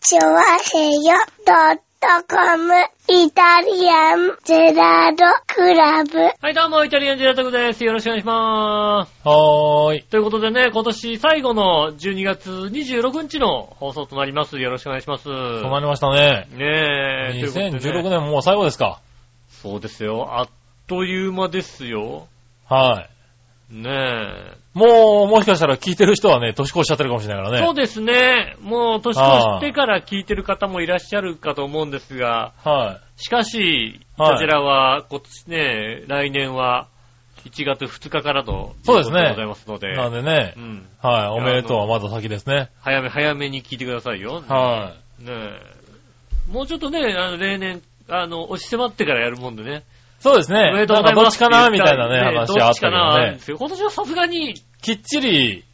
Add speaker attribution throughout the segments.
Speaker 1: チョワヘヨドットコムイタリアンゼラードクラブ。
Speaker 2: はい、どうも、イタリアンジェラタクです。よろしくお願いしまーす。
Speaker 3: はーい。
Speaker 2: ということでね、今年最後の12月26日の放送となります。よろしくお願いします。
Speaker 3: 止まりましたね。
Speaker 2: ねえ、ということで
Speaker 3: 2016
Speaker 2: ね
Speaker 3: 年ももう最後ですか。
Speaker 2: そうですよ。あっという間ですよ。
Speaker 3: はい。
Speaker 2: ねえ。
Speaker 3: もう、もしかしたら聞いてる人はね、年越しちゃってるかもしれないからね。
Speaker 2: そうですね。もう年越してから聞いてる方もいらっしゃるかと思うんですが、
Speaker 3: は
Speaker 2: しかし、こ
Speaker 3: はい
Speaker 2: ちらは、今年ね、来年は1月2日からと、
Speaker 3: そうですね
Speaker 2: ございますの
Speaker 3: い。
Speaker 2: で、
Speaker 3: なんでね
Speaker 2: う、ん。
Speaker 3: はい、おめでとうはまだ先ですね。
Speaker 2: 早め早めに聞いてくださいよ。
Speaker 3: は
Speaker 2: ねえ。もうちょっとね、あの、例年、あの、押し迫ってからやるもんでね。
Speaker 3: い。そうですね。
Speaker 2: おめでとうござ
Speaker 3: なんか
Speaker 2: い
Speaker 3: ど
Speaker 2: ま
Speaker 3: っち
Speaker 2: す
Speaker 3: かなみたいな
Speaker 2: っ
Speaker 3: ね、
Speaker 2: て言
Speaker 3: 話
Speaker 2: ったら
Speaker 3: があ
Speaker 2: ど
Speaker 3: っ
Speaker 2: っち
Speaker 3: たけ
Speaker 2: かな
Speaker 3: ど
Speaker 2: なん
Speaker 3: ね
Speaker 2: で。すよ今年はさすがに、
Speaker 3: きっちり、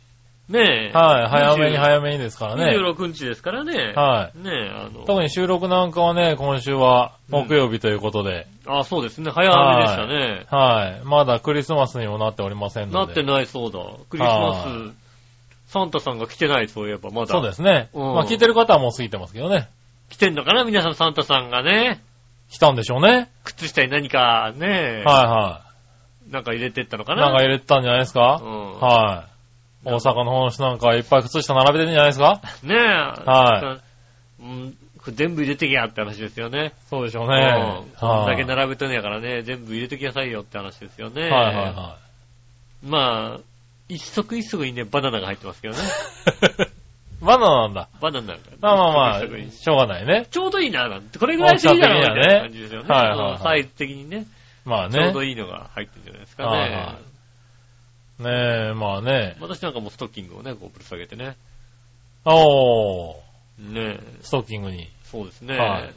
Speaker 2: ねえ。
Speaker 3: はい、早めに早めにですからね。
Speaker 2: 26日ですからね。
Speaker 3: は
Speaker 2: ねえ、あの
Speaker 3: い。、特に収録なんかはね、今週は木曜日ということで、
Speaker 2: あ、そうですね。早めでしたね。
Speaker 3: はい。まだクリスマスにもなっておりません
Speaker 2: な
Speaker 3: の
Speaker 2: っ
Speaker 3: で。
Speaker 2: てないそうだ。クリスマ
Speaker 3: は
Speaker 2: ス、サンタさんが来てない、そういえば、まだ。
Speaker 3: そうですね。
Speaker 2: うん
Speaker 3: まあ聞いてる方はもう過ぎてますけどね。
Speaker 2: 来てんのかな皆さん、サンタさんがね。
Speaker 3: 来たんでしょうね。
Speaker 2: 靴下に何かね、
Speaker 3: はいはい。
Speaker 2: なんか入れてったのかな
Speaker 3: なんか入れてたんじゃないですか、
Speaker 2: うん
Speaker 3: はい。大阪の方の人なんかいっぱい靴下並べてるんじゃないですか
Speaker 2: ねえ。
Speaker 3: は
Speaker 2: うん、これ全部入れてきゃって話ですよね。
Speaker 3: そうでしょうね。
Speaker 2: うんこん
Speaker 3: は
Speaker 2: だ
Speaker 3: い
Speaker 2: け並べてんやからね、全部入れてきなさいよって話ですよね。
Speaker 3: はいはいは
Speaker 2: まあ、一足一足にね、バナナが入ってますけど ね。
Speaker 3: い。バナナなんだ。
Speaker 2: バナナが。
Speaker 3: まあまあま
Speaker 2: 一足一足
Speaker 3: あ、
Speaker 2: に
Speaker 3: しょうがないね。
Speaker 2: ちょうどいいな、なんて。これぐらいでいいだろうみたいな感じですよね。
Speaker 3: 大きさ的に
Speaker 2: う
Speaker 3: はねはいはいはい
Speaker 2: んサイズ的にね。
Speaker 3: まあ
Speaker 2: ちょう
Speaker 3: ね。
Speaker 2: どいいのが入ってるんじゃないですか
Speaker 3: はい
Speaker 2: ね
Speaker 3: は。ねえ、まあね。
Speaker 2: 私なんかもうストッキングをね、こうぶら下げてね。
Speaker 3: おー、
Speaker 2: ねえ
Speaker 3: ストッキングに。
Speaker 2: そうですね。
Speaker 3: はい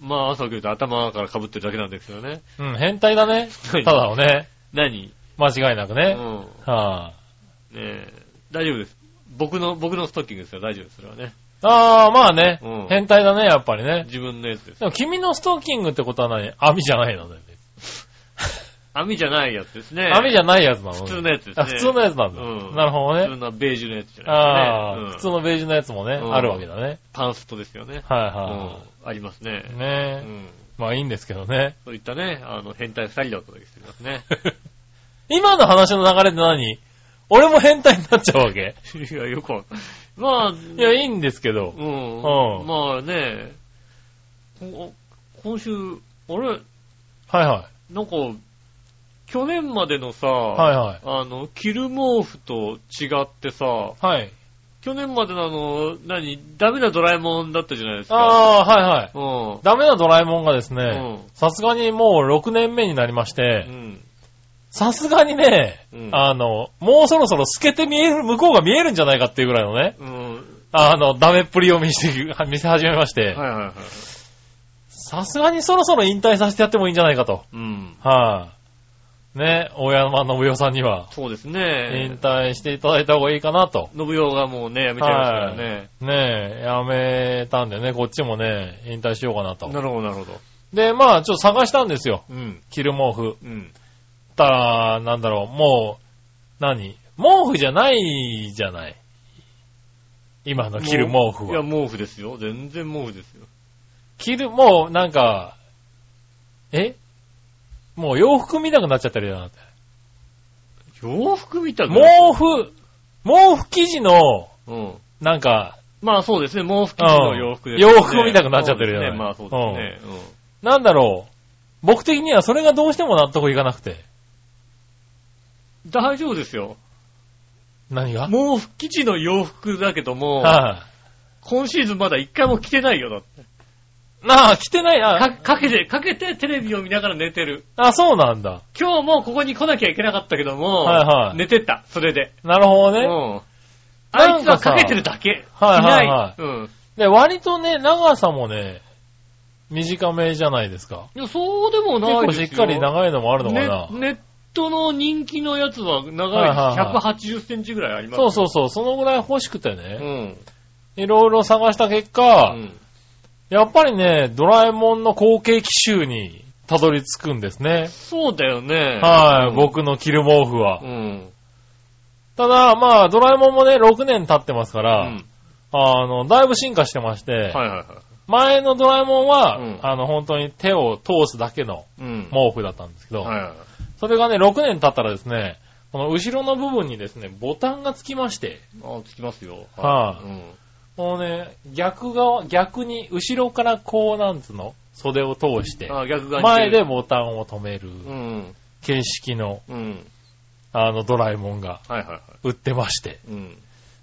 Speaker 2: まあ朝起きると頭から被ってるだけなんですよね。
Speaker 3: うん、変態だね。
Speaker 2: はい
Speaker 3: ただをね。
Speaker 2: 何
Speaker 3: 間違いなく
Speaker 2: う
Speaker 3: ね。
Speaker 2: ん。
Speaker 3: はい、
Speaker 2: ねえ大丈夫です。僕の、僕のストッキングですよ。大丈夫です。それはね。
Speaker 3: ああ、まあね、
Speaker 2: うん
Speaker 3: 変態だね、やっぱりね。
Speaker 2: 自分のやつです。
Speaker 3: でも君のストッキングってことは何網じゃないのね。
Speaker 2: 網じゃないやつですね。
Speaker 3: 網じゃないやつなの
Speaker 2: 普通のやつですね。
Speaker 3: あ、普通のやつなんだ。
Speaker 2: うん
Speaker 3: なるほど
Speaker 2: 普通
Speaker 3: ね。
Speaker 2: のベージュのやつじゃ
Speaker 3: あ
Speaker 2: な
Speaker 3: あ、
Speaker 2: いですね。うん
Speaker 3: 普通のベージュのやつもね、
Speaker 2: うん
Speaker 3: あるわけだね。
Speaker 2: パンストですよね。
Speaker 3: はい
Speaker 2: うん
Speaker 3: は
Speaker 2: あります
Speaker 3: い。
Speaker 2: ね。う
Speaker 3: ねえ、
Speaker 2: ん。
Speaker 3: まあいいんですけどね。
Speaker 2: そういったね、あの、変態二人でお届けしていますね。
Speaker 3: 今の話の流れって何俺も変態になっちゃうわけ
Speaker 2: いや、よくわかんまあ、
Speaker 3: いや、いいんですけど
Speaker 2: う。ん。
Speaker 3: うん
Speaker 2: まあね、こ今週、あれ、
Speaker 3: はいは
Speaker 2: なんか、去年までのさ、
Speaker 3: い。はいは
Speaker 2: あの、着る毛布と違ってさ、
Speaker 3: い。はい。
Speaker 2: 去年までのあの、何、ダメなドラえもんだったじゃないですか。
Speaker 3: ああ、はいはい。
Speaker 2: うん。
Speaker 3: ダメなドラえもんがです
Speaker 2: う
Speaker 3: ね、
Speaker 2: ん。
Speaker 3: さすがにもう6年目になりまし
Speaker 2: う
Speaker 3: て、
Speaker 2: ん。
Speaker 3: さすがにね、
Speaker 2: うん
Speaker 3: あの、もうそろそろ透けて見える、向こうが見えるんじゃないかっていうぐらいのね、
Speaker 2: うん。
Speaker 3: あの、ダメっぷりを見せて、見せ始めまして、
Speaker 2: はいはいはい。
Speaker 3: さすがにそろそろ引退させてやってもいいんじゃないかと。
Speaker 2: うん。
Speaker 3: はい、ね、大山信代さんには、
Speaker 2: そうです
Speaker 3: 引
Speaker 2: ね。
Speaker 3: 退していただいた方がいいかなと。
Speaker 2: 信用がもうね、やめちゃいましたからね。
Speaker 3: ねえ、やめたんでね、こっちもね、引退しようかなと
Speaker 2: な。るほどなるほど。
Speaker 3: で、まあ、ちょっと探したんですよ。
Speaker 2: うん。
Speaker 3: 着る毛布。
Speaker 2: うん。
Speaker 3: たら、なんだろう、もう、何毛布じゃないじゃない。今の着る毛布
Speaker 2: いや、
Speaker 3: は。
Speaker 2: 毛布ですよ。全然毛布ですよ。
Speaker 3: 着る、もう、なんか、えもう洋服見なくなっちゃってるじゃん。
Speaker 2: 洋服みたいな。
Speaker 3: 毛布、毛布生地の、
Speaker 2: うん。
Speaker 3: なんか、
Speaker 2: まあそうですね、毛布生地の洋服です、ね。
Speaker 3: うん洋服みたくなっちゃってるよね
Speaker 2: そうですね、まあそうですね。
Speaker 3: なんだろう。僕的にはそれがどうしても納得いかなくて。
Speaker 2: うん大丈夫ですよ。
Speaker 3: 何がはい、
Speaker 2: 毛布生地の洋服だけども、今シーズンまだ一回も着てないよ、だって。
Speaker 3: なあ、着てない、あ
Speaker 2: か、かけて、かけてテレビを見ながら寝てる。
Speaker 3: あ、そうなんだ。
Speaker 2: 今日もここに来なきゃいけなかったけども、
Speaker 3: はいはい
Speaker 2: 寝てた、それで。
Speaker 3: なるほど
Speaker 2: う
Speaker 3: ね。
Speaker 2: ん。
Speaker 3: な
Speaker 2: あい
Speaker 3: ん
Speaker 2: つは
Speaker 3: かさ
Speaker 2: かけてるだけ。
Speaker 3: はいはいはい
Speaker 2: 着ない。うん。
Speaker 3: で、割とね、長さもね、短めじゃないですか。
Speaker 2: いや、そうでも
Speaker 3: 結
Speaker 2: ない
Speaker 3: 構
Speaker 2: です
Speaker 3: し
Speaker 2: よ。
Speaker 3: っかり長いのもあるのかな。
Speaker 2: ねネットの人気のやつは長いです。
Speaker 3: はいはいは
Speaker 2: 180センチぐらいあります。
Speaker 3: そうそうそう、そのぐらい欲しくて
Speaker 2: う
Speaker 3: ね、
Speaker 2: ん。
Speaker 3: いろいろ探した結果、
Speaker 2: うん
Speaker 3: やっぱりね、ドラえもんの後継機種にたどり着くんですね。
Speaker 2: そうだよね。
Speaker 3: はい、
Speaker 2: うん。
Speaker 3: 僕の着る毛布は。
Speaker 2: うん。
Speaker 3: ただ、まあ、ドラえもんもね、6年経ってますか
Speaker 2: う
Speaker 3: ら、
Speaker 2: ん。
Speaker 3: あの、だいぶ進化してまして、
Speaker 2: はいはいは
Speaker 3: 前のドラえもんは、
Speaker 2: うん
Speaker 3: あの、本当に手を通すだけの
Speaker 2: い。うん。
Speaker 3: 毛布だったんですけど、
Speaker 2: はいはい。
Speaker 3: それがね、6年経ったらですね、この後ろの部分にですね、ボタンがつきまして、
Speaker 2: あつきますよ。
Speaker 3: はい
Speaker 2: うん。
Speaker 3: もうね、逆側、逆に、後ろからこう、なんつうの、袖を通して、
Speaker 2: あ逆側に
Speaker 3: 前で。ボタンを止める、
Speaker 2: うん。
Speaker 3: 形式の、
Speaker 2: うん。
Speaker 3: あの、ドラえもんが
Speaker 2: はいはいは
Speaker 3: 売ってまして、
Speaker 2: い。うん。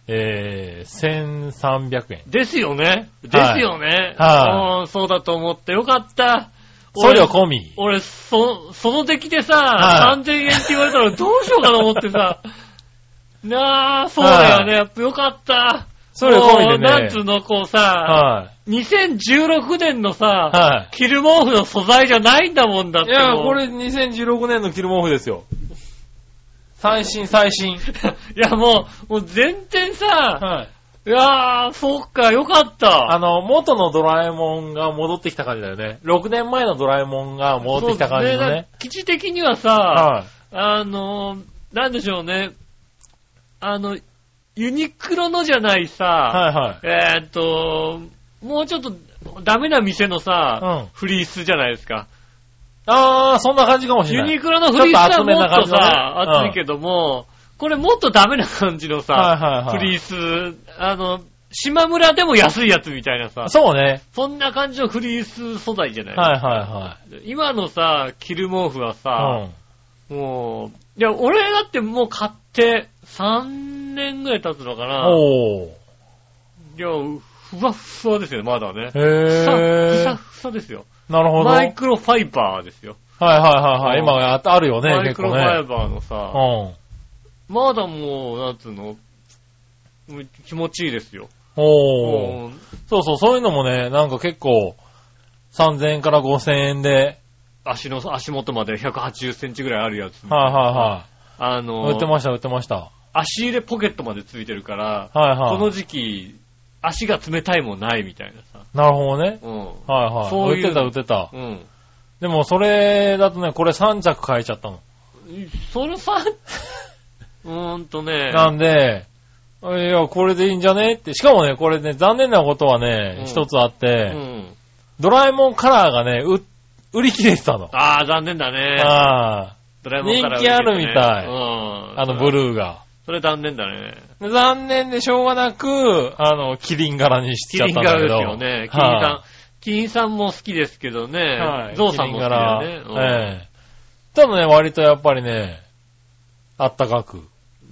Speaker 3: えー、1300円。
Speaker 2: ですよね。ですよね。
Speaker 3: は
Speaker 2: うんそうだと思ってよかった。
Speaker 3: 送
Speaker 2: 俺
Speaker 3: 料込み。
Speaker 2: 俺、そ、その出来でさ、
Speaker 3: はい
Speaker 2: 3000円って言われたらどうしようかと思って さ、なあ、そうだよね。やっぱよかった。
Speaker 3: 送料込みで
Speaker 2: もうなん
Speaker 3: ね
Speaker 2: つ。うの、こうさ、
Speaker 3: は
Speaker 2: 2016年の
Speaker 3: い。
Speaker 2: さ、
Speaker 3: は
Speaker 2: 着る毛布の素材じゃないんだもんだっ
Speaker 3: い。い
Speaker 2: て。
Speaker 3: や、
Speaker 2: もう
Speaker 3: これ2016年の着る毛布ですよ。最新、最新。
Speaker 2: いや、もう、もう全然さ、
Speaker 3: はい。
Speaker 2: いやー、そっか、よかった。
Speaker 3: あの、元のドラえもんが戻ってきた感じだよね。6年前のドラえもんが戻ってきた感じ
Speaker 2: そう
Speaker 3: の
Speaker 2: で
Speaker 3: ね。。
Speaker 2: 基地的にはさ、
Speaker 3: はい。
Speaker 2: あのー、なんでしょうね、あの、ユニクロのじゃないさ、
Speaker 3: はいはい。
Speaker 2: えーっと、もうちょっとダメな店のさ
Speaker 3: うん、
Speaker 2: フリースじゃないですか。
Speaker 3: あー、そんな感じかもしれ
Speaker 2: ユ
Speaker 3: ない。
Speaker 2: ニクロのフリースはもっと
Speaker 3: ちょっと厚めな
Speaker 2: さ
Speaker 3: 感じ、のね
Speaker 2: 厚いけども、これもっとダメな感じの
Speaker 3: はい
Speaker 2: さ、
Speaker 3: はいはい。
Speaker 2: フリース、あの、島村でも安いやつみたいなさ、
Speaker 3: そうね。
Speaker 2: そんな感じのフリース素材じゃない、
Speaker 3: はいは
Speaker 2: 今のさ、着る毛布はい
Speaker 3: は
Speaker 2: さ、
Speaker 3: い。
Speaker 2: もう、いや、俺だってもう買って3年ぐらい経つのか
Speaker 3: うん。
Speaker 2: な。
Speaker 3: おー。
Speaker 2: いや、ふわっふわですよね、まだね。ふさふ
Speaker 3: へ
Speaker 2: さ
Speaker 3: ー。
Speaker 2: ふさですよ。
Speaker 3: なるほど。は
Speaker 2: マ
Speaker 3: い
Speaker 2: イクロファイバーですよ。
Speaker 3: はいはいはい。今やあるよね、
Speaker 2: マイ
Speaker 3: 結
Speaker 2: クロ
Speaker 3: 構
Speaker 2: ファイ
Speaker 3: ね。
Speaker 2: バーのさ、
Speaker 3: うん。
Speaker 2: まだもう、なんつうの、もう気持ちいいですよ。
Speaker 3: おー。
Speaker 2: うん
Speaker 3: そうそう、そういうのもね、なんか結構、3000円から5000円で、
Speaker 2: 足の、足元まで180センチぐらいあるやつ。
Speaker 3: はいは
Speaker 2: あ
Speaker 3: いはい。売
Speaker 2: の
Speaker 3: って、ました、売ってました。
Speaker 2: 足入れポケットまでついてるから、
Speaker 3: はい
Speaker 2: こ
Speaker 3: は
Speaker 2: の
Speaker 3: い。
Speaker 2: 時期、足が冷たいもんないみたいなさ。
Speaker 3: なるほどね。
Speaker 2: うん。
Speaker 3: はいはい。
Speaker 2: そう
Speaker 3: 売
Speaker 2: い
Speaker 3: っ
Speaker 2: う
Speaker 3: てた、売ってた。
Speaker 2: うん。
Speaker 3: でも、それだとね、これ3着買えちゃったの。
Speaker 2: そ のさ、うーんとね、
Speaker 3: なんで、いや、これでいいんじゃねって。しかもね、これね、残念なことはね
Speaker 2: う、ん
Speaker 3: 一、つあって、
Speaker 2: うん。
Speaker 3: ドラえもんカラーがね、う売り切れてたの。
Speaker 2: ああ、残念だね。
Speaker 3: ああ、
Speaker 2: ドラえもんから
Speaker 3: 人気あるみたい
Speaker 2: うん。
Speaker 3: あのブ
Speaker 2: ー。
Speaker 3: ルーが。
Speaker 2: それ残念だね。
Speaker 3: で残念でしょうがなく、あの、キリン柄にし
Speaker 2: キ
Speaker 3: ちゃっ
Speaker 2: リン
Speaker 3: たんだ
Speaker 2: 柄
Speaker 3: け
Speaker 2: で
Speaker 3: ど。
Speaker 2: すよね。キリンさん
Speaker 3: は。
Speaker 2: キリンさんも好きですけど
Speaker 3: いは
Speaker 2: ね。
Speaker 3: い
Speaker 2: ゾウさんも好きだよね
Speaker 3: キリン柄ええただね、割とやっぱりね、あったかく。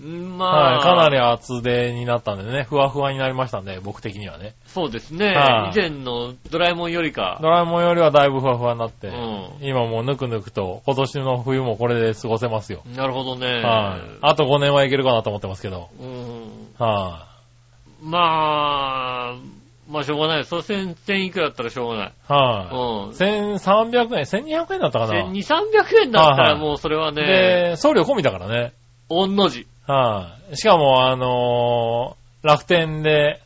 Speaker 2: うん。まあ、
Speaker 3: はい、かなり厚手になったんでね、ふわふわになりましたんで、僕的にはね。
Speaker 2: そうですね
Speaker 3: は。
Speaker 2: 以
Speaker 3: い
Speaker 2: 前のドラえもんよりか。
Speaker 3: ドラえもんよりはだいぶふわふわになって、
Speaker 2: うん
Speaker 3: 今もうぬくぬくと、今年の冬もこれで過ごせますよ。
Speaker 2: なるほどね。
Speaker 3: はい。あと5年はいけるかなと思ってますけど。
Speaker 2: うん。
Speaker 3: は
Speaker 2: まあ、まあしょうがない。そう、1000 1000いくらだったらしょうがない。
Speaker 3: い。
Speaker 2: うん。
Speaker 3: はい。1300円、1200円だったかな。
Speaker 2: 1200、300円だった
Speaker 3: はい
Speaker 2: ら
Speaker 3: はい
Speaker 2: もうそれはね、
Speaker 3: で、送料込みだからね。
Speaker 2: 御の字。
Speaker 3: はい。しかも、あのー楽天で、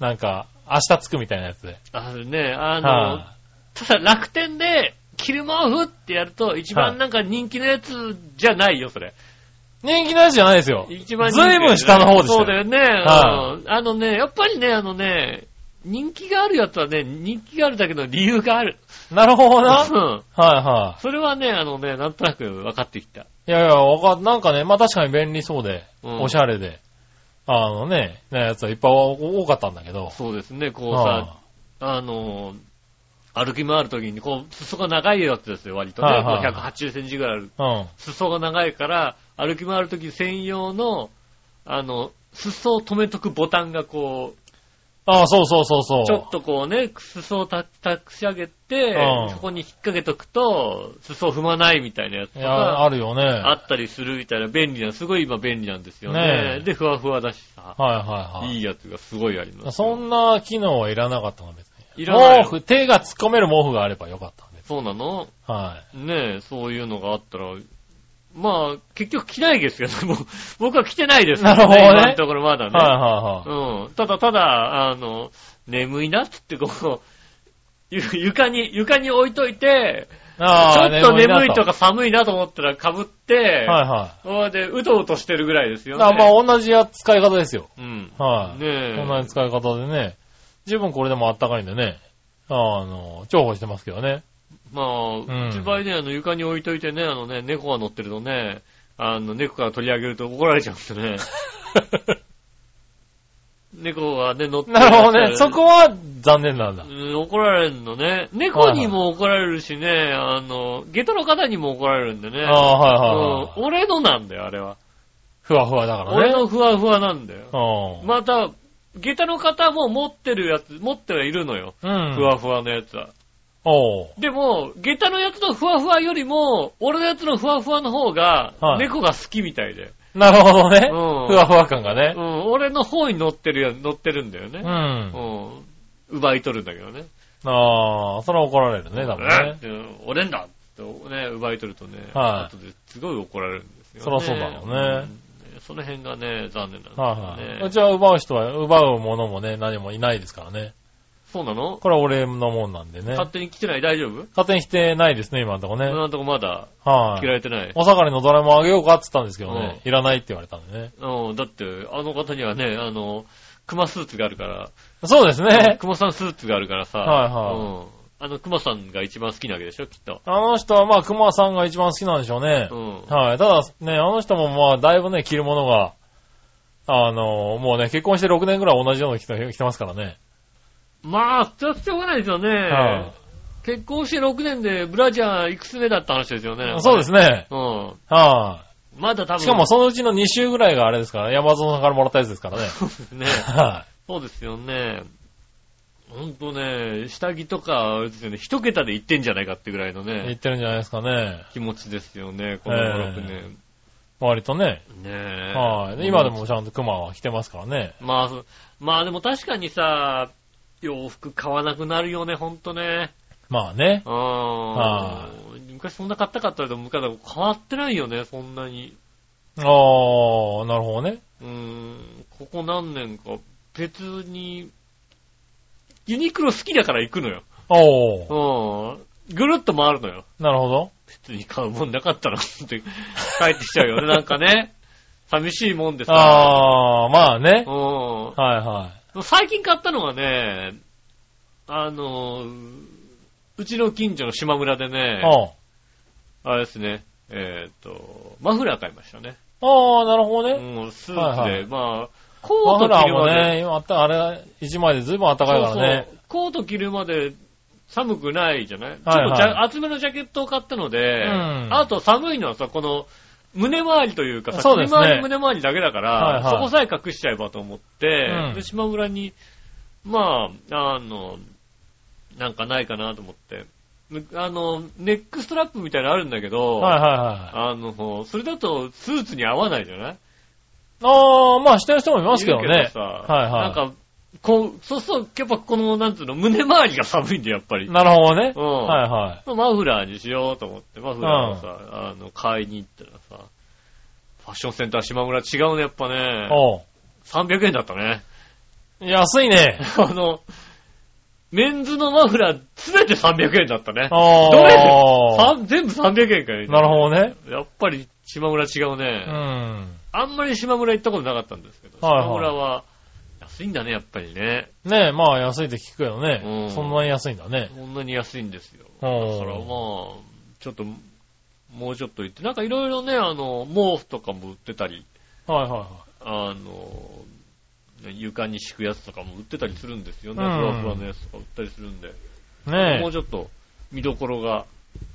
Speaker 3: なんか、明日つくみたいなやつで。
Speaker 2: あのね、あの、
Speaker 3: は
Speaker 2: ただ楽天で、キルマオフってやると、一
Speaker 3: は
Speaker 2: 番
Speaker 3: い
Speaker 2: なんか人気のやつじゃないよ、それ。
Speaker 3: い。人気のやつじゃないですよ。
Speaker 2: 一番人気
Speaker 3: ずいぶん下の方でしたよ
Speaker 2: そうだよね。
Speaker 3: は
Speaker 2: うんあのね、やっぱりね、あのね、人気があるやつはね、人気があるだけの理由がある。
Speaker 3: なるほど
Speaker 2: う ん。
Speaker 3: な。はいは
Speaker 2: それはね、あのね、なんとなく分かってきた。
Speaker 3: い。いやいや、わかん、なんかね、まあ確かに便利そうで、
Speaker 2: うん
Speaker 3: おしゃれで、あのね、なやつはいっぱい多かったんだけど。
Speaker 2: そうですね、こう
Speaker 3: はい
Speaker 2: さ、あの、歩き回るときに、こう、裾が長いやつですよ、割とね。
Speaker 3: はいはい
Speaker 2: こう180センチぐらいある。
Speaker 3: うん。
Speaker 2: 裾が長いから、歩き回るとき専用の、あの、裾を止めとくボタンがこう、
Speaker 3: ああ、そうそうそうそう。
Speaker 2: ちょっとこうね、裾をたたくし上げて
Speaker 3: うん、
Speaker 2: そこに引っ掛けとくと、裾を踏まないみたいなやつと
Speaker 3: いや、あ
Speaker 2: か、
Speaker 3: るよね。
Speaker 2: あ
Speaker 3: はい
Speaker 2: ったりするみたいな便利な、すごい今便利なんですよ
Speaker 3: ね
Speaker 2: ね。
Speaker 3: え
Speaker 2: で、ふわふわだしさ、
Speaker 3: はいはい
Speaker 2: いやつがすごいありま
Speaker 3: い。
Speaker 2: す。
Speaker 3: そんな機能はいらなかったの別に。
Speaker 2: いらない
Speaker 3: 毛布、手が突っ込める毛布があればよかったんです。
Speaker 2: そうなの
Speaker 3: は
Speaker 2: ねえ、そういうのがあったら、まあ、結局着ないですけど、もう 僕は着てないですけ
Speaker 3: なるほどね
Speaker 2: 今のところまだ
Speaker 3: い。
Speaker 2: ね。
Speaker 3: はいはいはい。
Speaker 2: うん。ただただ、あの、眠いなっつってこう、 ゆ床に、床に置いといて、ち
Speaker 3: あ
Speaker 2: ょ
Speaker 3: あ、
Speaker 2: っと眠いと
Speaker 3: か。
Speaker 2: か寒いなと思ったら被って、
Speaker 3: はいは
Speaker 2: それで、うとうとしてるぐらいです
Speaker 3: い。
Speaker 2: よ
Speaker 3: だ
Speaker 2: ね。
Speaker 3: からまあ同じや使い方ですよ。
Speaker 2: うん。
Speaker 3: はい。
Speaker 2: ねえ。
Speaker 3: こんな使い方でね、十分これでもあったかいんでね、あの、重宝してますけ どね。
Speaker 2: まあ、う
Speaker 3: うん
Speaker 2: ち場合ね、あの、床に置いといてね、あのね、猫が乗ってるとね、あの、猫から取り上げると怒られちゃうんです ね。猫がね、乗って
Speaker 3: なるほどね。そこは残念なんだ
Speaker 2: う。ん怒られるのね。猫にも怒られるしね、あの、下駄の方にも怒られるんでね。
Speaker 3: ああ、はいはいは
Speaker 2: う
Speaker 3: い。
Speaker 2: ん俺のなんだよ、あれは。
Speaker 3: ふわふわだからね。
Speaker 2: 俺のふわふわなんだよ。
Speaker 3: うん。
Speaker 2: また、下駄の方も持ってるやつ、持ってはいるのよ。
Speaker 3: うん。
Speaker 2: ふわふわのやつは。
Speaker 3: おう。
Speaker 2: でも、下駄のやつのふわふわよりも、俺のやつのふわふわの方が
Speaker 3: は、い
Speaker 2: 猫が好きみたいで。
Speaker 3: なるほどね。
Speaker 2: うん
Speaker 3: ふわふわ感がね
Speaker 2: う。ん、俺の方に乗ってるや、乗ってるんだよ
Speaker 3: う。
Speaker 2: ね。うんん。奪い取るんだけどね。
Speaker 3: ああ、それは怒られるね、多分ね。
Speaker 2: えうん俺んだってね、奪い取るとね、
Speaker 3: はい
Speaker 2: 後ですごい怒られるんですよ、ね。
Speaker 3: そらそうだろうね
Speaker 2: うんその辺がね、残念なん
Speaker 3: は
Speaker 2: です
Speaker 3: い
Speaker 2: よね。
Speaker 3: はい。うちは奪う人は、奪うものもね、何もいないですからね。
Speaker 2: そうなの
Speaker 3: これは俺のもんなんでね。
Speaker 2: 勝手に来てない大丈夫
Speaker 3: 勝手にしてないですね、今のとこね。
Speaker 2: 今のとこまだ、
Speaker 3: は
Speaker 2: 着ら
Speaker 3: い。
Speaker 2: れてない。
Speaker 3: お下がりのドラムあげようかって言ったんですけどね。いらないって言われたんでね。
Speaker 2: うん、だって、あの方にはね、あの、熊スーツがあるから、
Speaker 3: そうですね。
Speaker 2: 熊さんスーツがあるからさ、
Speaker 3: はいはい
Speaker 2: うん。あの、熊さんが一番好きなわけでしょ、きっと。
Speaker 3: あの人はまあ、熊さんが一番好きなんでしょうね
Speaker 2: う。ん。
Speaker 3: はい。ただね、あの人もまあ、だいぶね、着るものが、あの、もうね、結婚して6年ぐらい同じようなの着て着てますからね。
Speaker 2: まあ、それはしょうがないですよね。
Speaker 3: は
Speaker 2: 結婚して6年でブラジャーいくつ目だった話ですよね。。
Speaker 3: い。そうですすね。
Speaker 2: うん。
Speaker 3: は
Speaker 2: まだ多分。
Speaker 3: い。しかもそのうちの2週ぐらいがあれですから、山園さんからもらったやつですからね。
Speaker 2: そうです ね。
Speaker 3: は
Speaker 2: そうですよね。ほんとね、下着とか、あれですよね、一桁でいってんじゃないかってぐらいの
Speaker 3: い。言っ
Speaker 2: ね、
Speaker 3: てるんじゃないですかね。
Speaker 2: 気持ちですよね、この
Speaker 3: ええ
Speaker 2: 6年。
Speaker 3: 割とね。
Speaker 2: ねえ。
Speaker 3: はい。で今で。もちゃんと熊は着てますからね。
Speaker 2: まあ、そまあでも確かにさ、洋服買わなくなるよね、ほんとね。
Speaker 3: まあね。
Speaker 2: うーん。昔そんな買ったかったけど、昔は変わってないよね、そんなに。
Speaker 3: ああ、なるほどね。
Speaker 2: うーん、ここ何年か、別に、ユニクロ好きだから行くのよ。
Speaker 3: お
Speaker 2: う
Speaker 3: ー。
Speaker 2: ん。ぐるっと回るのよ。
Speaker 3: なるほど。
Speaker 2: 別に買うもんなかったら、って帰ってきちゃうよね、なんかね。寂しいもんでさ。
Speaker 3: ああ、まあね
Speaker 2: う。ん。
Speaker 3: はいは
Speaker 2: 最近買ったのがね、あの、うちの近所の島村で
Speaker 3: い。
Speaker 2: ね、
Speaker 3: あ
Speaker 2: あれですね、えっ、と、マフラー買いましたね。
Speaker 3: ああー、なるほどね。
Speaker 2: うん、スーツで、
Speaker 3: はいはい
Speaker 2: まあ、コ
Speaker 3: マ
Speaker 2: ー
Speaker 3: フ
Speaker 2: ト
Speaker 3: ラ
Speaker 2: 着
Speaker 3: ー
Speaker 2: る
Speaker 3: も
Speaker 2: まで、
Speaker 3: ね、今あった、あれ、一枚で随分暖かいからね。
Speaker 2: そうそうコート着るまで寒くないじゃない、
Speaker 3: はいはい
Speaker 2: ちょっとじゃ厚めのジャケットを買ったので、
Speaker 3: うん
Speaker 2: あと寒いのはさ、この、胸周りというかさ、
Speaker 3: そうですね
Speaker 2: 首周り胸周りだけだから、
Speaker 3: はいはい
Speaker 2: そこさえ隠しちゃえばと思って、
Speaker 3: うん
Speaker 2: で島村に、まあ、あの、なんかないかなと思って、むあの、ネックストラップみたいなのあるんだけど、
Speaker 3: はいはいはい。
Speaker 2: あの、それだとスーツに合わないじゃない
Speaker 3: ああ、まあしてる人もいますけど
Speaker 2: いる
Speaker 3: ね。
Speaker 2: さ
Speaker 3: はいはい
Speaker 2: なんか、こう、そうすると、やっぱこの、なんていうの、胸周りが寒いんで、やっぱり。
Speaker 3: なるほどね。
Speaker 2: うん
Speaker 3: はいはい。
Speaker 2: マフラーにしようと思って、マフラーをさ、あの、買いに行ったらさ、ファッションセンター島村違うね、やっぱね。
Speaker 3: おう
Speaker 2: 300円だったね。
Speaker 3: 安いね。
Speaker 2: あの、メンズのマフラー、すべて300円だったね。
Speaker 3: あ
Speaker 2: どれ
Speaker 3: あ。
Speaker 2: さ全部300円かよ。
Speaker 3: なるほどね。
Speaker 2: やっぱり島村違うね
Speaker 3: う。ん。
Speaker 2: あんまり島村行ったことなかったんですけど、
Speaker 3: はいはい
Speaker 2: 島村は安いんだね、やっぱりね。
Speaker 3: ねえ、まあ安いって聞くけど
Speaker 2: うん
Speaker 3: ね。そんなに安いんだね。
Speaker 2: こんなに安いんですよ。
Speaker 3: う
Speaker 2: だからまあ
Speaker 3: ん。、
Speaker 2: ちょっと、もうちょっと行って、なんかいろいろね、あの、毛布とかも売ってたり、
Speaker 3: はいはいは
Speaker 2: あの、床に敷くやつとかも売ってたりするんですよね。ふ
Speaker 3: うん
Speaker 2: わふわのやつとか売ったりするんで、
Speaker 3: い。ねえ。
Speaker 2: もうちょっと見どころが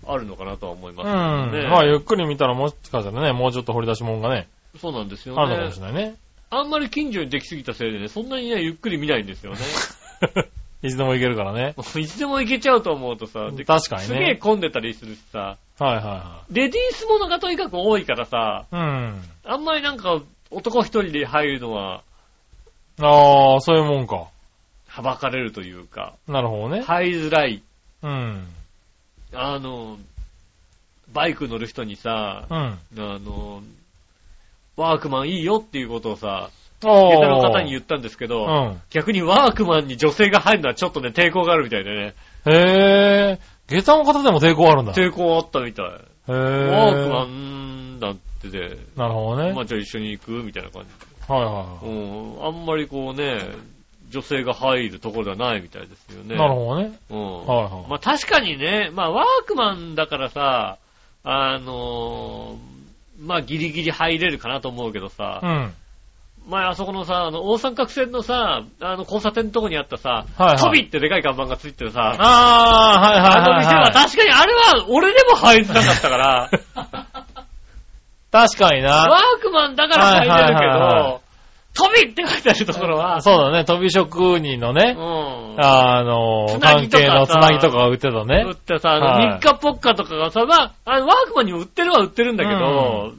Speaker 2: あるのかなとは思います
Speaker 3: うん。
Speaker 2: けどね。
Speaker 3: まあゆっくり見たらもしかしたらね、もうちょっと掘り出し物がね、
Speaker 2: そうなんですよ
Speaker 3: あるのかも
Speaker 2: ね
Speaker 3: し。れないね。
Speaker 2: あんまり近所にできすぎたせいでね、そんなにね、ゆっくり見ないんです よね。
Speaker 3: いつでも行けるからね。
Speaker 2: もういつでも行けちゃうと思うとさ、で
Speaker 3: 確かに
Speaker 2: すげえ
Speaker 3: ね。
Speaker 2: 混んでたりするしさ、
Speaker 3: はいは
Speaker 2: レディースものがとにかく多いからさ、
Speaker 3: いはい。うん。
Speaker 2: あんまりなんか男一人で入るのは、
Speaker 3: ああ、そういうもんか。
Speaker 2: はばかれるというか、
Speaker 3: なるほどね。
Speaker 2: 入りづらい。
Speaker 3: うん。
Speaker 2: あの、バイク乗る人にさ、
Speaker 3: う
Speaker 2: あ
Speaker 3: ん。
Speaker 2: の、ワークマンいいよっていうことをさ、
Speaker 3: お
Speaker 2: 下駄の方に言
Speaker 3: っ
Speaker 2: ったんですけ
Speaker 3: う
Speaker 2: ど、
Speaker 3: ん。
Speaker 2: 逆にワークマンに女性が入るのはちょっとね、抵抗があるみたいでね。
Speaker 3: へへえ。下駄の方でも抵抗あるんだ。へ
Speaker 2: 抵抗あったみたい。
Speaker 3: え。
Speaker 2: ワークマンだってで、
Speaker 3: なるほどね。
Speaker 2: まあじゃあ一緒に行くみたいな感じ。
Speaker 3: はいは
Speaker 2: うん、あんまりこうね、女性が入るところではないみたいですよ
Speaker 3: い。
Speaker 2: ね。
Speaker 3: なるほどね。
Speaker 2: うん。
Speaker 3: はいはい
Speaker 2: まあ確かにね、まあワークマンだからさ、あのーまあギリギリ入れるかなと思うけどさ、
Speaker 3: うん。
Speaker 2: 前あそこのさ、あの、大三角線のさ、あの、交差点のとこにあったさ、
Speaker 3: はいはい
Speaker 2: トビってでかい看板がついてるさ、あ
Speaker 3: ああ、
Speaker 2: の
Speaker 3: はいはい
Speaker 2: 店
Speaker 3: はい、は。
Speaker 2: はい確かにあれは俺でも入れなかった から、
Speaker 3: 確かに
Speaker 2: ワ
Speaker 3: な。
Speaker 2: ークマンだから入れるけ
Speaker 3: はいはいはいは
Speaker 2: ど、トビって書いてあるところは、
Speaker 3: そうだね、飛び職人のね、
Speaker 2: うん。
Speaker 3: あの、
Speaker 2: つなぎ
Speaker 3: 関
Speaker 2: とか
Speaker 3: 係のつ
Speaker 2: さ
Speaker 3: なぎとかが売ってたね
Speaker 2: 売っ。てさ、あ
Speaker 3: は
Speaker 2: の、
Speaker 3: い
Speaker 2: 日課ポッカとかがさ、まあ、あの、ワークマンにも売ってるは売ってるんだけど、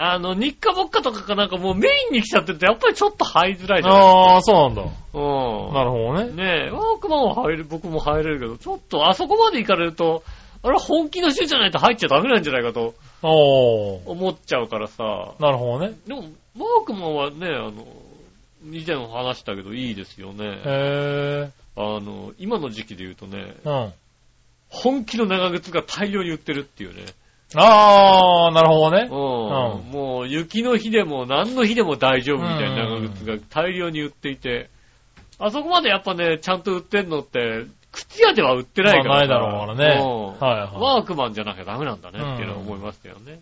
Speaker 2: あの、日課ポッカとかがなんかもうメインに来ちゃってると、やっぱりちょっと入りづらいじゃない
Speaker 3: ああ、そうなんだ。
Speaker 2: うん。
Speaker 3: なるほどね。
Speaker 2: ねえ、ワークマンは入る、僕も入れるけど、ちょっとあそこまで行かれると、あれ本気の人じゃないと入っちゃダメなんじゃないかと
Speaker 3: おー。
Speaker 2: 思っちゃうからさ。
Speaker 3: なるほどね。
Speaker 2: でも、ワークマンはね、あの、以前も話したけどいいですよね。
Speaker 3: へえ。
Speaker 2: あの、今の時期で言うとね、
Speaker 3: うん。
Speaker 2: 本気の長靴が大量に売ってるっていうね。
Speaker 3: ああ、なる
Speaker 2: う
Speaker 3: ほど
Speaker 2: ん
Speaker 3: ね。。
Speaker 2: もう雪の日でも何の日でも大丈夫みたいな長靴が大量に売っていて、あそこまでやっぱね、ちゃんと売ってんのって、靴屋では売ってないから
Speaker 3: まあな
Speaker 2: さ。
Speaker 3: いだろうからね
Speaker 2: うん
Speaker 3: はいはい
Speaker 2: ワークマンじゃなきゃダメなんだねっていうのは思いますけどね。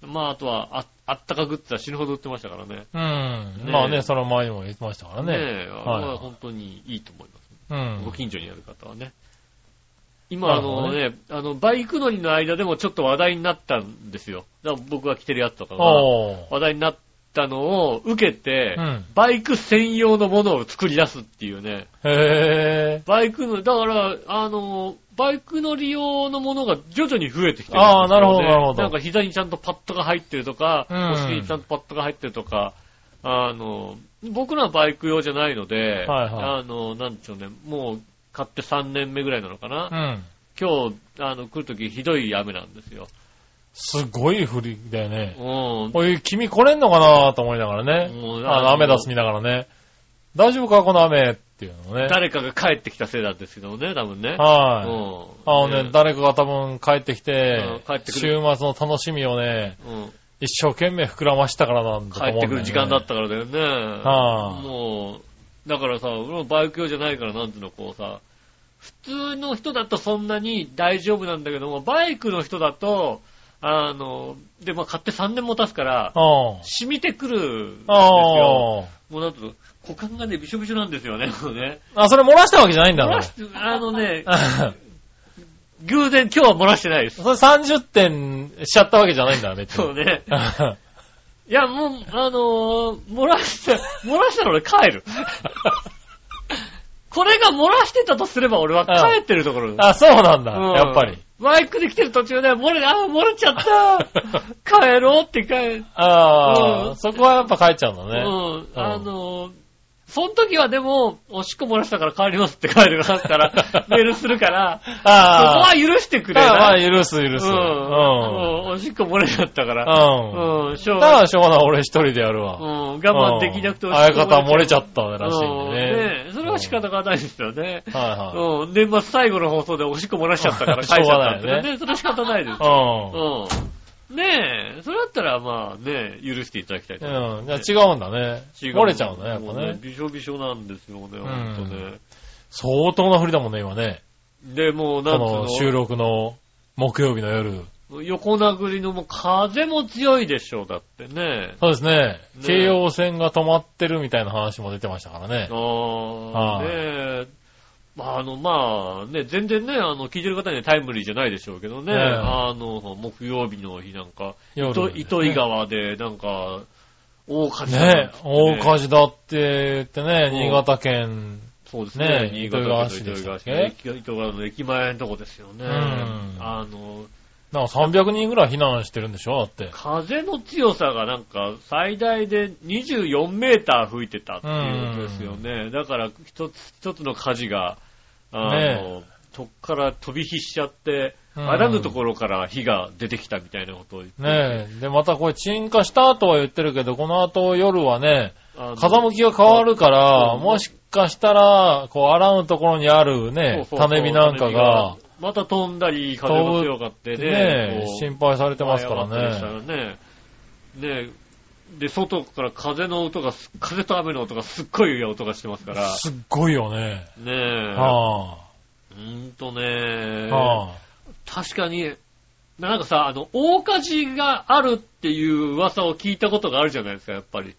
Speaker 2: まああとはあ、あったかグッズは死ぬほど売ってましたからね。
Speaker 3: う
Speaker 2: ね
Speaker 3: ん。まあね、その前にも言ってましたから
Speaker 2: ね
Speaker 3: ね。
Speaker 2: え、あ
Speaker 3: はい
Speaker 2: れは本当にいいと思います。
Speaker 3: うん
Speaker 2: ご。近所にある方はね。今、
Speaker 3: な
Speaker 2: あ
Speaker 3: るほど
Speaker 2: の
Speaker 3: ね
Speaker 2: ね、あの、バイク乗りの間でもちょっと話題になったんですよ。だから僕が着てるやつとかが。
Speaker 3: おー。
Speaker 2: 話題になったのを受けて、
Speaker 3: うん
Speaker 2: バイク専用のものを作り出すっていうね。
Speaker 3: へえ。
Speaker 2: バイクの、だから、あの、バイクの利用のものが徐々に増えてきてるんですよ、ね。
Speaker 3: あーなるほどなるほど
Speaker 2: なんか膝にちゃんとパッドが入ってるとか、
Speaker 3: うん
Speaker 2: お尻にちゃんとパッドが入ってるとか、あの、僕らはバイク用じゃないので、
Speaker 3: はいは
Speaker 2: あの、なんでしょうね、もう買って3年目ぐらいなのかな。
Speaker 3: うん。
Speaker 2: 今日、あの、来るときひどい雨なんですよ。
Speaker 3: すごい振りだよね。
Speaker 2: うん。
Speaker 3: おい、君来れんのかなと思いながらね。
Speaker 2: もう
Speaker 3: あの、雨出す見ながらね。大丈夫かこの雨っていうのね。
Speaker 2: 誰かが帰ってきたせいなんですけどもね、多分ね。
Speaker 3: はい。
Speaker 2: う
Speaker 3: あの
Speaker 2: ん。
Speaker 3: ね、誰かが多分帰ってき
Speaker 2: うん
Speaker 3: て、
Speaker 2: 帰ってくる
Speaker 3: 週末の楽しみをね、
Speaker 2: うん
Speaker 3: 一生懸命膨らましたからなんだと
Speaker 2: 帰
Speaker 3: 思
Speaker 2: っ
Speaker 3: う
Speaker 2: てく
Speaker 3: んだよね
Speaker 2: る時間だったからだよね。
Speaker 3: はい
Speaker 2: もう、だからさ、俺もバイク用じゃないからなんていうのこうさ、普通の人だとそんなに大丈夫なんだけども、バイクの人だと、あの、で、まあ、買って3年も経つから、
Speaker 3: うん。
Speaker 2: 染みてくるんですよ。
Speaker 3: ああ。
Speaker 2: もうだと、股間がね、びしょびしょなんですよね、もうね。
Speaker 3: あ、それ漏らしたわけじゃないんだ
Speaker 2: 漏
Speaker 3: ろ
Speaker 2: ら。して、あのね、偶然今日は漏らしてないです。
Speaker 3: それ30点しちゃったわけじゃないんだ、別
Speaker 2: そう
Speaker 3: に。
Speaker 2: ね。いや、もう、あのー漏らした、漏らしたら俺帰 る。これが漏らしてたとすれば俺は帰ってるところだ。
Speaker 3: あ、そうなんだ、
Speaker 2: うん
Speaker 3: やっぱり。。
Speaker 2: バイクで来てる途中で、漏れ、あ、漏れちゃっ た。帰ろうって帰る。
Speaker 3: ああ、
Speaker 2: うん
Speaker 3: そこはやっぱ帰っちゃうんだ
Speaker 2: う
Speaker 3: ね。
Speaker 2: ん。あのーその時はでも、おしっこ漏らしたから帰りますって帰るから、 メールするから、そこ
Speaker 3: あ
Speaker 2: は
Speaker 3: あ、
Speaker 2: 許してくれ
Speaker 3: だからまあ
Speaker 2: ない。
Speaker 3: 許す許す。
Speaker 2: う
Speaker 3: うんん。
Speaker 2: うんおしっこ漏れちゃったから。
Speaker 3: うん。
Speaker 2: うん、しょう
Speaker 3: だ
Speaker 2: が
Speaker 3: か
Speaker 2: ない
Speaker 3: らしょうがない、俺一人でやるわ。
Speaker 2: うん、我慢できなくて
Speaker 3: う
Speaker 2: お
Speaker 3: ん
Speaker 2: しっ
Speaker 3: 相
Speaker 2: こ
Speaker 3: 方は漏れちゃ
Speaker 2: っ
Speaker 3: ったらしいんでね。
Speaker 2: ねえそれは仕方がないですよね。
Speaker 3: はいは
Speaker 2: うん、年末最後の放送でおしっこ漏らしちゃったから
Speaker 3: うん
Speaker 2: 書いちゃったん
Speaker 3: しょうがないよね
Speaker 2: ね。それは仕方ないです。
Speaker 3: い。
Speaker 2: うん。ねえ、それだったらまあね、許していただきたいと思いま
Speaker 3: うん。うん。じゃあ違うんだね。
Speaker 2: す。
Speaker 3: 漏れちゃうんだね、やっぱ
Speaker 2: も
Speaker 3: ね。
Speaker 2: びしょびしょなんですよね、ほんとね。
Speaker 3: 相当な振りだもんね、今ね。
Speaker 2: で、もうな
Speaker 3: こ
Speaker 2: ん
Speaker 3: の
Speaker 2: つう
Speaker 3: 収録の木曜日の夜。
Speaker 2: の、横殴りのもう風も強いでしょう、だってね。
Speaker 3: そうですね。
Speaker 2: ね
Speaker 3: 京葉線が止まってるみたいな話も出てましたからね。
Speaker 2: ああ、
Speaker 3: はい
Speaker 2: ねえ。まあ、あの、まあ、ね、全然ね、あの、聞いてる方にはタイムリーじゃないでしょうけどね、
Speaker 3: ええ
Speaker 2: あの、木曜日の日なんか、
Speaker 3: 夜
Speaker 2: 糸
Speaker 3: ですね
Speaker 2: 糸魚川で、なんか、大火事だなん
Speaker 3: ね
Speaker 2: て
Speaker 3: え、大火事だって言ってね、
Speaker 2: うん
Speaker 3: 新潟県、
Speaker 2: そうです
Speaker 3: ね
Speaker 2: ね。
Speaker 3: え
Speaker 2: 新潟県の糸魚
Speaker 3: 糸魚川
Speaker 2: 川
Speaker 3: 市
Speaker 2: 市
Speaker 3: で
Speaker 2: ね
Speaker 3: し
Speaker 2: 糸魚川の駅前のとこですよね。
Speaker 3: ん
Speaker 2: あの、
Speaker 3: なんか300人ぐらい避難してるんでしょだって。
Speaker 2: 風の強さがなんか最大で24メーター吹いてたっていうことですよね。だから一つ一つの火事が、あの、
Speaker 3: ね
Speaker 2: そっから飛び火しちゃって、
Speaker 3: うん
Speaker 2: あらぬところから火が出てきたみたいなことを言って。
Speaker 3: ねえ。で、またこれ鎮火したとは言ってるけど、この後夜はね、
Speaker 2: あの
Speaker 3: 風向きが変わるから、
Speaker 2: うん
Speaker 3: もしかしたら、こう、あらぬところにあるね、
Speaker 2: そうそうそう
Speaker 3: 種火なんかが、、
Speaker 2: また飛んだり、風が強かってね、
Speaker 3: ね
Speaker 2: こ、う
Speaker 3: 心配されてますから
Speaker 2: 前上が
Speaker 3: ね。
Speaker 2: ったりしたらね。ねで、外から風の音がす、風と雨の音がすっごい音がしてますから、
Speaker 3: すっごいよね。
Speaker 2: ねえ、
Speaker 3: は
Speaker 2: うーんと
Speaker 3: あ
Speaker 2: ね、
Speaker 3: は
Speaker 2: 確かに、なんかさ、あの、大火事があるっていう噂を聞いたことがあるじゃないですか、やっぱり。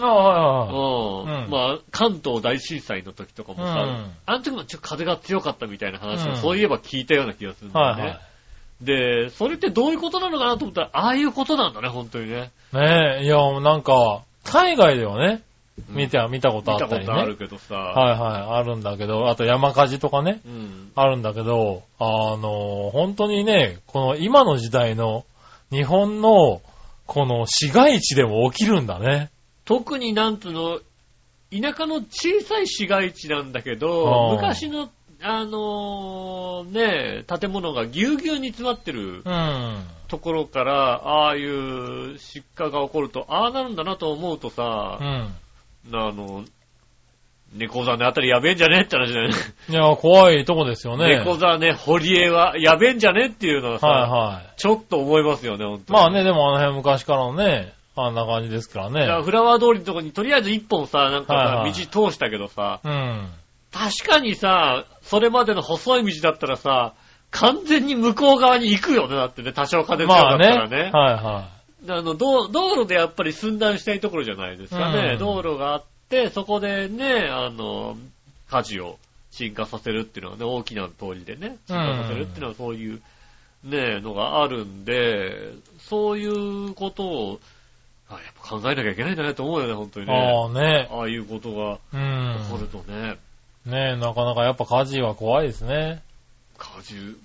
Speaker 3: ああ
Speaker 2: う
Speaker 3: はいはいはい
Speaker 2: ん。
Speaker 3: うん
Speaker 2: まあ、関東大震災の時とかもさ、
Speaker 3: うん
Speaker 2: あの時もちょっと風が強かったみたいな話を、
Speaker 3: うん
Speaker 2: そういえば聞いたような気がするんだよ
Speaker 3: は
Speaker 2: ね。
Speaker 3: いはい。
Speaker 2: で、それってどういうことなのかなと思ったら、ああいうことなんだね、本当にね。
Speaker 3: ねえ、いや、なんか、海外ではね、見て、見たこ
Speaker 2: 見
Speaker 3: とあ
Speaker 2: た
Speaker 3: っ
Speaker 2: こ
Speaker 3: たりね。
Speaker 2: とあるけどさ、
Speaker 3: はいはい、あるんだけど、あと山火事とかね、
Speaker 2: うん。
Speaker 3: あるんだけど、あの、本当にね、この今の時代の日本の、この市街地でも起きるんだね。
Speaker 2: 特になんつうの、田舎の小さい市街地なんだけ
Speaker 3: あ
Speaker 2: ど
Speaker 3: あ、
Speaker 2: 昔の、あのーねえ、建物がぎゅうぎゅうに詰まってる
Speaker 3: うん。
Speaker 2: ところから、ああいう失火が起こると、ああなるんだなと思うとさ
Speaker 3: う、ん。
Speaker 2: あの、猫座ねあたりやべえんじゃねって話だよね。
Speaker 3: いや、怖いとこですよね。
Speaker 2: 猫座ね、堀江はやべえんじゃねっていうのはさ、
Speaker 3: はいはい。
Speaker 2: ちょっと思いますよね、本当に
Speaker 3: まあね、でもあの辺昔からのね、あんな感じですから
Speaker 2: だから
Speaker 3: ね。
Speaker 2: フラワー通りのとこにとりあえず一本さ、なんかさ、
Speaker 3: はいはい
Speaker 2: 道通したけどさ、
Speaker 3: うん。
Speaker 2: 確かにさ、それまでの細い道だったらさ、完全に向こう側に行くよね、だってね、多少風強
Speaker 3: ま
Speaker 2: か
Speaker 3: あ
Speaker 2: った
Speaker 3: ね。は
Speaker 2: ら
Speaker 3: い
Speaker 2: ね。
Speaker 3: は
Speaker 2: あの道道路でやっぱり寸断したいところじゃないですかね。
Speaker 3: うん
Speaker 2: 道路があって、そこでね、あの、火事を進化させるっていうのはね、大きな通りでね、進化させるっていうのはそういう、ね、のがあるんで、そういうことを、あやっぱ考えなきゃいけないんだねと思うよね、本当に
Speaker 3: い。あ
Speaker 2: ね。
Speaker 3: あね。
Speaker 2: ああいうことが
Speaker 3: う
Speaker 2: 起こる
Speaker 3: ん。
Speaker 2: とね、
Speaker 3: ねなかなかやっぱ火事は怖いですね。
Speaker 2: 果汁。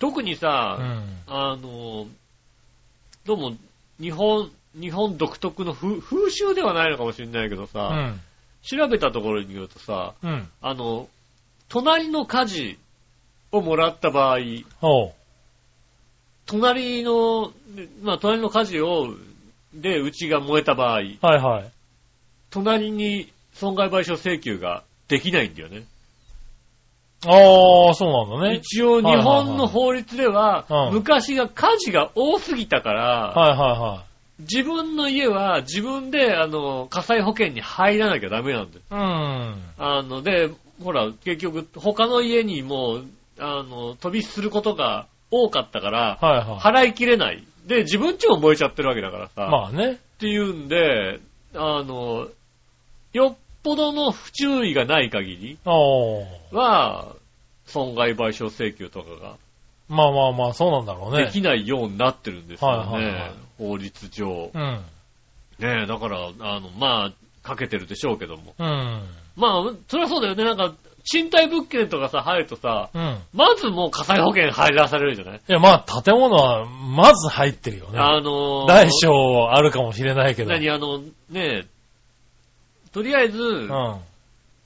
Speaker 2: 特に
Speaker 3: う
Speaker 2: さ、
Speaker 3: ん。
Speaker 2: あの、どうも、日本、日本独特の風風習ではないのかもしれないけど
Speaker 3: う
Speaker 2: さ、
Speaker 3: ん。
Speaker 2: 調べたところによるとさ、
Speaker 3: うん。
Speaker 2: あの、隣の家事をもらった場合、
Speaker 3: おう。
Speaker 2: 隣の、まあ、隣の家事を、で、うちが燃えた場合、
Speaker 3: はいはい。
Speaker 2: 隣に損害賠償請求ができないんだよね。
Speaker 3: ああ、そうなんだね。
Speaker 2: 一応、日本の法律では
Speaker 3: はいはいは、いうん
Speaker 2: 昔が家事が多すぎたから、
Speaker 3: はいはいは
Speaker 2: 自分の家は自分で、あの、火災保険に入らなきゃダメなんだよ
Speaker 3: い。うん。
Speaker 2: あの、で、ほら、結局、他の家にもう、あの、飛び火することが多かったから、
Speaker 3: はいは
Speaker 2: 払
Speaker 3: い。
Speaker 2: いきれない。で、自分家も燃えちゃってるわけだからさ、
Speaker 3: まあね。
Speaker 2: っていうんで、あの、よっぽどの不注意がない限り
Speaker 3: おう。
Speaker 2: は、損害賠償請求とか
Speaker 3: まあまあまあ、そうなんだろう
Speaker 2: が
Speaker 3: ね。
Speaker 2: できないようになってるんですよね、
Speaker 3: はいはいはい
Speaker 2: 法律上
Speaker 3: う。ん。
Speaker 2: ねえ、だから、あの、まあ、かけてるでしょうけども。
Speaker 3: うん。
Speaker 2: まあ、そりゃそうだよね、なんか、賃貸物件とかさ、入るとさ、
Speaker 3: うん。
Speaker 2: まずもう火災保険入らされるじゃない、
Speaker 3: いや、まあ、建物は、まず入ってるよね。
Speaker 2: あのー、
Speaker 3: 大小あるかもしれないけど。
Speaker 2: 何あの、ねえ、とりあえず、
Speaker 3: うん。はい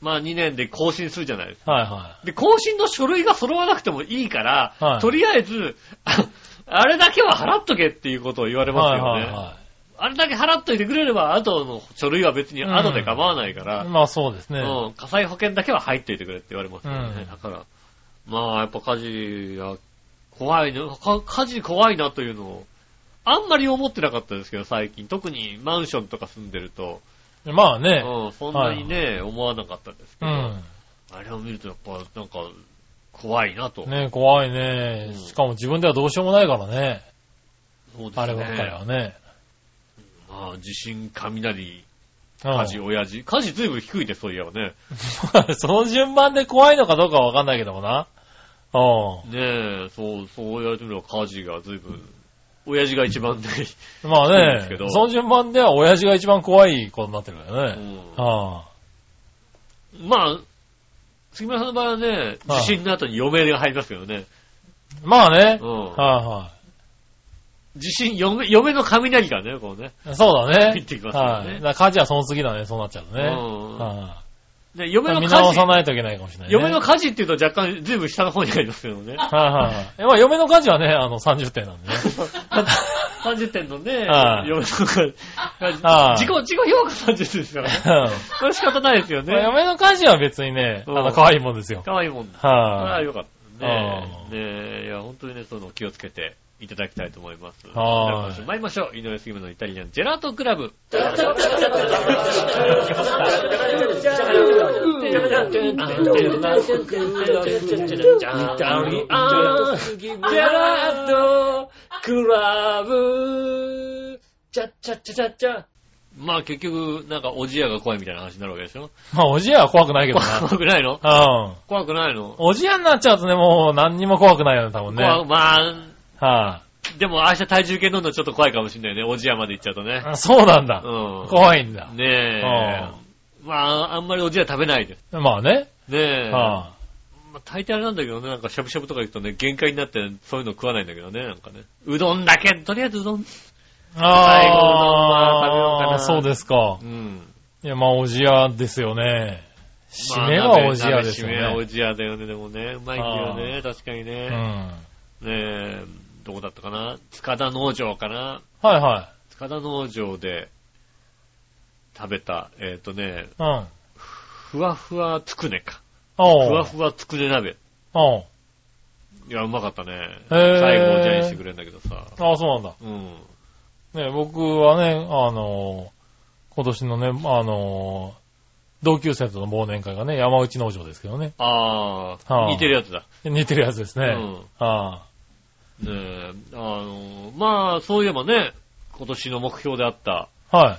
Speaker 2: まあ2年で更新するじゃないですか。
Speaker 3: は
Speaker 2: で、更新の書類が揃わなくてもいいから、
Speaker 3: はい
Speaker 2: とりあえず、ああれだけは払っとけっていうことを言われ
Speaker 3: い。
Speaker 2: ますよ
Speaker 3: は
Speaker 2: ね。
Speaker 3: いはいは
Speaker 2: あれだけ払っといてくれれば、あとの書類は別に後で構わないから、
Speaker 3: い。まあそうですね。
Speaker 2: うん、火災保険だけは入っていてくれって言われますよね。
Speaker 3: うん
Speaker 2: だから、まあ、やっぱ火事が怖いの、か火事怖いなというのを、あんまり思ってなかったですけど、最近。特にマンションとか住んでると、
Speaker 3: まあね。
Speaker 2: うん、そんなにね、思わなかったんですけ
Speaker 3: う
Speaker 2: ど、
Speaker 3: ん。
Speaker 2: あれを見るとやっぱ、なんか、怖いなと。
Speaker 3: ね怖いうね
Speaker 2: ん。
Speaker 3: しかも自分ではどうしようもないからね。
Speaker 2: そうですね。
Speaker 3: あればっかりはね。
Speaker 2: まあ、地震、雷、
Speaker 3: うん
Speaker 2: 火事、親父。火事ずいぶん低いです、そういえばね。
Speaker 3: その順番で怖いのかどうかはわかんないけどもな。う
Speaker 2: ねえ、そう、そう言われてみれば火事がずいぶん、親父が一 番ね、
Speaker 3: ん。ま
Speaker 2: そうです
Speaker 3: あ
Speaker 2: け
Speaker 3: ね
Speaker 2: ど、
Speaker 3: その順番では親父が一番怖いことになってるから
Speaker 2: う
Speaker 3: ね。
Speaker 2: ん
Speaker 3: は
Speaker 2: まあ、杉村さんの場合はね、
Speaker 3: はい
Speaker 2: 地震の後に余命が入りますけどね。
Speaker 3: あ、まあね。
Speaker 2: う
Speaker 3: はい、
Speaker 2: ん。
Speaker 3: は
Speaker 2: 地震、嫁、嫁の雷がね、こうね。
Speaker 3: い、そうだね。
Speaker 2: 入ってきますよね
Speaker 3: はい、だから火事はその次だね、そうなっちゃうとね。
Speaker 2: うん
Speaker 3: は
Speaker 2: ね、嫁の
Speaker 3: 見
Speaker 2: 家
Speaker 3: 直さ
Speaker 2: 事、
Speaker 3: ないといけないかもしれない、ね。
Speaker 2: 嫁の
Speaker 3: はい
Speaker 2: 家事っていうと若干随分下の方にありますけど ね。
Speaker 3: はいはい。えまあ、嫁の家事はね、あの、30点なん でね。
Speaker 2: 30点のね、
Speaker 3: はい
Speaker 2: 嫁の家事。
Speaker 3: はい
Speaker 2: 自己、自己評価30点ですからね。これ仕方ないですよ
Speaker 3: まあ
Speaker 2: ね。
Speaker 3: 嫁の家事は別にね、あ
Speaker 2: うん
Speaker 3: の、可愛いもんですよ。
Speaker 2: 可愛いもんだ。それは
Speaker 3: はい。
Speaker 2: よかった。ねえ、ねえいや、本当にね、その気をつけていただきたいと思います。
Speaker 3: はい
Speaker 2: じゃあ今週参りましょう。井上杉村のイタリアンジェラートクラブ。まあ結局、なんかおじやが怖いみたいな話になるわけでしょ
Speaker 3: まあ、おじやは怖くないけど
Speaker 2: 怖
Speaker 3: な。
Speaker 2: くないの
Speaker 3: うん。
Speaker 2: 怖くないの、
Speaker 3: おじやになっちゃうとね、もう何にも怖くないよね、多分ね。
Speaker 2: 怖
Speaker 3: はい、
Speaker 2: まあ、でも明日体重計乗るのちょっと怖いかもしんないね。おじやまで行っちゃうとね。
Speaker 3: あそうなんだ。
Speaker 2: うん。
Speaker 3: 怖いんだ。
Speaker 2: ねえ。まあ、あんまりおじや食べないです。
Speaker 3: まあね。
Speaker 2: ねえ。
Speaker 3: は
Speaker 2: まあ、大抵あれなんだけどね、なんかしゃぶしゃぶとか行くとね、限界になってそういうの食わないんだけどね、なんかね。うどんだけ、とりあえずうどん。
Speaker 3: い。あ
Speaker 2: 最後のまあ
Speaker 3: あ、
Speaker 2: 食べようかな
Speaker 3: そうですか
Speaker 2: う。ん。
Speaker 3: いや、まあ、おじやですよね。締め
Speaker 2: まあ
Speaker 3: はおじやですよ
Speaker 2: 鍋締めはお
Speaker 3: ね。
Speaker 2: じやだよね、でもね。うまいんだよね、確かに
Speaker 3: う
Speaker 2: ね
Speaker 3: ん。。は
Speaker 2: ねえ、どこだったかな塚田農場かない
Speaker 3: は
Speaker 2: 塚田農場で食べた、えっ、とね、
Speaker 3: い。うん。
Speaker 2: ふわふわつくねか。ふ
Speaker 3: お
Speaker 2: わ
Speaker 3: う。
Speaker 2: ふわつくね鍋。
Speaker 3: おう。
Speaker 2: いや、うまかったね。
Speaker 3: へー
Speaker 2: 最後おじゃにしてくれるんだけどさ。
Speaker 3: ああ、そうなんだ。
Speaker 2: うん。
Speaker 3: ね、僕はね、あのー今年のね、あのー同級生との忘年会がね、山内農場ですけどね。
Speaker 2: ああ、
Speaker 3: はあ
Speaker 2: 似てるやつだ。
Speaker 3: 似てるやつですね。
Speaker 2: うん
Speaker 3: あ
Speaker 2: ねえ、あの、まあ、そういえばね、今年の目標であった、
Speaker 3: あはい。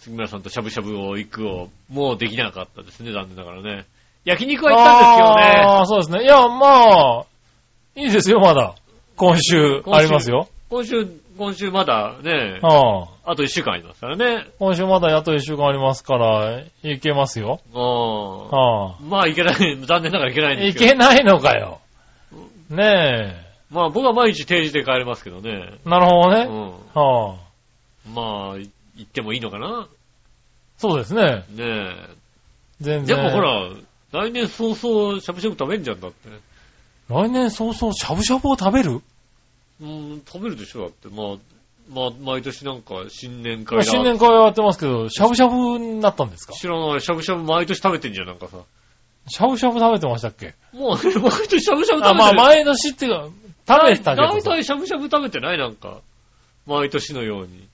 Speaker 2: 杉村さんとしゃぶしゃぶを行くを、もうできなかったですね、残念ながらね。焼肉は行ったんですけどね、
Speaker 3: ああ、そうですね。いや、まあ、いいですよ、まだ。今週、
Speaker 2: 今週
Speaker 3: ありますよ。
Speaker 2: 今週、今週まだね、
Speaker 3: ああ
Speaker 2: あと一週間ありますからね。
Speaker 3: 今週まだやっと一週間ありますから、いけますよ。
Speaker 2: うん。
Speaker 3: ああ
Speaker 2: まあ、いけない、残念ながらいけないんで
Speaker 3: い
Speaker 2: すけど。
Speaker 3: けないのかよ。ね
Speaker 2: まあ、僕は毎日定時で帰れますけどね。
Speaker 3: え。なるほど
Speaker 2: う
Speaker 3: ね。
Speaker 2: ん。
Speaker 3: はあ、
Speaker 2: まあ、い行ってもいいのかな
Speaker 3: そうですね。
Speaker 2: ねえ。
Speaker 3: 全
Speaker 2: で
Speaker 3: 然。
Speaker 2: もほ。ら、来年早々しゃぶしゃぶ食べんじゃんだって。
Speaker 3: 来年早々、しゃぶしゃぶを食べる
Speaker 2: うん、食べるでしょだって。まあ、まあ、毎年なんか新年会
Speaker 3: ま
Speaker 2: だ
Speaker 3: あ新年会はやってますけど、しゃぶしゃぶになったんですか
Speaker 2: 知らない。しゃぶしゃぶ毎年食べてんじゃん、なんかさ。
Speaker 3: しゃぶしゃぶ食べてましたっけ
Speaker 2: もう、毎年しゃぶしゃぶ食べてる。
Speaker 3: あ、まあ、毎年っていうか、食べてたけ
Speaker 2: 大
Speaker 3: どさ。
Speaker 2: 体しゃぶしゃぶ食べてないなんか。毎年のように。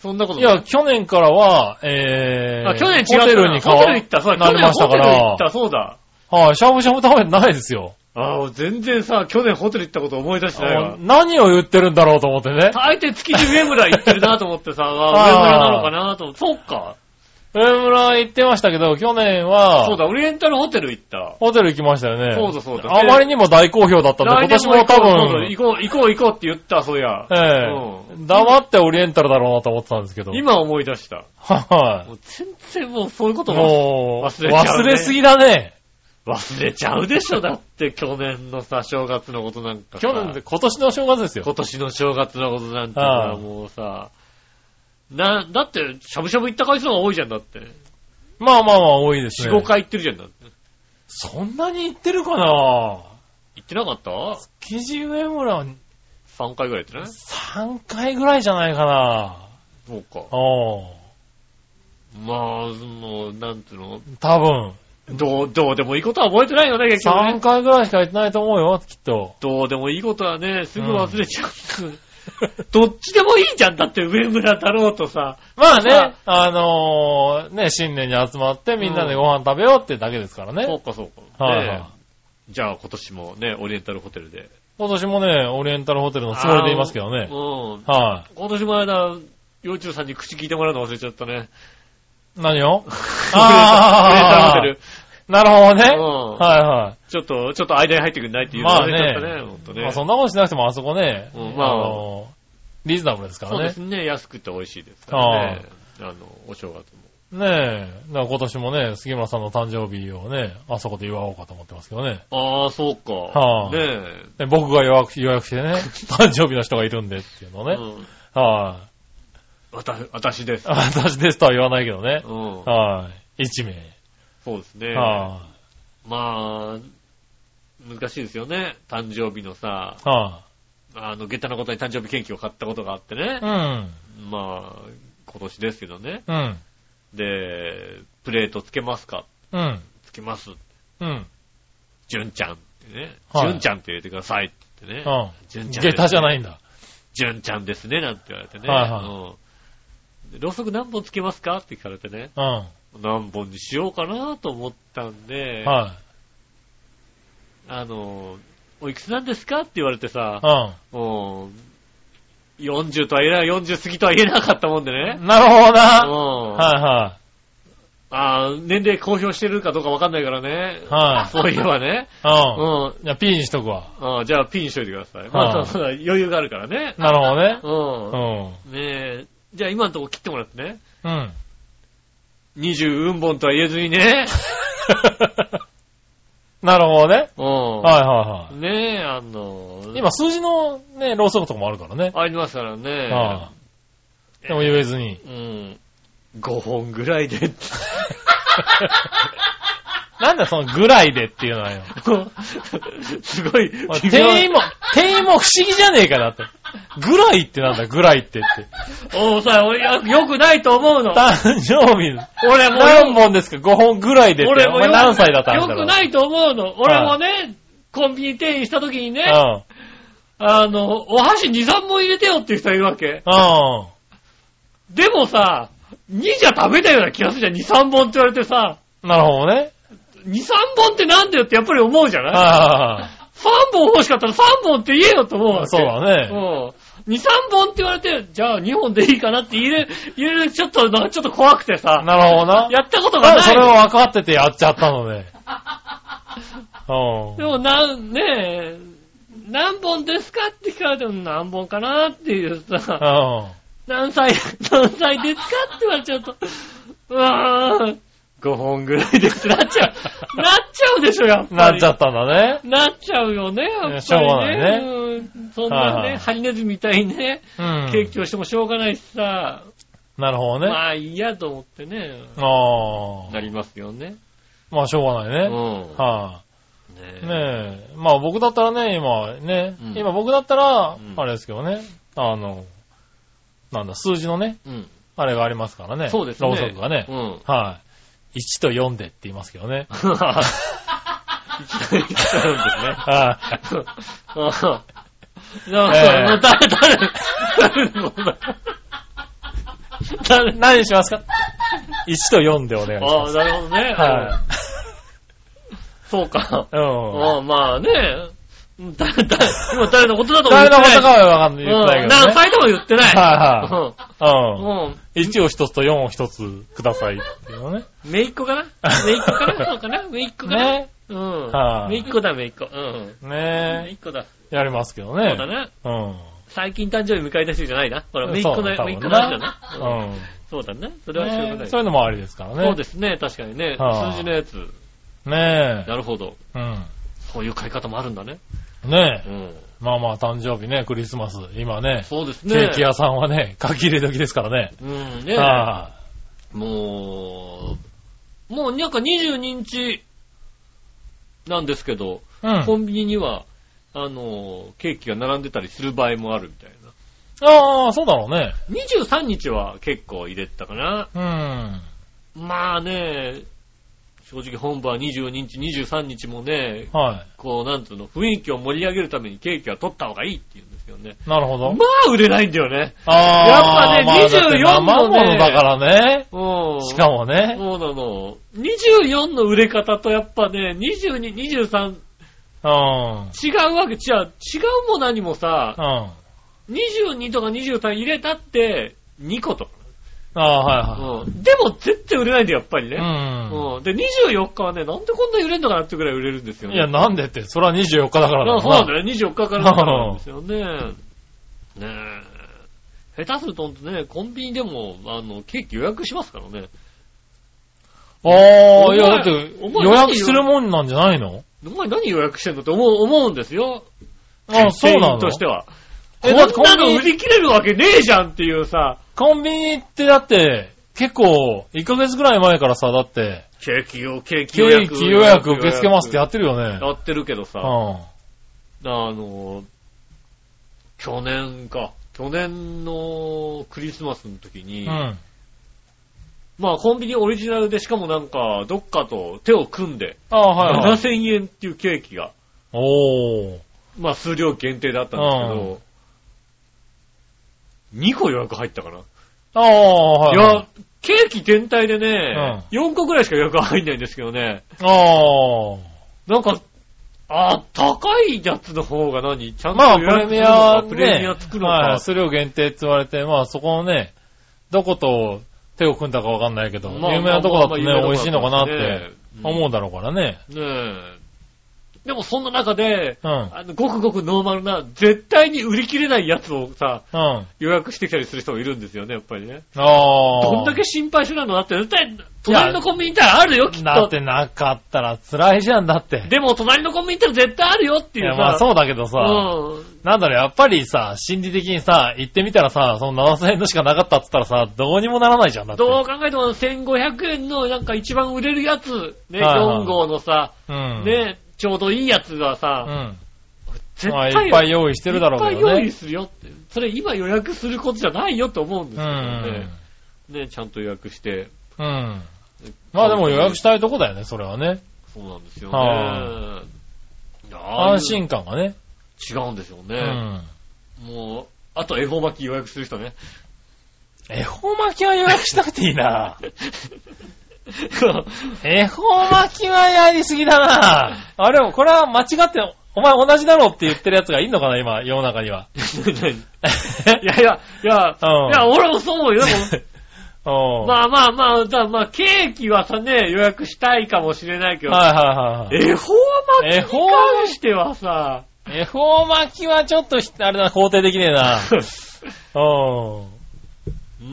Speaker 2: そんなこと
Speaker 3: い
Speaker 2: ない。
Speaker 3: や、去年からは、えー、
Speaker 2: あ去年違った
Speaker 3: ホ
Speaker 2: な
Speaker 3: テルに変
Speaker 2: ホテル
Speaker 3: わ
Speaker 2: 行った、そうだ、
Speaker 3: な
Speaker 2: 去
Speaker 3: り
Speaker 2: 年
Speaker 3: ましたか
Speaker 2: ホテル行
Speaker 3: ら
Speaker 2: っ、た、そうだ。
Speaker 3: はい、しゃぶしゃぶ食べてないですよ。
Speaker 2: ああ、全然さ、去年ホテル行ったこと思い出してない
Speaker 3: あ
Speaker 2: わ。
Speaker 3: 何を言ってるんだろうと思ってね。
Speaker 2: 大抵築地上村行ってるなと思ってさ、あ上村
Speaker 3: あー
Speaker 2: なのかなと思って。そっか。
Speaker 3: 上村行ってましたけど、去年は、
Speaker 2: そうだ、オリエンタルホテル行った。
Speaker 3: ホテル行きましたよね。
Speaker 2: そうだそうだ
Speaker 3: あまりにも大好評だったんで、今
Speaker 2: 来
Speaker 3: 年
Speaker 2: 年
Speaker 3: も
Speaker 2: 行こう
Speaker 3: 多
Speaker 2: 行
Speaker 3: 分、
Speaker 2: こう、行こう、行こうって言った、そういや。
Speaker 3: ええ黙ってオリエンタルだろうなと思ってたんですけど。
Speaker 2: 今思い出した。
Speaker 3: は
Speaker 2: もう全然もうそういうこ
Speaker 3: い。
Speaker 2: とも
Speaker 3: もう、
Speaker 2: 忘れちゃうね
Speaker 3: 忘れすぎだね。
Speaker 2: 忘れちゃうでしょ、だって去年のさ、正月のことなんかさ。
Speaker 3: 去年で、今年の正月ですよ。
Speaker 2: 今年の正月のことなんて
Speaker 3: あ
Speaker 2: さ
Speaker 3: あ、
Speaker 2: もうさ、な、だって、しゃぶしゃぶ行った回数が多いじゃんだって。
Speaker 3: まあまあまあ多いです
Speaker 2: 4、
Speaker 3: ね。
Speaker 2: 5回行ってるじゃんだって。
Speaker 3: そんなに行ってるかな
Speaker 2: 行ってなかった
Speaker 3: 記事上村
Speaker 2: ?3 回ぐらい行ってない
Speaker 3: 3回ぐらいじゃないかな
Speaker 2: そうか。
Speaker 3: おう
Speaker 2: まあ、その、なんていうの、
Speaker 3: 多分。
Speaker 2: どう、どうでもいいことは覚えてないよね、結局ね
Speaker 3: 3回ぐらいしか行ってないと思うよ、きっと。
Speaker 2: どうでもいいことはね、すぐ忘れちゃう。 どっちでもいいじゃん。だって上村太郎とさ。
Speaker 3: まあね
Speaker 2: さ、
Speaker 3: あのー、ね、新年に集まってみんなでご飯食べようってだけですから
Speaker 2: そ
Speaker 3: ね。
Speaker 2: うかそうか。
Speaker 3: はい
Speaker 2: ね
Speaker 3: はい
Speaker 2: じゃあ今年もね、オリエンタルホテルで。
Speaker 3: 今年もね、オリエンタルホテルのつもりでいますけど
Speaker 2: う
Speaker 3: ね。
Speaker 2: ん。
Speaker 3: は
Speaker 2: 今年もあれだ、幼虫さんに口聞いてもらうの忘れちゃったね。
Speaker 3: い。何を
Speaker 2: あ
Speaker 3: あー
Speaker 2: オリエン
Speaker 3: なるほど
Speaker 2: タル。
Speaker 3: ね
Speaker 2: ホテル。うん。
Speaker 3: はいは
Speaker 2: ちょっと、ちょっと間に入ってくんないっていうの
Speaker 3: まあ
Speaker 2: 忘
Speaker 3: ね
Speaker 2: れちゃったね。ほんと
Speaker 3: い。
Speaker 2: ね。
Speaker 3: まあそんなことしなくてもあそこね、
Speaker 2: うんまあ
Speaker 3: あのーリーズナブルですか
Speaker 2: そう
Speaker 3: ら
Speaker 2: で
Speaker 3: ね
Speaker 2: す。ね。安くて美味しいですからね。あの、お正月も。
Speaker 3: ねえ、だから今年もね、杉村さんの誕生日をね、あそこで祝おうかと思ってますけどね。
Speaker 2: ああ、そうか。
Speaker 3: はい
Speaker 2: ねえ。
Speaker 3: で僕が予約予約し てね、誕生日の人がいるんでっていうのをね。
Speaker 2: うん
Speaker 3: はい、
Speaker 2: わた、私です。
Speaker 3: 私ですとは言わないけどね。
Speaker 2: うん。
Speaker 3: はい、一名。
Speaker 2: そうですね。
Speaker 3: は
Speaker 2: まあ、難しいですよね。誕生日のさ、
Speaker 3: い、は
Speaker 2: あの、下駄のことに誕生日ケーキを買ったことがあってね
Speaker 3: い、。うん。
Speaker 2: まあ、今年ですけどね。
Speaker 3: うん。
Speaker 2: で、プレートつけますか
Speaker 3: うん。
Speaker 2: つけます。
Speaker 3: うん。
Speaker 2: 純ちゃんってね。
Speaker 3: はい
Speaker 2: 純ちゃんって入れてくださいってね。
Speaker 3: うん。
Speaker 2: 純ちゃんですね
Speaker 3: 下駄じゃないんだ。
Speaker 2: 純ちゃんですね、なんて言われてね。
Speaker 3: はいはい
Speaker 2: うんでろうそく何本つけますかって聞かれてね。
Speaker 3: うん。は
Speaker 2: 何本にしようかなと思ったんで
Speaker 3: い。、う
Speaker 2: あの、おいくつなんですかって言われてさ、もう、40とは言えない、40過ぎとは言えなかったもんでね。
Speaker 3: ん。なるほど
Speaker 2: う
Speaker 3: な。
Speaker 2: ん。
Speaker 3: はいは
Speaker 2: あー年齢公表してるかどうかわかんないからね。
Speaker 3: はい
Speaker 2: そういえばね。う
Speaker 3: い。
Speaker 2: ん。
Speaker 3: うん。じゃあ、ピンにしとくわ。
Speaker 2: あーじゃあピンしといてください。ま
Speaker 3: は
Speaker 2: あ、
Speaker 3: い
Speaker 2: その余裕があるからね。
Speaker 3: な
Speaker 2: う
Speaker 3: るほ
Speaker 2: ん。
Speaker 3: どね。
Speaker 2: ねえ。じゃあ今のとこ切ってもらってね。
Speaker 3: うん。うん。
Speaker 2: 20うんぼんとは言えずに ね。
Speaker 3: なるほどね。
Speaker 2: うん。
Speaker 3: はいはいは
Speaker 2: ねえ、あの
Speaker 3: い。、今、数字のね、ろうそくとかもあるからね。
Speaker 2: ありますからね。
Speaker 3: はい。でも言えずに。
Speaker 2: うん。5本ぐらい で。
Speaker 3: なんだそのぐらいでっていうのは よ。
Speaker 2: すごい
Speaker 3: おい、
Speaker 2: 微妙
Speaker 3: 店員も、店員も不思議じゃねえかなって。ぐらいってなんだ、ぐらいってって。
Speaker 2: おうさ、俺よよくないと思うの。
Speaker 3: 誕生日、
Speaker 2: 俺も
Speaker 3: 何本ですか ?5 本ぐらいでって。
Speaker 2: 俺
Speaker 3: お
Speaker 2: も
Speaker 3: 前
Speaker 2: よ
Speaker 3: 何歳だったんだ
Speaker 2: よ
Speaker 3: ろ
Speaker 2: く
Speaker 3: う
Speaker 2: ないと思うの。俺もね、コンビニ店員した時にね、
Speaker 3: うん。
Speaker 2: あの、お箸2、3本入れてよっていう人がいるわけ。
Speaker 3: うん。
Speaker 2: でもさ、2じゃダメだような気がするじゃん。2、3本って言われてさ、
Speaker 3: なるほどね。
Speaker 2: 2、3本ってなんだよってやっぱり思うじゃない
Speaker 3: は
Speaker 2: ?3 本欲しかったら3本って言えよと思う
Speaker 3: いはいは
Speaker 2: わけ。
Speaker 3: い。そうだね。
Speaker 2: うん。2、3本って言われて、じゃあ2本でいいかなって入れ、入れる、ちょっと、なんかちょっと怖くてさ、
Speaker 3: なるほどな。
Speaker 2: やったことが
Speaker 3: なんで
Speaker 2: ない
Speaker 3: それ
Speaker 2: の。
Speaker 3: を分かっててやっちゃったの ね。う
Speaker 2: で
Speaker 3: ん。
Speaker 2: もなん、ねえ、何本ですかって聞かれても何本かなっていう
Speaker 3: う
Speaker 2: さ、
Speaker 3: ん。
Speaker 2: 何歳、何歳ですかって言われちゃうと、うわーん、5本ぐらいですなっちゃう。なっちゃうでしょ、やっぱり。
Speaker 3: なっちゃったんだね。
Speaker 2: なっちゃうよね、やっぱり、
Speaker 3: い
Speaker 2: ね。
Speaker 3: やしょうがないね
Speaker 2: うんそんな
Speaker 3: はいは
Speaker 2: ね、
Speaker 3: い
Speaker 2: ハリネズミみたいにね、
Speaker 3: うん。
Speaker 2: ケーキをしてもしょうがないしさ、
Speaker 3: なるほどね。
Speaker 2: まあ嫌と思ってね、
Speaker 3: あ
Speaker 2: な
Speaker 3: あ。
Speaker 2: りますよね。
Speaker 3: まあ、しょうが
Speaker 2: う
Speaker 3: ないね。
Speaker 2: ん。
Speaker 3: は
Speaker 2: ね
Speaker 3: い。ねえ。まあ、僕だったらね、今、ね
Speaker 2: うん。
Speaker 3: 今、僕だった
Speaker 2: う
Speaker 3: ら
Speaker 2: ん、
Speaker 3: あれですけどね。あの、なんだ、数字のね、
Speaker 2: うん。
Speaker 3: あれがありますからね。
Speaker 2: そうですね。
Speaker 3: ろうそくがね
Speaker 2: う。 ん。
Speaker 3: はい。1と4でって言いますけ どね。
Speaker 2: 一回言っちゃうんですね。
Speaker 3: はい。
Speaker 2: ああ。なん
Speaker 3: え
Speaker 2: か、
Speaker 3: え
Speaker 2: 誰、誰、誰の問題誰
Speaker 3: 何にしますか ?1 と4でお願いし
Speaker 2: あ
Speaker 3: ま
Speaker 2: あ、
Speaker 3: す。
Speaker 2: なるほどね。
Speaker 3: は
Speaker 2: そうか。
Speaker 3: い。うん。
Speaker 2: まあまあね。誰、誰、今誰のことだとも言って
Speaker 3: 誰の
Speaker 2: ない。
Speaker 3: ことかは分かんない。言ってない
Speaker 2: うん。何
Speaker 3: けどね。
Speaker 2: 歳とも言ってない。
Speaker 3: は
Speaker 2: う
Speaker 3: い
Speaker 2: ん。
Speaker 3: はい。
Speaker 2: も
Speaker 3: うん。1を1つと4を1つくださいっていうのね。
Speaker 2: う、めいっ子かなめいっ子かなそうかなめいっ子かな
Speaker 3: ね。
Speaker 2: うん
Speaker 3: は。い
Speaker 2: めいっ子だ、めいっ子。うん。めい
Speaker 3: ね
Speaker 2: っ子だ。
Speaker 3: え。やりますけど
Speaker 2: そ
Speaker 3: ね
Speaker 2: う。だね。
Speaker 3: うん。
Speaker 2: 最近誕生日迎えた人じゃないな。ほら、めいっ子
Speaker 3: そう
Speaker 2: だ、
Speaker 3: 多
Speaker 2: めいっ
Speaker 3: 分
Speaker 2: 子だな。うん
Speaker 3: うん。
Speaker 2: そうだね。それは仕方な
Speaker 3: ね
Speaker 2: い。
Speaker 3: そういうのもありですからね。
Speaker 2: そうですね、確かにね。
Speaker 3: はあ
Speaker 2: 数字のやつ。
Speaker 3: ね
Speaker 2: なるほど。
Speaker 3: え。うん。
Speaker 2: そういう買い方もあるんだね。
Speaker 3: ね
Speaker 2: う
Speaker 3: え。
Speaker 2: ん。
Speaker 3: まあまあ、誕生日ね、クリスマス。今ね、
Speaker 2: そうですね。
Speaker 3: ケーキ屋さんはね、 書き入れ時ですからね。
Speaker 2: うんね。
Speaker 3: は
Speaker 2: もう、もうなんか22日なんですけど、
Speaker 3: い。うん。
Speaker 2: コンビニには、あの、ケーキが並んでたりする場合もあるみたいな。
Speaker 3: ああ、そうだろうね。
Speaker 2: 23日は結構入れてたかな。
Speaker 3: うん。
Speaker 2: まあね、正直本部は22日、23日もね、
Speaker 3: は
Speaker 2: こう、なんつうの、雰囲気を盛り上げるためにケーキは取った方がいいって言うんですよね。
Speaker 3: い。なるほど
Speaker 2: ま。あ売れないんだよね。
Speaker 3: ああ、
Speaker 2: やっぱね24
Speaker 3: まあ
Speaker 2: の
Speaker 3: だって生
Speaker 2: ね
Speaker 3: ものだからね。
Speaker 2: うん。
Speaker 3: しかもね。
Speaker 2: そうなの。24の売れ方とやっぱね、22、23、
Speaker 3: う
Speaker 2: 違
Speaker 3: ん。
Speaker 2: うわけ、違う、違うも何もさ、
Speaker 3: うん。
Speaker 2: 22とか23入れたって、2個とか。
Speaker 3: ああ、
Speaker 2: うん。でも絶対売れないんだよ、やっぱりね。
Speaker 3: はいは
Speaker 2: うん。で、24日はね、なんでこんなに売れんのかなってぐらい売れるんです
Speaker 3: い。う
Speaker 2: よ
Speaker 3: ん。
Speaker 2: ね。
Speaker 3: いや、なんでって、それは24日だからだ
Speaker 2: あ
Speaker 3: ろ
Speaker 2: そうなん
Speaker 3: よ。
Speaker 2: だよ。24日からなんですよね。ねえ。下手するとほんとね、コンビニでも、あの、ケーキ予約しますからね。
Speaker 3: ああ、いや、
Speaker 2: お
Speaker 3: だ
Speaker 2: 前
Speaker 3: って
Speaker 2: お前
Speaker 3: 予約するもんなんじゃないの
Speaker 2: お前何予約してんのって思う、思うんですよ。
Speaker 3: ああ、そうな
Speaker 2: 店員
Speaker 3: の
Speaker 2: としては。こ
Speaker 3: え
Speaker 2: ん
Speaker 3: だってコンビニ
Speaker 2: なの売り切れるわけねえじゃんっていうさ。
Speaker 3: コンビニってだって、結構、1ヶ月ぐらい前からさ、だって、
Speaker 2: ケーキを、ケーキ
Speaker 3: ケ
Speaker 2: 予
Speaker 3: ー
Speaker 2: 約。
Speaker 3: キ予約受け付けますってや
Speaker 2: や
Speaker 3: ってるよね。
Speaker 2: ってるけどさ、
Speaker 3: う
Speaker 2: あ
Speaker 3: ん。
Speaker 2: の、去年か、去年のクリスマスの時に、
Speaker 3: うん。
Speaker 2: まあコンビニオリジナルでしかもなんか、どっかと手を組んで、
Speaker 3: ああ、はいはい。
Speaker 2: 7000円っていうケーキが、
Speaker 3: おー。
Speaker 2: まあ数量限定だったんですけど、2個予約入ったかな。
Speaker 3: ああ、はいい。
Speaker 2: や、ケーキ全体でね、
Speaker 3: う
Speaker 2: 4個ぐらいしか予約入んないんですけどね、
Speaker 3: あ
Speaker 2: なんか、あー高いやつの方が何ちゃ
Speaker 3: あ。
Speaker 2: ん
Speaker 3: まあ、
Speaker 2: と
Speaker 3: プ
Speaker 2: 予約する
Speaker 3: レミ
Speaker 2: のか
Speaker 3: ア、
Speaker 2: プレミア作るの
Speaker 3: ねはい
Speaker 2: か。
Speaker 3: 数量限定って言われて、まあ、そこのね、どこと手を組んだかわかんないけど、
Speaker 2: まあ
Speaker 3: 有名なとこだとね、
Speaker 2: まあまあ
Speaker 3: 美味しいのかなっ
Speaker 2: 有名なとこだ
Speaker 3: て
Speaker 2: とね
Speaker 3: 思うだろうからね。
Speaker 2: ねえ。でもそんな中で、
Speaker 3: うん。うん。
Speaker 2: あの、ごくごくノーマルな、絶対に売り切れないやつをさ、
Speaker 3: あ
Speaker 2: 予約してきたりする人もいるんですよね、やっぱりね。
Speaker 3: あ。
Speaker 2: どんだけ心配性なのだって、絶対、隣のコンビニ行ったらあるよ、きっ
Speaker 3: だっ
Speaker 2: と。
Speaker 3: てなかったら辛いじゃん、だって。
Speaker 2: でも、隣のコンビニ行ったら絶対あるよって
Speaker 3: い
Speaker 2: いう
Speaker 3: や、
Speaker 2: さ。
Speaker 3: まあそうだけどさ、
Speaker 2: うん。
Speaker 3: なんだろう、やっぱりさ、心理的にさ、行ってみたらさ、その7000円のしかなかったっつったらさ、どうにもならないじゃん、だって。
Speaker 2: どう考えても1500円のなんか一番売れるやつ、ね、
Speaker 3: はいはい
Speaker 2: 4号のさ、
Speaker 3: うん。
Speaker 2: ね、ちょうどいいやつが
Speaker 3: う
Speaker 2: さ、
Speaker 3: ん。
Speaker 2: 絶
Speaker 3: まあ、
Speaker 2: 対
Speaker 3: いっぱい用意してるだろう
Speaker 2: い
Speaker 3: け
Speaker 2: っぱい
Speaker 3: ど
Speaker 2: 用
Speaker 3: ね
Speaker 2: 意。するよって。それ今予約することじゃないよと思うんですけ
Speaker 3: う
Speaker 2: ど
Speaker 3: ん
Speaker 2: ね。。ね、ちゃんと予約して。
Speaker 3: うん。まあでも予約したいとこだよね、それはね。
Speaker 2: そうなんですよ
Speaker 3: は
Speaker 2: ね。いやああいう
Speaker 3: 安心感がね。
Speaker 2: 違うんですよ
Speaker 3: う
Speaker 2: ね。
Speaker 3: ん。
Speaker 2: もう、あと恵方巻き予約する人ね。
Speaker 3: 恵方巻きは予約しなくてい いな。
Speaker 2: そう
Speaker 3: 恵方巻きはやりすぎだな。あれも、これは間違って、お前同じだろって言ってる奴がいんのかな、今、世の中 には。
Speaker 2: いやいや、いや、
Speaker 3: うん
Speaker 2: いや、俺もそう思うよ。でも
Speaker 3: うん。
Speaker 2: まあまあまあ、だまあ、ケーキはさね、予約したいかもしれないけど、
Speaker 3: はいはいはいはい。
Speaker 2: 恵方巻きに関してはさ、
Speaker 3: 恵方巻きはちょっとひ、あれだな、肯定できねえな。 うん。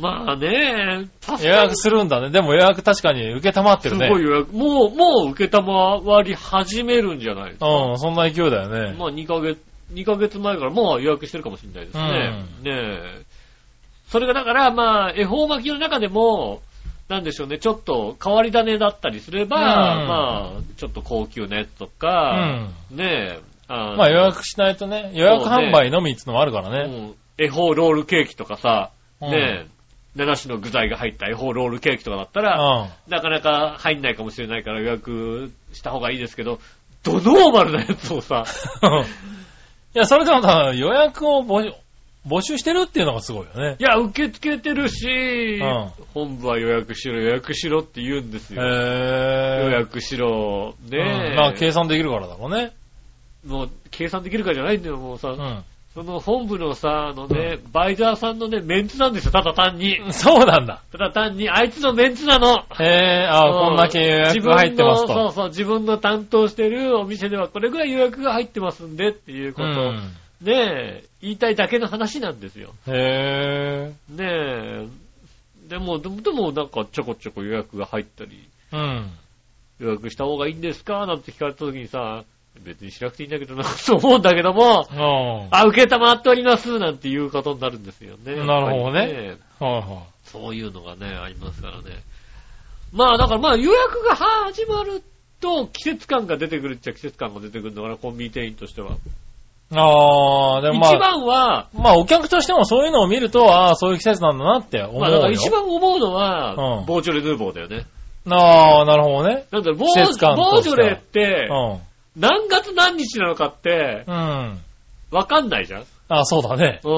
Speaker 2: まあね、確
Speaker 3: 予
Speaker 2: かに
Speaker 3: 約するんだね。でも予約確かに受けたまって
Speaker 2: す
Speaker 3: るね。
Speaker 2: ごい予約、もう、もう受けたまわり始めるんじゃないですか。
Speaker 3: うん、そんな勢いだよね。
Speaker 2: まあ2ヶ月、2ヶ月前からもう予約してるかもしれないですね。ねえ。それがだから、まあ、恵方巻きの中でも、なんでしょうね、ちょっと変わり種だったりすれば、
Speaker 3: うん
Speaker 2: まあ、ちょっと高級なやつとか、ねえ、あの
Speaker 3: まあ予約しないとね、予約販売のみっつのもあるから
Speaker 2: う
Speaker 3: ね。
Speaker 2: ん恵方ロールケーキとかさ、
Speaker 3: うん
Speaker 2: ねえ、7種の具材が入った恵方ロールケーキとかだったら、
Speaker 3: うん。
Speaker 2: なかなか入んないかもしれないから予約した方がいいですけど、ドノーマルなやつをさ、
Speaker 3: いや、それでもさ、予約を募集募集してるっていうのがすごいよね。
Speaker 2: いや、受け付けてるし、
Speaker 3: うん
Speaker 2: 本部は予約しろ、予約しろって言うんです
Speaker 3: へ
Speaker 2: よ。予
Speaker 3: ぇ
Speaker 2: 約しろ、ねえ、
Speaker 3: まあ計算できるからだろうね。
Speaker 2: もう計算できるかじゃないんだよ、もうさ、
Speaker 3: う
Speaker 2: その本部のさ、あのね、バイザーさんのね、メンツなんですよ、ただ単に。
Speaker 3: ん。そうなんだ。
Speaker 2: ただ単に、あいつのメンツなの。
Speaker 3: へぇあ
Speaker 2: うん
Speaker 3: こんだけ予約が入ってます
Speaker 2: 自分のそう
Speaker 3: と。
Speaker 2: そう、自分の担当してるお店ではこれぐらい予約が入ってますんでっていう
Speaker 3: う
Speaker 2: こと、
Speaker 3: ん。
Speaker 2: ねえ、言いたいだけの話なんですよ。
Speaker 3: へ
Speaker 2: ねえ、でも、でも、でもなんかちょこちょこ予約が入ったり、
Speaker 3: ぇうん。
Speaker 2: 予約した方がいいんですかなんて聞かれた時にさ、別にしなくていいんだけどな、と思うんだけども、
Speaker 3: うん。はい
Speaker 2: あ、受けたまっておりますなんていうことになるんですよね。
Speaker 3: なるほどね
Speaker 2: やっぱりね
Speaker 3: は
Speaker 2: そういうのがね、ありますからね。まあだからまあ予約が始まると季節感が出てくるっちゃ季節感が出てくるのかな、コンビニ店員としては。
Speaker 3: い。あー、でもま
Speaker 2: 一
Speaker 3: あ、
Speaker 2: 番は、
Speaker 3: まあお客としてもそういうのを見ると、ああ、そういう季節なんだなって思う
Speaker 2: まあだから一
Speaker 3: よ。
Speaker 2: 番思うのは、
Speaker 3: うん
Speaker 2: ボージョレ・ヌーボーだよね。
Speaker 3: ああ、なるほどね。
Speaker 2: なんだろう、ボ
Speaker 3: 季
Speaker 2: ー
Speaker 3: 節感
Speaker 2: ボー
Speaker 3: と
Speaker 2: ジ
Speaker 3: して
Speaker 2: ョ
Speaker 3: は
Speaker 2: レって、
Speaker 3: う
Speaker 2: 何月何日なのかって、
Speaker 3: ん。うん。
Speaker 2: わかんないじゃん。
Speaker 3: あそうだね。
Speaker 2: う
Speaker 3: うん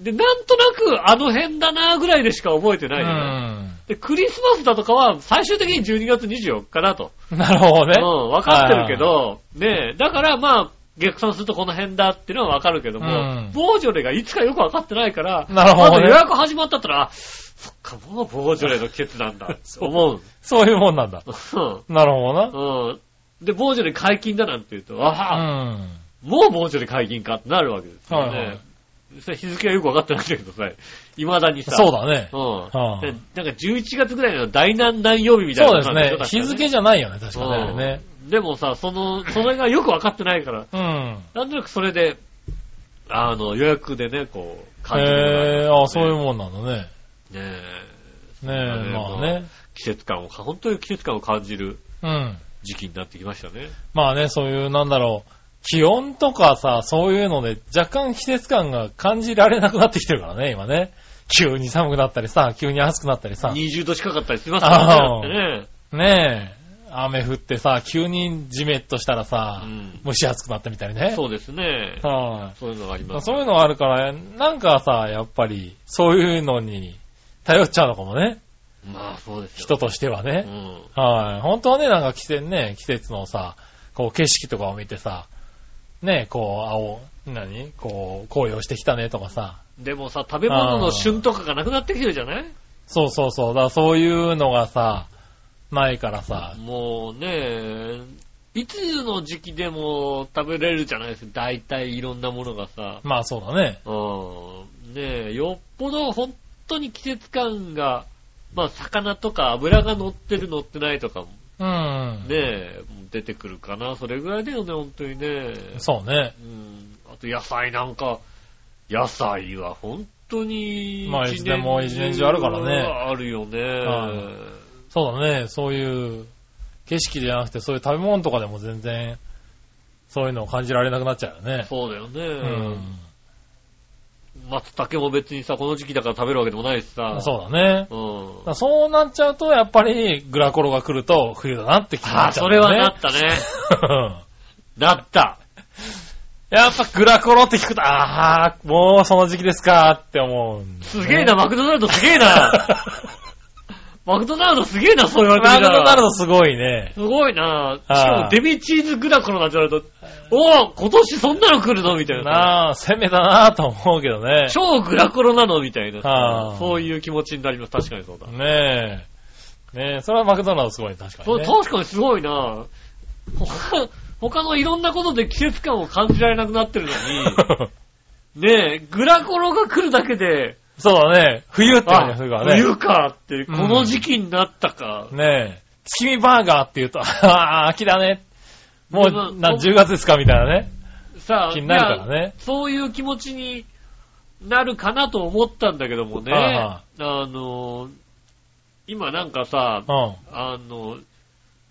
Speaker 2: ん。で、なんとなくあの辺だなぐらいでしか覚えてないじゃない。で、クリスマスだとかは最終的に12月24日だと。
Speaker 3: うん。なるほどね。
Speaker 2: うん、わかってるけど、ねえ、だからまあ、逆算するとこの辺だっていうのはわかるけども、
Speaker 3: うん
Speaker 2: ボージョレがいつかよくわかってないから、
Speaker 3: なるほど
Speaker 2: ま
Speaker 3: ね
Speaker 2: だ予約始まったったら、あそっか、もうボージョレの季節なんだ、と思う。
Speaker 3: そういうもんなんだ。
Speaker 2: う
Speaker 3: なるほどな。
Speaker 2: んうん。で、ボージョレ解禁だなんて言うと、ああ、
Speaker 3: うん。
Speaker 2: もうボージョレ解禁かってなるわけですよね。
Speaker 3: はいはい
Speaker 2: それ日付はよくわかってないんだけどさ、未だにさ、
Speaker 3: そうだね
Speaker 2: う。
Speaker 3: は
Speaker 2: ん。
Speaker 3: あ
Speaker 2: でなんか11月ぐらいの第何何曜日みたい
Speaker 3: そう
Speaker 2: な
Speaker 3: で
Speaker 2: の
Speaker 3: す
Speaker 2: なんよ
Speaker 3: ね
Speaker 2: 確。か
Speaker 3: 日付じゃないよね、確か
Speaker 2: うん
Speaker 3: にね。
Speaker 2: でもさ、その、それがよくわかってないから、
Speaker 3: うん。
Speaker 2: なんとなくそれで、あの、予約でね、こう、感じるのがあります
Speaker 3: へ
Speaker 2: ね
Speaker 3: え、あそういうもんなんだね。
Speaker 2: ねえ
Speaker 3: ねえ、
Speaker 2: ね
Speaker 3: まあね。
Speaker 2: 季節感を、本当に季節感を感じる
Speaker 3: うん。
Speaker 2: 時期になってきましたね。
Speaker 3: まあね、そういう、なんだろう、気温とかさ、そういうので、若干季節感が感じられなくなってきてるからね、今ね。急に寒くなったりさ、急に暑くなったりさ。ね
Speaker 2: 20度近かったりしますからね。だってね
Speaker 3: え、雨降ってさ、急にジメッとしたらさ、
Speaker 2: うん
Speaker 3: 蒸し暑くなったみたいね。
Speaker 2: そうですね。
Speaker 3: はい
Speaker 2: そういうのがあり
Speaker 3: ま
Speaker 2: ま
Speaker 3: あ
Speaker 2: す。
Speaker 3: そういうのがあるから、なんかさ、やっぱり、そういうのに頼っちゃうのかもね。
Speaker 2: まあそうですよ。
Speaker 3: 人としては
Speaker 2: う
Speaker 3: ね。
Speaker 2: ん。
Speaker 3: はい。本当はね、なんか季節ね、季節のさ、こう景色とかを見てさ、ね、こう、青、何こう、紅葉してきたねとかさ。
Speaker 2: でもさ、食べ物の旬とかがなくなってきてるじゃない
Speaker 3: そうそうそう。だからそういうのがさ、ないからさ。
Speaker 2: もうね、いつの時期でも食べれるじゃないですか。大体いろんなものがさ。
Speaker 3: まあそうだね。
Speaker 2: うん。ねえ、よっぽど本当に季節感が、まあ魚とか油が乗ってる乗ってないとかも
Speaker 3: う
Speaker 2: ね
Speaker 3: ん。
Speaker 2: え、出てくるかな。それぐらいだよね、本当にね。
Speaker 3: そうね。
Speaker 2: うん。あと野菜なんか、野菜は本当に、
Speaker 3: まあいつでも一年中あるからね
Speaker 2: あるよね。
Speaker 3: はいそうだね。そういう、景色じゃなくて、そういう食べ物とかでも全然、そういうのを感じられなくなっちゃうよね。
Speaker 2: そうだよね。
Speaker 3: うん。
Speaker 2: 松茸も別にさ、この時期だから食べるわけでもないしさ。
Speaker 3: そうだね。
Speaker 2: う。ん
Speaker 3: だか。らそうなっちゃうと、やっぱりグラコロが来ると冬だなって気に
Speaker 2: あ
Speaker 3: な
Speaker 2: あ、
Speaker 3: っちゃ
Speaker 2: そうれ
Speaker 3: よ
Speaker 2: は
Speaker 3: ね。
Speaker 2: なった ね。
Speaker 3: うん
Speaker 2: なった。
Speaker 3: やっぱグラコロって聞くと、ああ、もうその時期ですかって思うんです
Speaker 2: す
Speaker 3: ね、
Speaker 2: げえな、マクドナルドすげえ な。マクドナルドすげえな、そう言われてみ
Speaker 3: マク
Speaker 2: たら
Speaker 3: ドナルドすごいね。
Speaker 2: すごいな。し
Speaker 3: あー
Speaker 2: かもデビチーズグラコロなんて言われると、おお、今年そんなの来るのみたいな。
Speaker 3: なあ、攻めだなと思うけどね。
Speaker 2: 超グラコロなのみたい
Speaker 3: あ
Speaker 2: な。
Speaker 3: ー
Speaker 2: そういう気持ちになります。確かにそうだ。
Speaker 3: ねえ。ねえ、それはマクドナルドすごい、確か
Speaker 2: そ
Speaker 3: に、
Speaker 2: う
Speaker 3: ね。
Speaker 2: 確かにすごいな。他、他のいろんなことで季節感を感じられなくなってるのに。ねえ、グラコロが来るだけで、
Speaker 3: そうだね。冬って感じがするからね。
Speaker 2: 冬かって、この時期になったか。
Speaker 3: ねえ。月見バーガーって言うと、ああ、秋だね。も
Speaker 2: でも
Speaker 3: う、な、10月ですかみたいなね。
Speaker 2: さあ、
Speaker 3: 気になるから
Speaker 2: いや
Speaker 3: ね。
Speaker 2: そういう気持ちになるかなと思ったんだけどもね、
Speaker 3: はい
Speaker 2: あ
Speaker 3: は
Speaker 2: の、今なんかさ、
Speaker 3: うん。あ
Speaker 2: あの、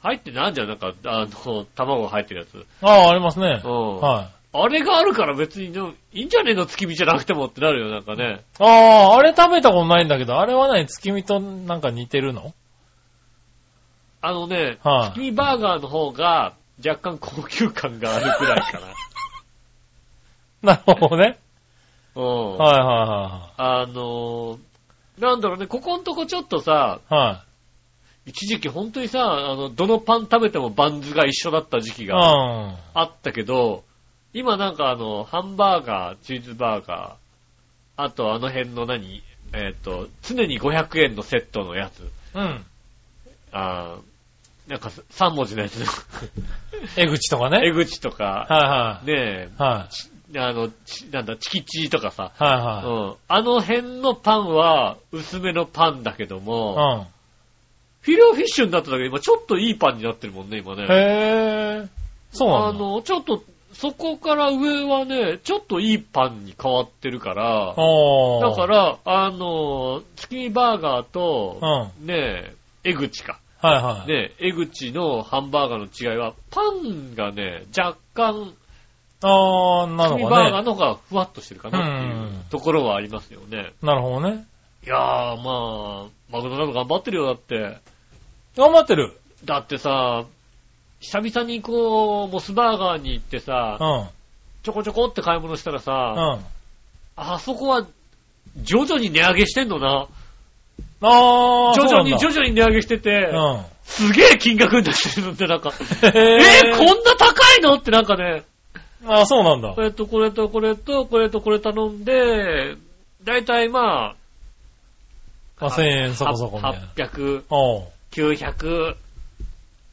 Speaker 2: 入ってなんじゃんなんか、あの、卵入ってるやつ。
Speaker 3: あ、ありますね。
Speaker 2: うん
Speaker 3: はい。
Speaker 2: あれがあるから別にでもいいんじゃねえの月見じゃなくてもってなるよ、なんかね。
Speaker 3: ああ、あれ食べたことないんだけど、あれは何月見となんか似てるの
Speaker 2: あのね、
Speaker 3: はい
Speaker 2: 月見バーガーの方が若干高級感があるくらい かな。
Speaker 3: なるほどね。
Speaker 2: うん。
Speaker 3: はいは
Speaker 2: あのーなんだろうね、ここんとこちょっとさ、
Speaker 3: いはい。は
Speaker 2: 一時期本当にさ、あの、どのパン食べてもバンズが一緒だった時期
Speaker 3: い。
Speaker 2: が
Speaker 3: うん。
Speaker 2: あったけど、今なんかあの、ハンバーガー、チーズバーガー、あとあの辺の何えっ、と、常に500円のセットのやつ、
Speaker 3: うん。
Speaker 2: あーなんか3文字のやつ、
Speaker 3: 江口とか
Speaker 2: 江
Speaker 3: ね。
Speaker 2: 口とか、
Speaker 3: はいはい。
Speaker 2: ね
Speaker 3: はい。
Speaker 2: え、あの、ちなんだ、チキチーとかさ、う
Speaker 3: は
Speaker 2: ん、あの辺のパンは薄めのパンだけども
Speaker 3: い、は
Speaker 2: フィレオフィッシュになっただけで今ちょっといいパンになってるもんね、今
Speaker 3: い。うん。
Speaker 2: ね。
Speaker 3: へえ。そうな
Speaker 2: あ
Speaker 3: んだ。
Speaker 2: の、ちょっと、そこから上はね、ちょっといいパンに変わってるから、
Speaker 3: おー
Speaker 2: だか、ら、あの、月見バーガーと
Speaker 3: うん。、はい
Speaker 2: ねえ、江口か。
Speaker 3: はい。
Speaker 2: ねえ、江口のハンバーガーの違いは、パンがね、若干、
Speaker 3: ああ、な
Speaker 2: 月見
Speaker 3: るほ
Speaker 2: バーガ
Speaker 3: ど
Speaker 2: ーの
Speaker 3: ね。
Speaker 2: 方がふわっとしてるかなっていううんところはありますよね。
Speaker 3: なるほどね。
Speaker 2: いやー、まあ、マクドナルド頑張ってるよ、だって。
Speaker 3: 頑張ってる。
Speaker 2: だってさ、久々にこう、モスバーガーに行って
Speaker 3: う
Speaker 2: さ、
Speaker 3: ん。
Speaker 2: ちょこちょこって買い物したら
Speaker 3: う
Speaker 2: さ、
Speaker 3: ん。
Speaker 2: あそこは徐々に値上げしてんのな。
Speaker 3: ああ、
Speaker 2: 徐々に
Speaker 3: そう
Speaker 2: 徐々に値上げしてて、
Speaker 3: なんだ
Speaker 2: すげえ金額になってるのってなん か、
Speaker 3: うん。
Speaker 2: え
Speaker 3: へ
Speaker 2: ー、こんな高いのってなんかね、
Speaker 3: ああ、そうなんだ
Speaker 2: こ。れとこれとこれとこれとこれ頼んで、だいたいまあ、
Speaker 3: まあ、1000円そこそこみたいな。
Speaker 2: 800、
Speaker 3: おう
Speaker 2: 900、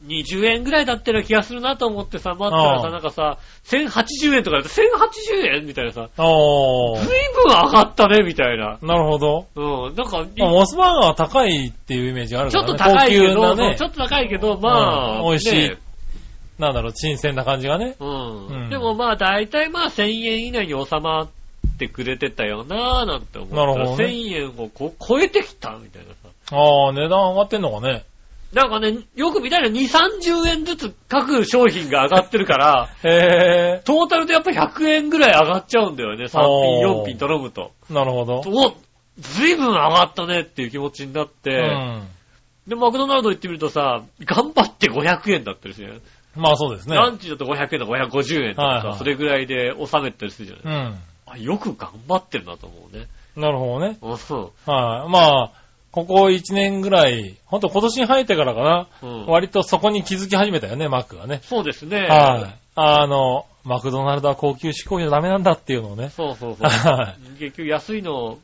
Speaker 2: 20円ぐらいだったような気がするなと思ってさ、待ったらさ、
Speaker 3: うん
Speaker 2: なんかさ、1080円とかだと1080円みたいなさ、
Speaker 3: お
Speaker 2: 随
Speaker 3: ー
Speaker 2: 分上がったね、みたいな。
Speaker 3: なるほど。
Speaker 2: うん、なんか、
Speaker 3: まあ、モスバーガーは高いっていうイメージがある
Speaker 2: ち
Speaker 3: か
Speaker 2: ょっ
Speaker 3: らね。
Speaker 2: と高いけ
Speaker 3: 高
Speaker 2: ど、
Speaker 3: 級なね
Speaker 2: ちょっと高いけど、まあ、
Speaker 3: うん美味しい
Speaker 2: ね
Speaker 3: なんだろう、新鮮な感じがね。
Speaker 2: うん。
Speaker 3: うん
Speaker 2: でもまあ、大体まあ、1000円以内に収まってくれてたよなぁ、なんて思ったら
Speaker 3: なるほどね
Speaker 2: 1000円をこう超えてきた、みたいなさ。
Speaker 3: ああ、値段上がってんのかね。
Speaker 2: なんかね、よく見たら2、30円ずつ各商品が上がってるから、
Speaker 3: へ
Speaker 2: トータルでやっぱ100円ぐらい上がっちゃうんだよね。3品、
Speaker 3: おー
Speaker 2: 4品頼むと。
Speaker 3: え、なるほど。
Speaker 2: お、ずいぶん上がったねっていう気持ちになって、
Speaker 3: うん。
Speaker 2: で、マクドナルド行ってみるとさ、頑張って500円だったりするよね。
Speaker 3: まあそうですね。
Speaker 2: ランチだと500円とか550円とかさ、
Speaker 3: はいはい
Speaker 2: それぐらいで収めたりするじゃない、
Speaker 3: うん。
Speaker 2: あよく頑張ってるなと思うね。
Speaker 3: なるほどね。
Speaker 2: うんそう。
Speaker 3: はい。まあ、ここ1年ぐらい、ほんと今年に入ってからかな、
Speaker 2: うん
Speaker 3: 割とそこに気づき始めたよね、マックがね。
Speaker 2: そうですね。
Speaker 3: はい。あの、マクドナルドは高級志向じゃダメなんだっていうのをね。
Speaker 2: そうそう そう。
Speaker 3: は
Speaker 2: 結局安いの、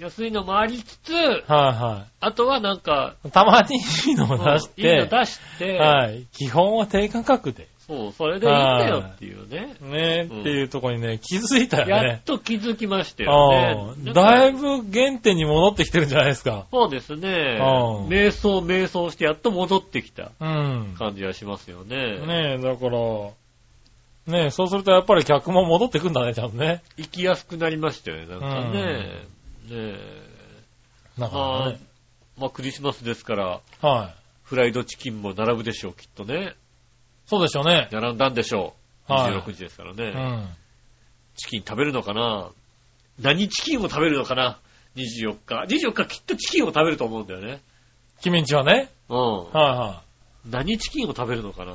Speaker 2: 安いのもありつつ、
Speaker 3: い。は
Speaker 2: あとはなんか、
Speaker 3: いはい。たまにいいのを出し
Speaker 2: うんいいの
Speaker 3: て、
Speaker 2: 出して、
Speaker 3: はい。基本は低価格で。
Speaker 2: そう、それでいいんだよっていうね。
Speaker 3: ね
Speaker 2: うん
Speaker 3: っていうとこにね、気づいたよ
Speaker 2: やっ
Speaker 3: ね。
Speaker 2: と気づきましたよ
Speaker 3: う
Speaker 2: ね。
Speaker 3: ん。だい
Speaker 2: ぶ。
Speaker 3: ぶ原点に戻ってきてるんじゃないですか。
Speaker 2: そうですね
Speaker 3: うん。
Speaker 2: 瞑想、瞑想してやっと戻ってきた
Speaker 3: うん。
Speaker 2: 感じがしますよね。
Speaker 3: ねえ、だから、ねえ、そうするとやっぱり客も戻ってくんだね、ちゃんとね。
Speaker 2: 行きやすくなりましたよね、なんかね。ねえ。
Speaker 3: だから
Speaker 2: まあ
Speaker 3: ね。、
Speaker 2: まあクリスマスですから、
Speaker 3: はい。
Speaker 2: フライドチキンも並ぶでしょう、きっとね。
Speaker 3: そうでしょうね。
Speaker 2: 並んだんでしょう。
Speaker 3: はい
Speaker 2: 26時ですからね。
Speaker 3: うん。
Speaker 2: チキン食べるのかな何チキンを食べるのかな ?24 日。24日きっとチキンを食べると思うんだよね。
Speaker 3: 君んちはね。
Speaker 2: うん。
Speaker 3: はいは。
Speaker 2: 何チキンを食べるのかない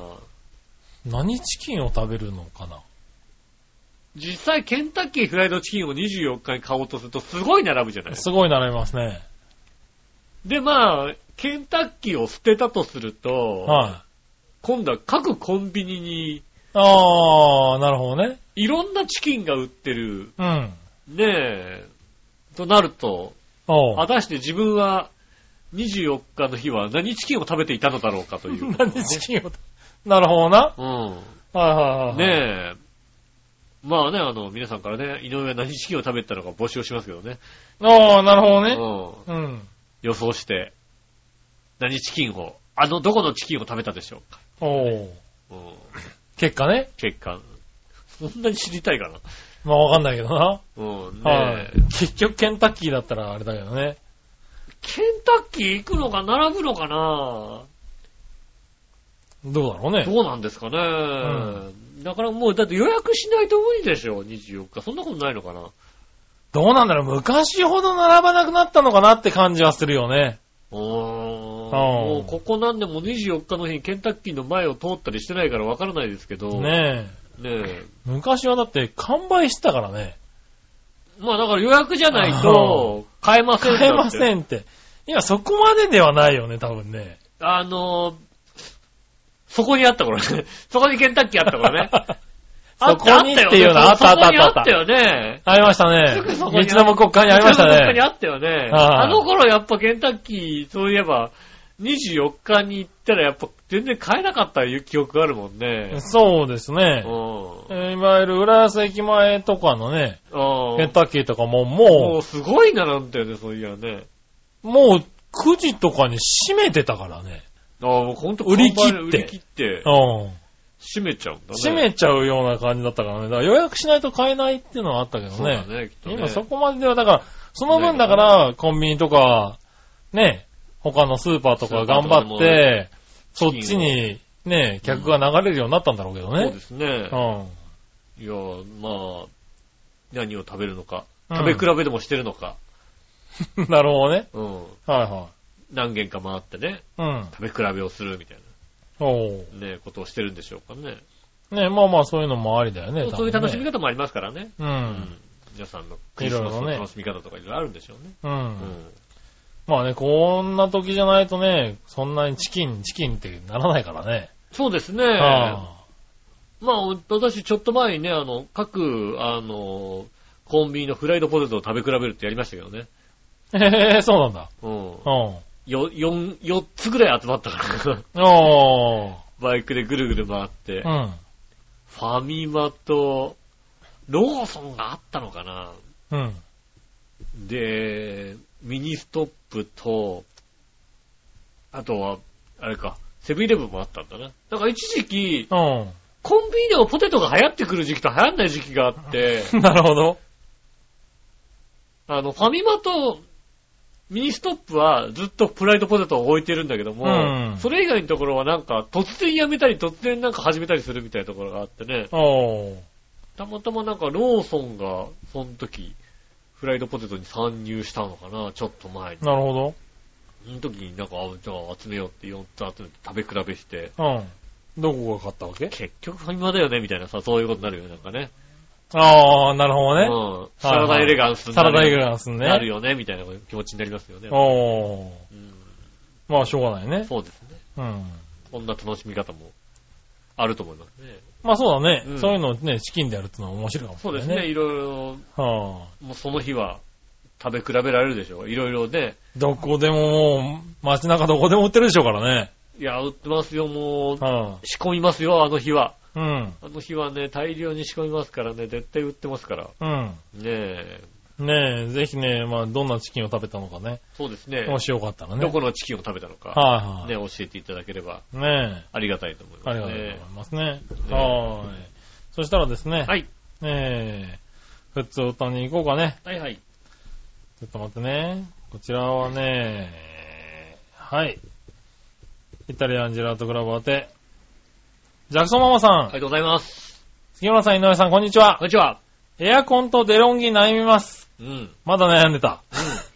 Speaker 3: 何チキンを食べるのかな
Speaker 2: 実際ケンタッキーフライドチキンを24日に買おうとするとすごい並ぶじゃない
Speaker 3: すごい並びますね。
Speaker 2: で、まあ、ケンタッキーを捨てたとすると、
Speaker 3: はい。
Speaker 2: 今度は各コンビニに
Speaker 3: あー、なるほどね。
Speaker 2: いろんなチキンが売ってる。
Speaker 3: うん。
Speaker 2: ねえ。となると、
Speaker 3: お
Speaker 2: 果たして自分は24日の日は何チキンを食べていたのだろうかという。
Speaker 3: 何チキンを食べ、なるほどな。
Speaker 2: うん。
Speaker 3: はいはいはい。え。
Speaker 2: ねえ。まあね、あの、皆さんからね、井上は何チキンを食べたのか募集しますけどね。
Speaker 3: あー、なるほど
Speaker 2: う
Speaker 3: ね。
Speaker 2: ん。
Speaker 3: うん。
Speaker 2: 予想して、何チキンを、あの、どこのチキンを食べたでしょうか。
Speaker 3: おー。
Speaker 2: うん。
Speaker 3: 結果ね。
Speaker 2: 結果。そんなに知りたいかな。
Speaker 3: まあわかんないけどな。
Speaker 2: うん。ねえ、
Speaker 3: はい。結局ケンタッキーだったらあれだけどね。
Speaker 2: ケンタッキー行くのか並ぶのかな
Speaker 3: どうだろうね。
Speaker 2: どうなんですかね、だからもう、だって予約しないと無理でしょ、24日。そんなことないのかな
Speaker 3: どうなんだろう昔ほど並ばなくなったのかなって感じはするよね。
Speaker 2: うーんもうここ何年も24日の日にケンタッキーの前を通ったりしてないからわからないですけど。
Speaker 3: ねえ。
Speaker 2: ねえ。
Speaker 3: 昔はだって完売してたからね。
Speaker 2: まあだから予約じゃ ないと、買えません
Speaker 3: 買えま
Speaker 2: ん。
Speaker 3: せんって。今そこまでではないよね、多分ね。
Speaker 2: あのー、そこにあった頃ね。 そこにケンタッキーあった頃ね。
Speaker 3: そこにっていうの
Speaker 2: あ
Speaker 3: あ
Speaker 2: っ
Speaker 3: った
Speaker 2: あ
Speaker 3: たあ
Speaker 2: っ
Speaker 3: ったた
Speaker 2: あ
Speaker 3: あ
Speaker 2: っ
Speaker 3: ったた
Speaker 2: あったよね。
Speaker 3: ありましたね。
Speaker 2: すぐそ
Speaker 3: 道
Speaker 2: こに
Speaker 3: の向こう側にありました
Speaker 2: 道の向こうに
Speaker 3: ね。
Speaker 2: あったよね。
Speaker 3: はい
Speaker 2: あの頃やっぱケンタッキー、そういえば、24日に行ったらやっぱ全然買えなかったいう記憶があるもんね。
Speaker 3: そうです
Speaker 2: う
Speaker 3: ね。
Speaker 2: ん。
Speaker 3: えーいわゆる浦安駅前とかのね、
Speaker 2: うん
Speaker 3: ケンタッキーとかも
Speaker 2: も
Speaker 3: も
Speaker 2: うすごい並んだよね、そういやね。
Speaker 3: う、もう9時とかに閉めてたからね。
Speaker 2: ああ、もうほんと
Speaker 3: 売り切って
Speaker 2: 売り切って
Speaker 3: う、ん。
Speaker 2: 閉めちゃうんだね。
Speaker 3: 閉めちゃうような感じだったからね。だから予約しないと買えないっていうのはあったけど
Speaker 2: そうだね、きっとね。
Speaker 3: 今そこまででは、だから、その分だから、コンビニとか、ね、他のスーパーとか頑張って、
Speaker 2: スー
Speaker 3: そ
Speaker 2: パーとかでも
Speaker 3: っちに、ね、客が流れるようになったんだろうけど
Speaker 2: そう
Speaker 3: ね
Speaker 2: で。すね
Speaker 3: う。ん。
Speaker 2: いや、まあ、何を食べるのか。
Speaker 3: うん
Speaker 2: 食べ比べでもしてるのか。
Speaker 3: なるほどね。
Speaker 2: うん。
Speaker 3: はいは
Speaker 2: 何軒か回ってね、
Speaker 3: い。うん。
Speaker 2: 食べ比べをするみたい
Speaker 3: おう
Speaker 2: な、ね、ことをしてるんでしょうかね。
Speaker 3: ね、まあまあそういうのもありだよね。
Speaker 2: そういう楽しみ
Speaker 3: 方。
Speaker 2: 方もありますからね。
Speaker 3: う。
Speaker 2: うんん。皆さんのクリスマス
Speaker 3: いろいろ
Speaker 2: の
Speaker 3: ね
Speaker 2: 楽しみ方とかいろいろあるんでしょうね。
Speaker 3: う。
Speaker 2: うんん。
Speaker 3: まあね、こんな時じゃないとね、そんなにチキン、チキンってならないからね。
Speaker 2: そうですね。
Speaker 3: あ
Speaker 2: まあ、私、ちょっと前にね、あの、各、あの、コンビニのフライドポテトを食べ比べるってやりましたけどね。
Speaker 3: あ。へえ、そうなんだ。
Speaker 2: うん。
Speaker 3: うん。
Speaker 2: よ、4、4つぐらい集まったから、
Speaker 3: おー。
Speaker 2: バイクでぐるぐる回って、
Speaker 3: う
Speaker 2: フ
Speaker 3: ん。
Speaker 2: ァミマと、ローソンがあったのかな
Speaker 3: うん。
Speaker 2: で、ミニストップと、あとは、あれか、セブンイレブンもあったんだな。だから一時期、
Speaker 3: う
Speaker 2: コンビニでもポテトが流行ってくる時期と流行んない時期 があって、
Speaker 3: ん。なるほど。
Speaker 2: あの、ファミマとミニストップはずっとプライドポテトを置いてるんだけども、
Speaker 3: うん
Speaker 2: それ以外のところはなんか突然やめたり突然なんか始めたりするみたいなところがあってね、
Speaker 3: おー。
Speaker 2: たまたまなんかローソンがその時、フライドポテトに参入したのかな、ちょっと前に。
Speaker 3: なるほ
Speaker 2: その時になんか、あじゃあ集めようって4つ集めて食べ比べして、
Speaker 3: ど。うん。どこが買ったわけ
Speaker 2: 結局ファミマだよねみたいなさ、そういうことになるよね、なんかね。
Speaker 3: ああ、なるほ
Speaker 2: うん。
Speaker 3: どね。
Speaker 2: サラダエレガンスに
Speaker 3: サ
Speaker 2: な
Speaker 3: ラ
Speaker 2: るよ
Speaker 3: ダイグランスね。
Speaker 2: なるよね、みたいな気持ちになりますよね。
Speaker 3: おー。
Speaker 2: うん、
Speaker 3: まあ、しょうがないね。
Speaker 2: そうですね。
Speaker 3: うん。
Speaker 2: こんな楽しみ方もあると思いますね。
Speaker 3: まあ、そうだね、
Speaker 2: うん
Speaker 3: そういうのをね、チキンでやるってのは面白いかもし
Speaker 2: そ
Speaker 3: れ
Speaker 2: うで
Speaker 3: ない
Speaker 2: す
Speaker 3: ね。
Speaker 2: ね、いろいろ、
Speaker 3: はあ。
Speaker 2: もうその日は食べ比べられるでしょ。いろいろね、
Speaker 3: どこでももう、街中どこでも売ってるでしょうからね。
Speaker 2: いや、売ってますよ、もう、
Speaker 3: は
Speaker 2: 仕込みますよ、あの日は。
Speaker 3: あ。うん。
Speaker 2: あの日はね、大量に仕込みますからね、絶対売ってますから。
Speaker 3: うん。
Speaker 2: ねえ、
Speaker 3: ねえ、ぜひね、まあ、どんなチキンを食べたのかね。
Speaker 2: そうですね。
Speaker 3: もしよかったらね。
Speaker 2: どこのチキンを食べたのか、
Speaker 3: はい
Speaker 2: ね、
Speaker 3: は
Speaker 2: 教えていただければ
Speaker 3: い。ね
Speaker 2: ありがたいと思い
Speaker 3: え、あ
Speaker 2: ます
Speaker 3: り
Speaker 2: ね。
Speaker 3: がとうございますね。
Speaker 2: ね
Speaker 3: はーい。そしたらですね、
Speaker 2: はい。
Speaker 3: えー、普通歌に行こうかね。
Speaker 2: はいはい。
Speaker 3: ちょっと待ってね。こちらはね、はい。イタリアンジェラートクラブ宛て。ジャクソンママさん、
Speaker 2: ありがとうございます。
Speaker 3: 杉村さん、井上さん、こんにちは
Speaker 2: こん。にちは。
Speaker 3: エアコンとデロンギ悩みます。
Speaker 2: うん。
Speaker 3: まだ悩んでた。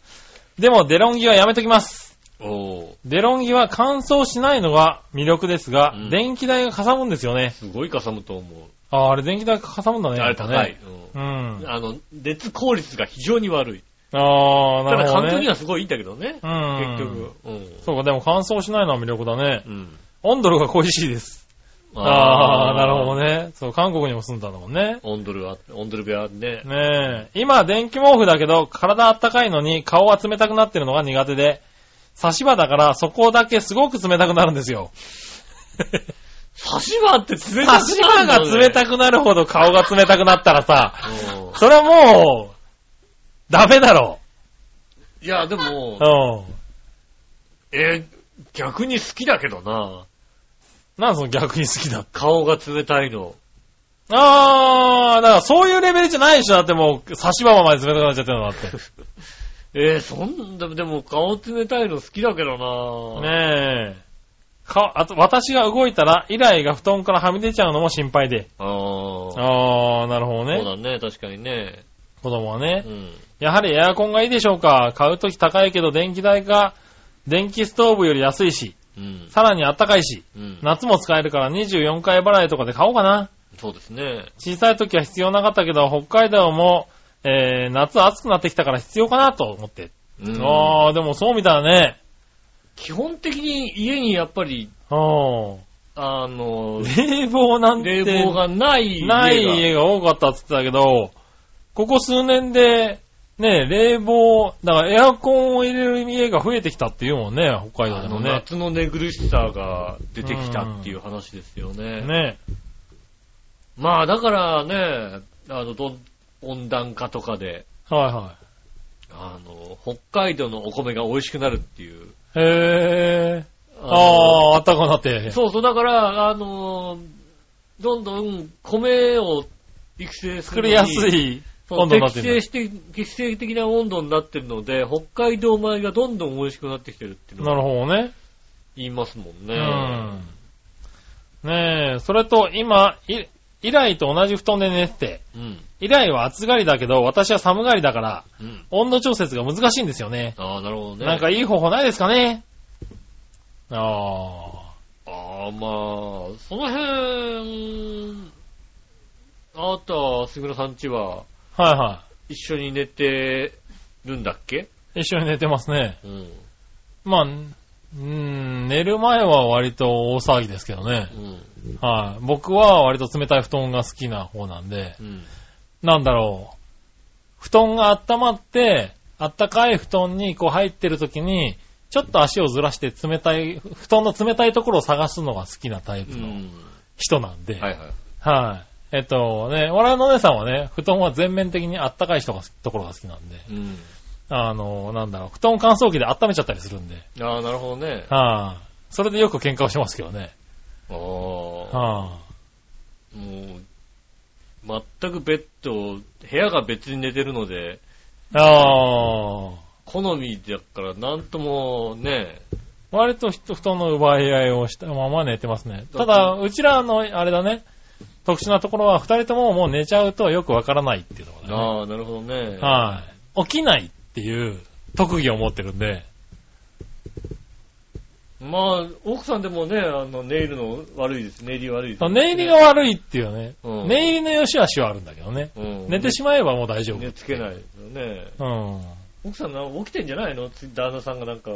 Speaker 3: でも、デロンギはやめときます。
Speaker 2: おー、
Speaker 3: デロンギは乾燥しないのが魅力ですが、
Speaker 2: うん
Speaker 3: 電気代がかさむんですよね。
Speaker 2: すごいかさむと思う。
Speaker 3: あー、あれ電気代かさむんだね。
Speaker 2: あれ高い
Speaker 3: ね。。う。
Speaker 2: うん
Speaker 3: あ
Speaker 2: あの、熱効率が非常に悪い。
Speaker 3: あー、
Speaker 2: た
Speaker 3: な
Speaker 2: だ
Speaker 3: るほ
Speaker 2: 環境
Speaker 3: ど
Speaker 2: に
Speaker 3: ね。
Speaker 2: はすごいいいんだけどね。
Speaker 3: うん
Speaker 2: 結局。うん。
Speaker 3: そうか、でも乾燥しないのは魅力だね。
Speaker 2: うん。
Speaker 3: 温度が恋しいです。ああ、なるほ
Speaker 2: ね。
Speaker 3: どね。そう、韓国にも住んだんだもんね。
Speaker 2: オンドルは、オンドル部屋ね。
Speaker 3: ねえ。今、電気毛布だけど、体あったかいのに顔は冷たくなってるのが苦手で、差し歯だからそこだけすごく冷たくなるんですよ。
Speaker 2: 差し歯って冷た
Speaker 3: 差
Speaker 2: く
Speaker 3: し歯が冷た
Speaker 2: く。
Speaker 3: くなるほど顔が冷たくなったらさ、
Speaker 2: うん
Speaker 3: それはもう、ダメだろ
Speaker 2: いや、で
Speaker 3: う。
Speaker 2: も
Speaker 3: う、ん。
Speaker 2: えー、逆に好きだけどな。
Speaker 3: なんでその逆に好きだって。
Speaker 2: 顔が冷たい の。
Speaker 3: あー、だからそういうレベルじゃないでしょ。だってもう、差し歯まで冷たくなっちゃってるのだって。
Speaker 2: えー、そんな、でも顔冷たいの好きだけどな。。
Speaker 3: ねえ。か、あと、私が動いたら、イライが布団からはみ出ちゃうのも心配で。
Speaker 2: ああ。そ
Speaker 3: あー、なるほど
Speaker 2: う
Speaker 3: ね。
Speaker 2: だね、確かにね。
Speaker 3: 子供は
Speaker 2: う
Speaker 3: ね。
Speaker 2: ん。
Speaker 3: やはりエアコンがいいでしょうか。買うとき高いけど、電気代が、電気ストーブより安いし、
Speaker 2: うん。
Speaker 3: さらに暖かいし、
Speaker 2: うん。
Speaker 3: 夏も使えるから24回払いとかで買おうかな。
Speaker 2: そうですね。
Speaker 3: 小さいときは必要なかったけど、北海道も、えー、夏暑くなってきたから必要かなと思って。
Speaker 2: うん
Speaker 3: あー、でもそうみたいだね。
Speaker 2: 基本的に家にやっぱり、
Speaker 3: うん。
Speaker 2: あの、
Speaker 3: 冷房なんて。
Speaker 2: 冷房がない家が。
Speaker 3: ない家が多かったって言ってたけど、ここ数年で、ね、冷房、だからエアコンを入れる家が増えてきたっていうもんね、北海道で
Speaker 2: あの
Speaker 3: もね。
Speaker 2: 夏の寝苦しさが出てきたっていう話ですよね。
Speaker 3: ね。
Speaker 2: まあだからね、あの、どん温暖化とかで、
Speaker 3: はいは
Speaker 2: あの、北海道のお米が美味しくなるっていう。
Speaker 3: い。へー。
Speaker 2: あの
Speaker 3: あー、あったかくなって。
Speaker 2: そうそう、だから、あのーどんどん米を育成す
Speaker 3: 作
Speaker 2: るの
Speaker 3: り
Speaker 2: に。
Speaker 3: やすい
Speaker 2: そう
Speaker 3: 温度になってる
Speaker 2: 適正。して、適正的な温度になってるので、北海道米がどんどん美味しくなってきてるっていうの
Speaker 3: な
Speaker 2: を
Speaker 3: るほどね。
Speaker 2: 言いますもん
Speaker 3: う
Speaker 2: ね。
Speaker 3: ん。ねえ、それと今、いイライと同じ布団で寝てて、
Speaker 2: うん。
Speaker 3: イライは暑がりだけど、私は寒がりだから、
Speaker 2: うん。
Speaker 3: 温度調節が難しいんですよね。
Speaker 2: ああ、なるほどね。
Speaker 3: なんかいい方法ないですかねあ
Speaker 2: ああ、まあ、その辺、あなた、杉村さんちは、
Speaker 3: あ。はいは
Speaker 2: 一緒に寝てるんだっけ
Speaker 3: い。一緒に寝てますね。
Speaker 2: うん。
Speaker 3: まあ、んうーん、寝る前は割と大騒ぎですけどね
Speaker 2: う。ん。
Speaker 3: はい。僕は割と冷たい布団が好きな方なんで、
Speaker 2: うん。
Speaker 3: なんだろう。布団が温まって、暖かい布団にこう入ってる時に、ちょっと足をずらして冷たい、布団の冷たいところを探すのが好きなタイ
Speaker 2: う
Speaker 3: プの
Speaker 2: ん。
Speaker 3: 人なんで、
Speaker 2: はいはい。
Speaker 3: はい。えっとね、我々のお姉さんはね、布団は全面的にあったかい人がところが好きなんで、
Speaker 2: うん。
Speaker 3: あの、なんだろう、布団乾燥機で温めちゃったりするんで、はい、
Speaker 2: ああ、なるほどね。
Speaker 3: それでよく喧嘩をしてますけどね。
Speaker 2: ああ、も
Speaker 3: は
Speaker 2: う、全くベッド、部屋が別に寝てるので、
Speaker 3: いあー。
Speaker 2: 好みだから、なんともね、
Speaker 3: 割と人布団の奪い合いをしたまま寝てますね。ただ、うちらの、あれだね、特殊なところは二人とももう寝ちゃうとよくわからないっていうところだね。
Speaker 2: ああ、なるほどね。
Speaker 3: はい。起きないっていう特技を持ってるんで、
Speaker 2: まあ、奥さんでもね、あの、ネイルの悪いです。ネイリ悪いです、ね。
Speaker 3: 寝入りが悪いっていうね、
Speaker 2: うん
Speaker 3: 寝入りの良し悪しはあるんだけどね。
Speaker 2: うん、
Speaker 3: 寝てしまえばもう大丈夫。
Speaker 2: 寝つけないですよね。
Speaker 3: うん。
Speaker 2: 奥さんな起きてんじゃないのつ旦那さんがなんか、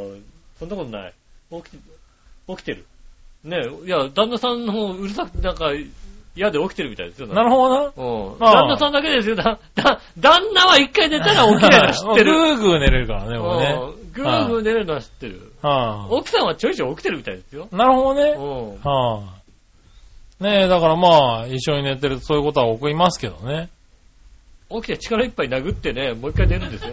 Speaker 2: そんなことない。起きて、起きてる。ねえいや、旦那さんの方うるさくてなんか嫌で起きてるみたいですよ。
Speaker 3: なるほどな。
Speaker 2: ほど。うん。
Speaker 3: ああ
Speaker 2: 旦那さんだけですよ。だ、だ、旦那は一回寝たら起きないの知ってる。
Speaker 3: もうぐーぐー寝れるからね、もうね。
Speaker 2: うんぐーぐー寝るのは知ってる。
Speaker 3: は
Speaker 2: 奥さんはちょいちょい起きてるみたいですよ。
Speaker 3: あ、なるほ
Speaker 2: う
Speaker 3: どね。
Speaker 2: ん。
Speaker 3: はあ。ねえ、だからまあ、一緒に寝てるとそういうことは起こりますけどね。
Speaker 2: 起きて力いっぱい殴ってね、もう一回寝るんですよ。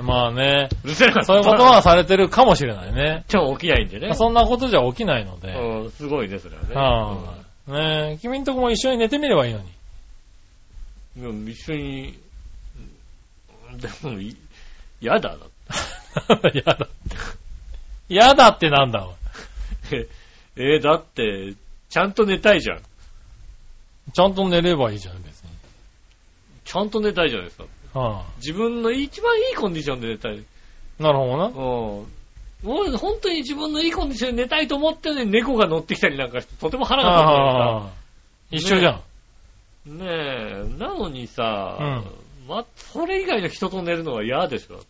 Speaker 2: う
Speaker 3: まあね、
Speaker 2: るせえな。
Speaker 3: そういうこ とはされてるかもしれないね。
Speaker 2: 超起きないんでね。
Speaker 3: そんなことじゃ起きないので。
Speaker 2: うん、すごいね、それはね。
Speaker 3: はあ、ねえ、君んとこも一緒に寝てみればいいのに。
Speaker 2: うんでも一緒に、うんでもい、やだな。
Speaker 3: やだって。やだってなんだ
Speaker 2: えー、だって、ちゃんと寝たいじゃん。
Speaker 3: ちゃんと寝ればいいじゃん、別に。
Speaker 2: ちゃんと寝たいじゃないですか。
Speaker 3: は
Speaker 2: 自分の一番いいコンディションで寝たい。うん。
Speaker 3: あ、なるほどな。
Speaker 2: 俺、本当に自分のいいコンディションで寝たいと思ってるのに猫が乗ってきたりなんかして、とても腹が立つじゃないですか。
Speaker 3: ああ一緒じゃん。
Speaker 2: ねえ、なのにさ、
Speaker 3: うん
Speaker 2: ま、それ以外の人と寝るのは嫌でしょ。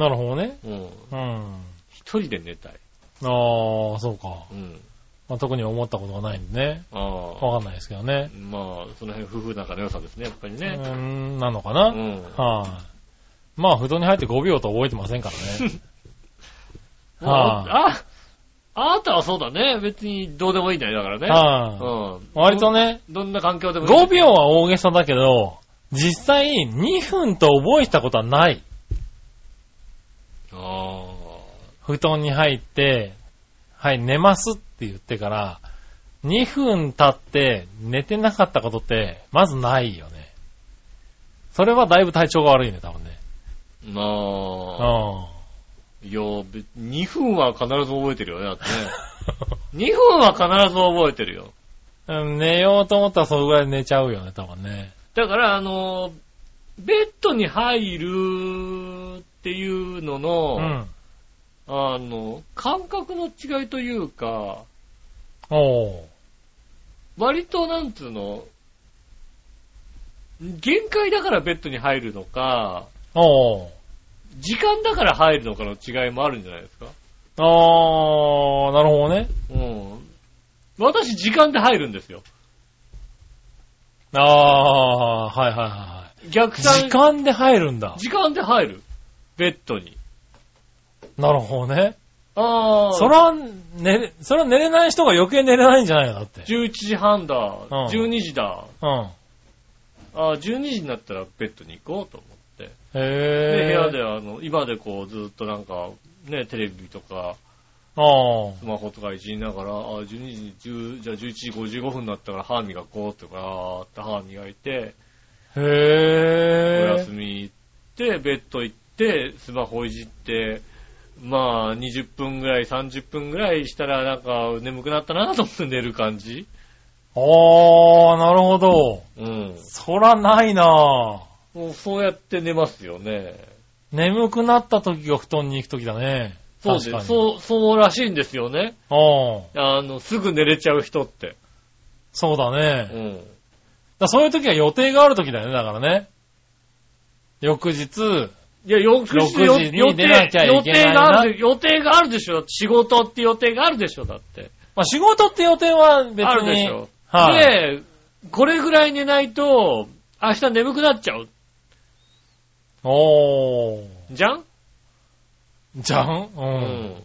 Speaker 3: なるほどね。
Speaker 2: うん。
Speaker 3: うん。
Speaker 2: 一人で寝たい。
Speaker 3: ああ、そうか。
Speaker 2: うん。
Speaker 3: まあ、特に思ったことがないんでね。
Speaker 2: ああ。
Speaker 3: わかんないですけどね。
Speaker 2: まあ、その辺夫婦仲の良さですね、やっぱり
Speaker 3: う
Speaker 2: ね。
Speaker 3: ーん、なのかな、
Speaker 2: う
Speaker 3: はい、
Speaker 2: ん。
Speaker 3: まあ、布団に入って5秒と覚えてませんから ね。
Speaker 2: もう
Speaker 3: は
Speaker 2: あ、あなたはそうだね。別にどうでもいいんだよ、だからね。
Speaker 3: はい、
Speaker 2: うん。
Speaker 3: 割とね、
Speaker 2: ど。どんな環境でもいい。
Speaker 3: 5秒は大げさだけど、実際2分と覚えたことはない。
Speaker 2: あ
Speaker 3: 布団に入って、はい、寝ますって言ってから、2分経って寝てなかったことって、まずないよね。それはだいぶ体調が悪いね、多分ね。
Speaker 2: あ。まあ。
Speaker 3: う
Speaker 2: いや、別2分は必ず覚えてるよね、だ ってね。2分は必ず覚えてるよ。
Speaker 3: ん うん。寝ようと思ったらそれぐらい寝ちゃうよね、多分ね。
Speaker 2: だから、あの、ベッドに入るっていうのの、
Speaker 3: うん。
Speaker 2: あの、感覚の違いというか、
Speaker 3: おー。
Speaker 2: 割となんつうの、限界だからベッドに入るのか、
Speaker 3: おー。
Speaker 2: 時間だから入るのかの違いもあるんじゃないですか
Speaker 3: あー、なるほどね。
Speaker 2: うん。私、時間で入るんですよ。
Speaker 3: あー、はいはいはいはい。
Speaker 2: 逆算。
Speaker 3: 時間で入るんだ。
Speaker 2: 時間で入る。ベッドに。
Speaker 3: なるほどね。
Speaker 2: ああ。
Speaker 3: そら、寝れ、そら寝れない人が余計寝れないんじゃないのだって。
Speaker 2: 11時半だ。
Speaker 3: ん
Speaker 2: 12時だ。
Speaker 3: うん。
Speaker 2: ああ、12時になったらベッドに行こうと思って。で、部
Speaker 3: へぇー。
Speaker 2: 屋で、あの、今までこう、ずっとなんか、ね、テレビとか、
Speaker 3: あ
Speaker 2: スマホとかいじりながら、ああ、12時、10じゃあ11時55分になったから歯磨こうとか、あーって歯磨いて、
Speaker 3: あ。
Speaker 2: お
Speaker 3: へ
Speaker 2: 休み行って、ベッド行って、スマホいじって、まあ、20分ぐらい、30分ぐらいしたら、なんか、眠くなったなと思って寝る感じ
Speaker 3: ぇー。あー、なるほど。
Speaker 2: うん。
Speaker 3: そらないなぁ。
Speaker 2: もうそうやって寝ますよね。
Speaker 3: 眠くなった時が布団に行く時だね。
Speaker 2: そう
Speaker 3: 確か
Speaker 2: で
Speaker 3: に
Speaker 2: す。そう、そうらしいんですよね。
Speaker 3: うん。
Speaker 2: あの、すぐ寝れちゃう人って。
Speaker 3: そうだ
Speaker 2: う
Speaker 3: ね。だか
Speaker 2: ん。
Speaker 3: らそういう時は予定がある時だよね、だからね。翌日、
Speaker 2: いや、翌日
Speaker 3: 6時に
Speaker 2: 予
Speaker 3: 出なきゃ
Speaker 2: 定、
Speaker 3: い
Speaker 2: 予
Speaker 3: けない
Speaker 2: 定
Speaker 3: な
Speaker 2: がある、予定があるでしょ。仕事って予定があるでしょ、だって。
Speaker 3: まあ仕事って予定は別に。
Speaker 2: あるでしょ。
Speaker 3: はい。
Speaker 2: で、これぐらい寝ないと、明日眠くなっちゃう。
Speaker 3: おー。
Speaker 2: じゃん
Speaker 3: じゃんう。。
Speaker 2: うん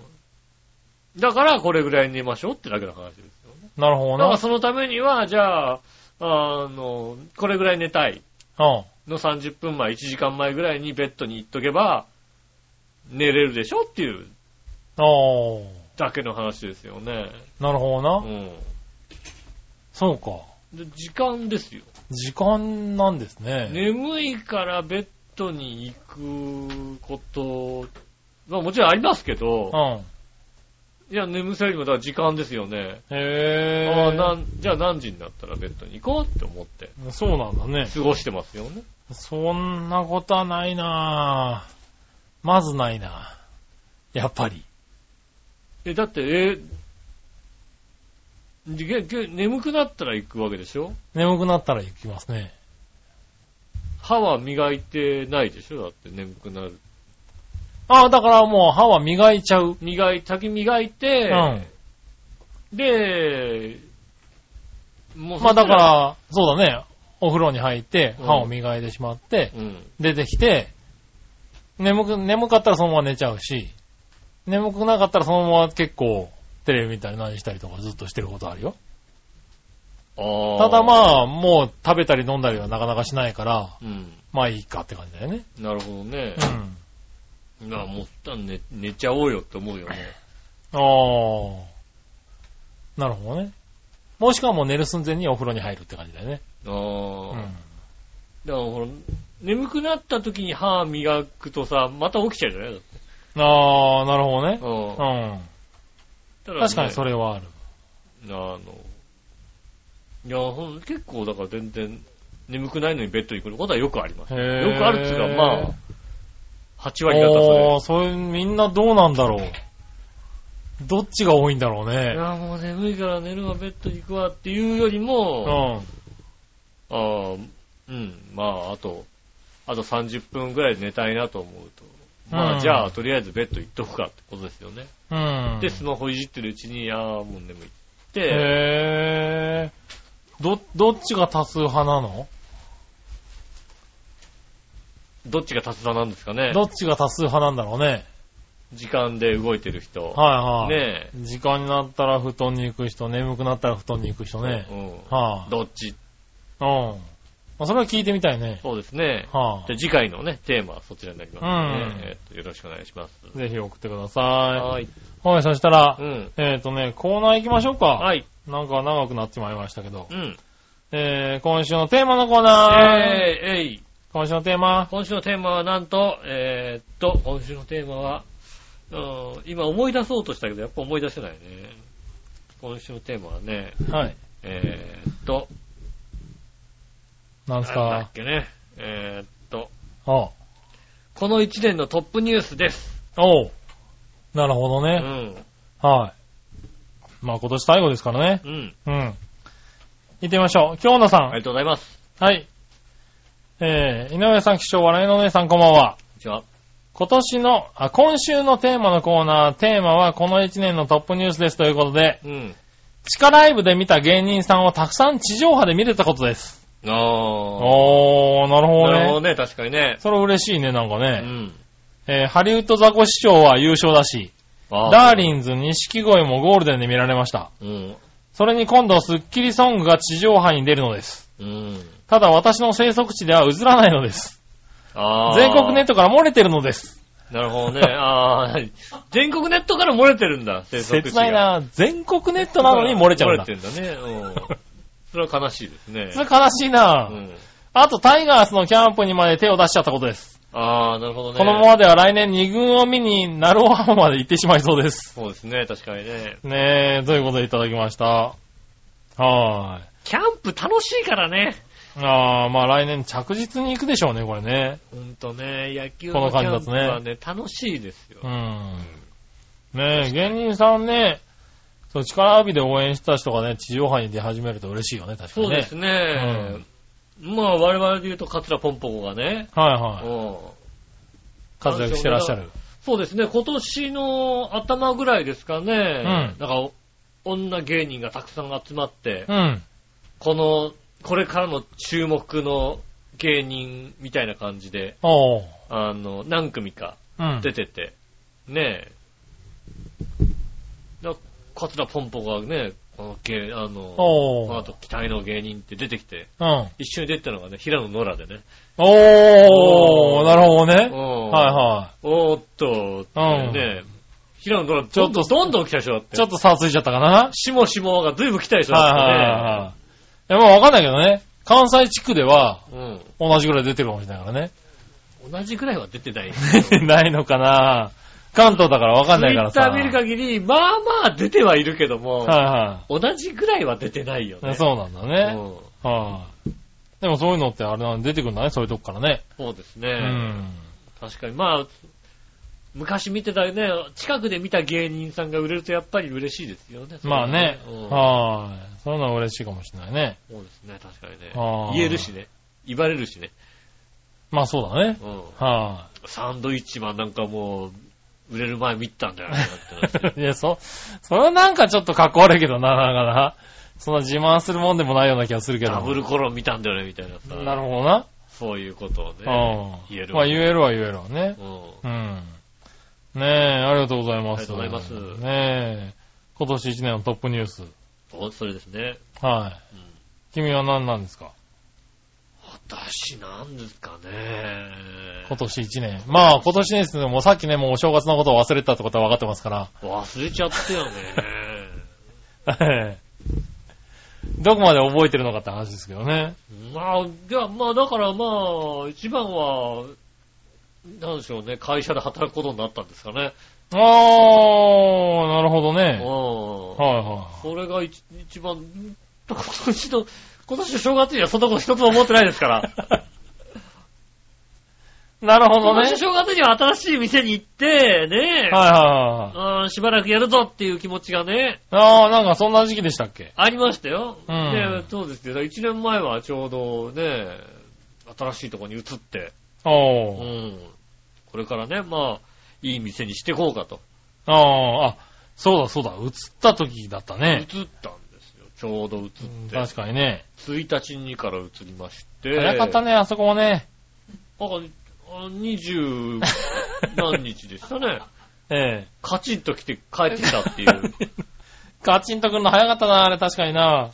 Speaker 2: だから、これぐらい寝ましょうってだけの話ですよね。
Speaker 3: なるほど
Speaker 2: だから、
Speaker 3: な。
Speaker 2: そのためには、じゃあ、あの、これぐらい寝たい
Speaker 3: うん。
Speaker 2: の30分前、1時間前ぐらいにベッドに行っとけば、寝れるでしょっていう
Speaker 3: おー。
Speaker 2: だけの話ですよね。
Speaker 3: なるほどな。
Speaker 2: うん。
Speaker 3: そうか。
Speaker 2: で時間ですよ。
Speaker 3: 時間なんですね。
Speaker 2: 眠いからベッドに行くことまあもちろんありますけ
Speaker 3: う
Speaker 2: ど、
Speaker 3: ん。
Speaker 2: いや、眠さよりもだから時間ですよね。
Speaker 3: へぇー。
Speaker 2: ああ、なん、じゃあ何時になったらベッドに行こうって思って、
Speaker 3: そうなんだね。
Speaker 2: 過ごしてますよね。
Speaker 3: そんなことはないなぁ。まずないなぁ。やっぱり。
Speaker 2: え、だって、えー、げげ眠くなったら行くわけでしょ
Speaker 3: 眠くなったら行きますね。
Speaker 2: 歯は磨いてないでしょだって眠くなる。
Speaker 3: ああ、だからもう歯は磨いちゃう。
Speaker 2: 磨い、先磨いて、
Speaker 3: うん
Speaker 2: で、も
Speaker 3: まあだか、
Speaker 2: そ
Speaker 3: ら、そうだね。お風呂に入って、
Speaker 2: うん
Speaker 3: 歯を磨いてしまって
Speaker 2: し、たらうん。
Speaker 3: 出てきて、眠く、眠かったらそのまま寝ちゃうし、眠くなかったらそのまま結構、テレビ見たり何したりとかずっとしてることあるよ。
Speaker 2: あ
Speaker 3: ただ
Speaker 2: あ、
Speaker 3: まあ、もう食べたり飲んだりはなかなかしないから、
Speaker 2: うん。
Speaker 3: まあいいかって感じだよね。
Speaker 2: なるほどね
Speaker 3: う。ん。
Speaker 2: なあ、もったん寝、寝ちゃおうよって思うよね。
Speaker 3: ああ。なるほどね。もしくはもう寝る寸前にお風呂に入るって感じだよね。
Speaker 2: ああ、
Speaker 3: うん。
Speaker 2: だからほら、眠くなった時に歯磨くとさ、また起きちゃうじゃないうん。
Speaker 3: ああ、なるほどね。
Speaker 2: 確か
Speaker 3: うん。確かにそれはある。
Speaker 2: あの、いや、ほん結構だから全然眠くないのにベッドに来ることはよくあります。
Speaker 3: へ
Speaker 2: よ
Speaker 3: ー
Speaker 2: くあるっていうか、まあ、8割方そ
Speaker 3: お
Speaker 2: れ
Speaker 3: ー、。それみんなどうなんだろう。どっちが多いんだろう
Speaker 2: い
Speaker 3: ね。
Speaker 2: や、もう眠いから寝るわ、ベッドに行くわっていうよりも、
Speaker 3: う
Speaker 2: ああうん、まあ、あと、あと30分ぐらいで寝たいなと思うと。ま
Speaker 3: う
Speaker 2: あ、
Speaker 3: ん
Speaker 2: じゃあ、とりあえずベッド行っとくかってことですよね。
Speaker 3: ん。うん。
Speaker 2: で、スマホいじってるうちに、ああ、もう眠いって、
Speaker 3: へー。ど、どっちが多数派なの
Speaker 2: どっちが達座なんですかね。
Speaker 3: どっちが多数派なんだろうね。
Speaker 2: 時間で動いてる人。
Speaker 3: はいはい。
Speaker 2: ね
Speaker 3: 時間になったら布団に行く人、眠くなったら布団に行く人
Speaker 2: え。
Speaker 3: ね。
Speaker 2: うん。
Speaker 3: はぁ、
Speaker 2: どっち
Speaker 3: うん。まあ、それは聞いてみたいね。
Speaker 2: そうですね。
Speaker 3: は
Speaker 2: じゃあ次回のね、テーマはそちらになりますので、
Speaker 3: うん
Speaker 2: ねえっとよろしくお願いします。
Speaker 3: ぁ、ぜひ送ってくだ
Speaker 2: は
Speaker 3: さ
Speaker 2: い。
Speaker 3: い。はい、そしたら
Speaker 2: う、ん。
Speaker 3: えっ、とね、コーナー行きましょうか。
Speaker 2: はい。
Speaker 3: なんか長くなってまいりましたけど。
Speaker 2: うん。
Speaker 3: えー、今週のテーマのコーナー。
Speaker 2: えー、えい。
Speaker 3: 今週のテーマ。
Speaker 2: 今週のテーマはなんと、えー、っと、今週のテーマは、うん、今思い出そうとしたけど、やっぱ思い出せないね。今週のテーマはね、
Speaker 3: はい。
Speaker 2: えー、っと、
Speaker 3: なんです
Speaker 2: なんだ
Speaker 3: か
Speaker 2: っけね、えー、っと、
Speaker 3: おう
Speaker 2: この1年のトップニュースです。
Speaker 3: おうなるほど
Speaker 2: う
Speaker 3: ね。
Speaker 2: ん、
Speaker 3: はい。まあ今年最後ですからね。
Speaker 2: うん。
Speaker 3: うん。行ってみましょう。京奈さ
Speaker 2: あ
Speaker 3: ん。
Speaker 2: りがとうございます。
Speaker 3: はい。えー、井上さん、気象、笑いのお姉さん、こんばんは。
Speaker 2: じゃあ、
Speaker 3: 今年の、あ、今週のテーマのコーナー、テーマはこの1年のトップニュースですということで、
Speaker 2: うん。
Speaker 3: 地下ライブで見た芸人さんをたくさん地上波で見れたことです。
Speaker 2: あ
Speaker 3: おー、なる
Speaker 2: ー。
Speaker 3: ほど
Speaker 2: なるほど。
Speaker 3: ね
Speaker 2: ね、確かにね。
Speaker 3: それ嬉しいね、なんか
Speaker 2: う
Speaker 3: ね。
Speaker 2: ん。
Speaker 3: えーハリウッドザコシショウは優勝だし、ダーリンズ、錦鯉もゴールデンで見られました。
Speaker 2: ン。うん。
Speaker 3: それに今度、スッキリソングが地上波に出るのです。
Speaker 2: うん。
Speaker 3: ただ私の生息地では映らないのです。
Speaker 2: あー
Speaker 3: 全国ネットから漏れてるのです。
Speaker 2: なるほどね。あー、全国ネットから漏れてるんだ、生息地
Speaker 3: 切
Speaker 2: が
Speaker 3: ないな全国ネットなのに漏 れちゃうんだ
Speaker 2: 漏。れてんだね。うん。それは悲しいですね。
Speaker 3: それ悲しいな、
Speaker 2: うん。
Speaker 3: あと、タイガースのキャンプにまで手を出しちゃったことです。
Speaker 2: ああ、なるほどね。
Speaker 3: このままでは来年2軍を見に、ナルオハムまで行ってしまいそうです。
Speaker 2: そうですね、確かにね。
Speaker 3: ねえ、ということでいただきました。はーい。
Speaker 2: キャンプ楽しいからね。
Speaker 3: あー、まあ来年着実に行くでしょうね、これね。
Speaker 2: ほんとね、野球
Speaker 3: こ
Speaker 2: の
Speaker 3: の
Speaker 2: キャ
Speaker 3: 感じ
Speaker 2: ン
Speaker 3: だ
Speaker 2: プ
Speaker 3: とね
Speaker 2: はね、楽しいですよ
Speaker 3: う。ん。ねえ、芸人さんね、そう、力浴びで応援した人がね、地上波に出始めると嬉しいよね、確か
Speaker 2: そ
Speaker 3: に
Speaker 2: う
Speaker 3: ね。
Speaker 2: ですね。まあ、我々で言うと、カツラポンポコがね。
Speaker 3: はい
Speaker 2: うん
Speaker 3: はい。活躍してらっしゃる。
Speaker 2: そうですね、今年の頭ぐらいですかね。なんか、女芸人がたくさん集まって
Speaker 3: う、ん。
Speaker 2: この、これからの注目の芸人みたいな感じで、
Speaker 3: おー。
Speaker 2: あの、何組か
Speaker 3: うん。
Speaker 2: 出てて、ねえ。だカツラポンポがね、この芸、あの、
Speaker 3: おー
Speaker 2: この後期待の芸人って出てきて、
Speaker 3: うん。
Speaker 2: 一緒に出てたのがね、平野ノラでね。
Speaker 3: おー、なるほどね。はい
Speaker 2: は
Speaker 3: はい。
Speaker 2: い。おーっと、
Speaker 3: うん
Speaker 2: ねえ、平野ノラ、ち
Speaker 3: ち
Speaker 2: ょ
Speaker 3: ょ
Speaker 2: っ
Speaker 3: っ
Speaker 2: と
Speaker 3: と
Speaker 2: どんどん来た人だって。
Speaker 3: ちょっと差ついちゃったかな
Speaker 2: しもしもがずいぶん来た人
Speaker 3: はい
Speaker 2: だっ
Speaker 3: はいはいはい。いや、まあわかんないけどね。関西地区では
Speaker 2: たね。
Speaker 3: 同じぐらい出てるかもしれないからね。
Speaker 2: うん。同じぐらいは出てない。
Speaker 3: 出てないのかな関東だからわかんないから
Speaker 2: ツイッ
Speaker 3: さ。
Speaker 2: ター見る限り、まあまあ出てはいるけども、
Speaker 3: は
Speaker 2: 同じぐらいは出てないよ
Speaker 3: いはい。
Speaker 2: ね。
Speaker 3: そうなんだ
Speaker 2: う
Speaker 3: ね。
Speaker 2: ん
Speaker 3: はい、でもそういうのってあれな出てくるんだね、そういうとこからね。
Speaker 2: そうです
Speaker 3: う
Speaker 2: ね。
Speaker 3: ん。
Speaker 2: 確かに、まあ、昔見てたね、近くで見た芸人さんが売れるとやっぱり嬉しいですよね。
Speaker 3: まあね。
Speaker 2: うん
Speaker 3: はい。そういうのは嬉しいかもしれないね。
Speaker 2: そうですね、確かにね
Speaker 3: あ。ー
Speaker 2: 言えるしね。言われるしね。
Speaker 3: まあそうだね。
Speaker 2: うん
Speaker 3: は
Speaker 2: サンドイッチマンなんかもう、売れる前見たん じゃないかなってなって。
Speaker 3: い。いや、そ、それはなんかちょっとかっこ悪いけどな、なかなか。そんな自慢するもんでもないような気がするけど。
Speaker 2: ダブルコロン見たんだよね、みたいなさ。
Speaker 3: なるほどな。
Speaker 2: そういうことをね、
Speaker 3: うん。
Speaker 2: 言える
Speaker 3: ま
Speaker 2: わ
Speaker 3: あ
Speaker 2: け
Speaker 3: 言えるは言えるわね。
Speaker 2: うん
Speaker 3: うん。ねえ、ありがとうございます。
Speaker 2: ありがとうございます
Speaker 3: ねえ、今年一年のトップニュース。
Speaker 2: おそれですね。
Speaker 3: はい。
Speaker 2: うん
Speaker 3: 君は何なんですか
Speaker 2: 私、なんですかね。
Speaker 3: 今年一年。まあ今年ですね、もうさっきね、もうお正月のことを忘れてたってことは分かってますか
Speaker 2: 忘れちゃったよね。
Speaker 3: ら。 どこまで覚えてるのかって話ですけどね。
Speaker 2: まあ、じゃあ、まあ、だからまあ、一番は、なんでしょうね、会社で働くことになったんですかね。
Speaker 3: あー、なるほど
Speaker 2: うん。
Speaker 3: ね。はい
Speaker 2: そ
Speaker 3: はい。
Speaker 2: れが一一番、今年の、今年の正月にはそんなこと一つも思ってないです から。
Speaker 3: なるほ
Speaker 2: 今
Speaker 3: どね
Speaker 2: 年の。正月には新しい店に行って、ね、
Speaker 3: はいはいはい。
Speaker 2: うんしばらくやるぞっていう気持ちがね、
Speaker 3: あー、なんかそんな時期でしたっけ
Speaker 2: ありましたよ。
Speaker 3: うん
Speaker 2: で、そうですけど、1年前はちょうどね、新しいところに移って、う
Speaker 3: おー。
Speaker 2: ん。これからね、まあ、いい店にしていこうかと。
Speaker 3: あー、あ、そうだそうだ、映った時だった
Speaker 2: 移ったん
Speaker 3: ね。
Speaker 2: ですよ。ちょうど移っ
Speaker 3: うん
Speaker 2: て。
Speaker 3: 確かにね。
Speaker 2: 1日にから移りまして。
Speaker 3: 早かった
Speaker 2: ね。
Speaker 3: ね、あそこもね。
Speaker 2: なんか、20何日でした ね。
Speaker 3: ええ。
Speaker 2: カチンと来て帰ってきたっていう。
Speaker 3: ガチンとくんの早かったな、あれ確かにな。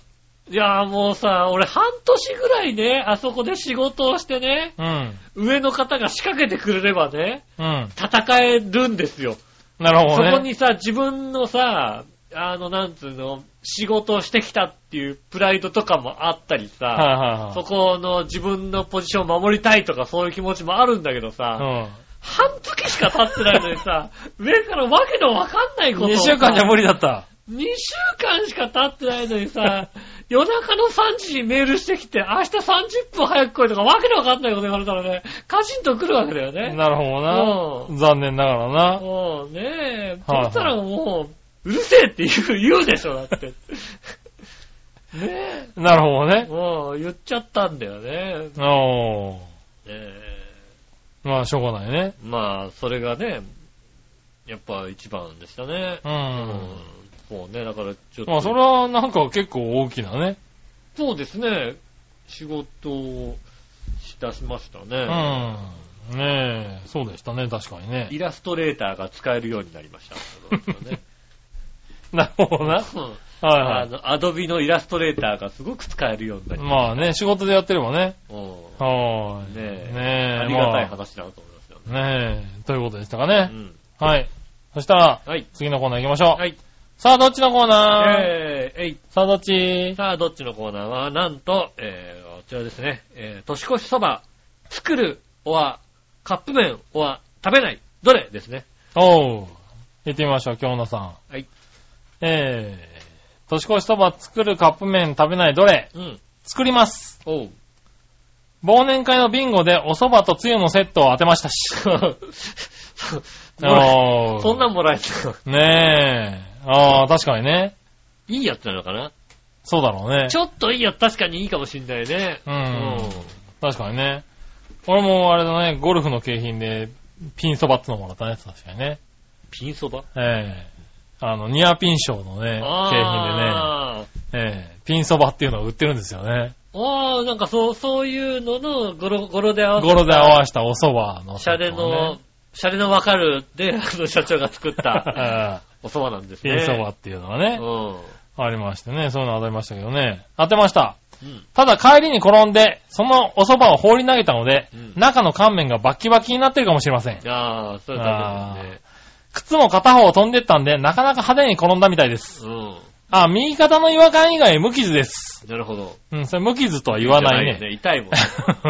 Speaker 2: いやーもうさ、俺半年ぐらいね、あそこで仕事をしてね、
Speaker 3: うん。
Speaker 2: 上の方が仕掛けてくれればね、
Speaker 3: うん。
Speaker 2: 戦えるんですよ。
Speaker 3: なるほ
Speaker 2: そ
Speaker 3: どね。
Speaker 2: こにさ、自分のさ、あの、なんつうの、仕事をしてきたっていうプライドとかもあったりさ、
Speaker 3: はいはいはい。
Speaker 2: そこの自分のポジションを守りたいとかそういう気持ちもあるんだけどさ、半月しか経ってないのにさ、 上からわけのわかんないこと
Speaker 3: うん。
Speaker 2: を
Speaker 3: 2
Speaker 2: さ。
Speaker 3: 週間じゃ無理だった。
Speaker 2: 2週間しか経ってないのにさ、 夜中の3時にメールしてきて、明日30分早く来いとかわけのわかんないこと言われたらね、カチンと来るわけだよね。
Speaker 3: なるほどな。残念ながらな。
Speaker 2: もうねえ、
Speaker 3: はいはい
Speaker 2: そしたらもう、うるせえって言う、言うでしょ、だって。 ね
Speaker 3: なるほど
Speaker 2: え、
Speaker 3: ね。
Speaker 2: もう言っちゃったんだよね。ね
Speaker 3: おー。
Speaker 2: え
Speaker 3: まあ、しょうがないね。
Speaker 2: まあ、それがね、やっぱ一番でしたね。
Speaker 3: う。
Speaker 2: うんそうね、だからちょっと。
Speaker 3: まあ、それはなんか結構大きなね。
Speaker 2: そうですね、仕事をしだしました
Speaker 3: う
Speaker 2: ね。
Speaker 3: ん。ねえ、そうでしたね、確かにね。
Speaker 2: イラストレーターが使えるようになりま した。ね
Speaker 3: なるほどな。
Speaker 2: うん
Speaker 3: は
Speaker 2: あ
Speaker 3: い
Speaker 2: の、アドビのイラストレーターがすごく使えるようにな
Speaker 3: はい。
Speaker 2: り
Speaker 3: まあね、仕事でやってればね。
Speaker 2: うん
Speaker 3: はーい。
Speaker 2: ねえ
Speaker 3: ねえ、
Speaker 2: ありがたい
Speaker 3: ま
Speaker 2: 話だなと思いますよね。
Speaker 3: あねえ、ということでしたかね。
Speaker 2: うん。
Speaker 3: はい。そしたら、
Speaker 2: はい。
Speaker 3: 次のコーナー行きましょう。
Speaker 2: はい。
Speaker 3: さあ、どっちのコーナー、
Speaker 2: えー、えい。
Speaker 3: さあ、どっち
Speaker 2: さあ、どっちのコーナーは、なんと、えー、こちらですね。えー、年越しそば、作る、おは、カップ麺、おは、食べない、どれですね。
Speaker 3: おう。行ってみましょう、京奈さん。
Speaker 2: はい。
Speaker 3: えー、年越しそば作るカップ麺食べないどれ
Speaker 2: うん。
Speaker 3: 作ります。
Speaker 2: お う。
Speaker 3: 忘年会のビンゴでお蕎麦とつゆのセットを当てまし たし。
Speaker 2: そ
Speaker 3: お う
Speaker 2: そんなんもらえたら
Speaker 3: ねえ。ああ、確かにね。
Speaker 2: いいやつなのかな
Speaker 3: そうだろうね
Speaker 2: ち。ょっといいやつ、確かにいいかもしんないね。
Speaker 3: う。
Speaker 2: うん
Speaker 3: 確かにね。俺もあれだね、ゴルフの景品でピンそばってのもらったね、確かにね。
Speaker 2: ピンそば
Speaker 3: ええあの、ニアピン賞のね、景品でね。
Speaker 2: あー
Speaker 3: ええピンそばっていうのを売ってるんですよね。
Speaker 2: あー、なんかそう、そういうのの語呂、語呂で合わせ
Speaker 3: ゴロで合わせたお蕎麦の
Speaker 2: シャレの、シャレのわかるで、 あの社長が作 った、
Speaker 3: え
Speaker 2: お
Speaker 3: え
Speaker 2: 蕎麦なんです
Speaker 3: ピ
Speaker 2: ね。
Speaker 3: ンそばっていうのが
Speaker 2: う
Speaker 3: ね、
Speaker 2: ん。
Speaker 3: ありましてね、そういうの当てましたけどね。当てました。
Speaker 2: うん。
Speaker 3: ただ帰りに転んで、そのお蕎麦を放り投げたので、
Speaker 2: うん
Speaker 3: 中の乾麺がバッキバキになってるかもしれません。
Speaker 2: ああ、そういう感じです
Speaker 3: 靴も片方飛んでったんで、なかなか派手に転んだみたいです。
Speaker 2: ね。
Speaker 3: あ、右肩の違和感以外無傷です。
Speaker 2: うん。なるほど。
Speaker 3: うん、それ無傷とは言わない
Speaker 2: じゃ
Speaker 3: ね。
Speaker 2: よ痛いも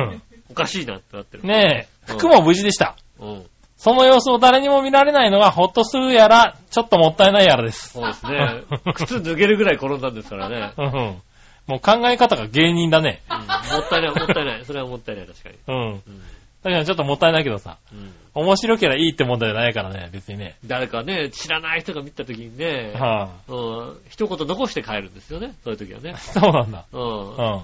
Speaker 2: ん。おかしいなってなってる。。
Speaker 3: ねえ、
Speaker 2: うん
Speaker 3: 服も無事でした。
Speaker 2: うん。
Speaker 3: その様子を誰にも見られないのがほっとするやら、ちょっともったいないやらです。
Speaker 2: そうですね。靴脱げるぐらい転んだんですからね。
Speaker 3: うんうん。もう考え方が芸人だね。
Speaker 2: うんもったいない、もったいない。それはもったいない、確かに。
Speaker 3: うん。
Speaker 2: うん
Speaker 3: 確かにちょっともったいないけどさ、
Speaker 2: うん
Speaker 3: 面白ければいいってもんじゃないからね、別にね。
Speaker 2: 誰かね、知らない人が見た時にね、
Speaker 3: は
Speaker 2: うん、一言残して帰るんですよね、そういう時はね
Speaker 3: あ、。そうなんだ。
Speaker 2: う
Speaker 3: うん。
Speaker 2: ん。ね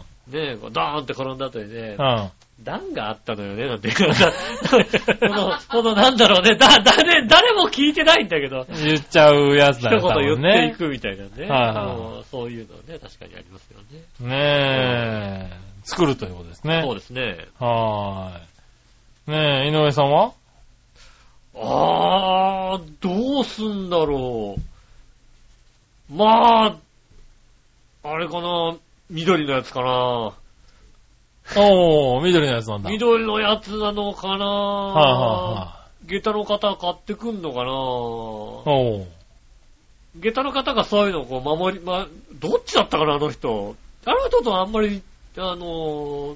Speaker 2: え、こうドーンって転んだ後にね、
Speaker 3: うん。
Speaker 2: 段があったのよね、だって。 この、このなんだろうね、だ、誰、誰も聞いてないんだけど、
Speaker 3: 言っちゃうやつ
Speaker 2: 一
Speaker 3: だよ多
Speaker 2: 言
Speaker 3: 分
Speaker 2: 言って
Speaker 3: ね
Speaker 2: い。くみたいなね。
Speaker 3: はいはい
Speaker 2: うんそういうのね、確かにありますよね。
Speaker 3: ねえ。作るということですね
Speaker 2: そう。ですね。
Speaker 3: はーい。ねえ、井上さんは
Speaker 2: あー、どうすんだろう。まあ、あれかな、緑のやつかな。
Speaker 3: おー、緑のやつなんだ。
Speaker 2: 緑のやつなのかな、
Speaker 3: はいは
Speaker 2: 下駄の方買ってくんのか
Speaker 3: い
Speaker 2: な
Speaker 3: はい。おー。
Speaker 2: 下駄の方がそういうのをこう守り、ま、どっちだったかな、あの人。あの人とあんまり、あのー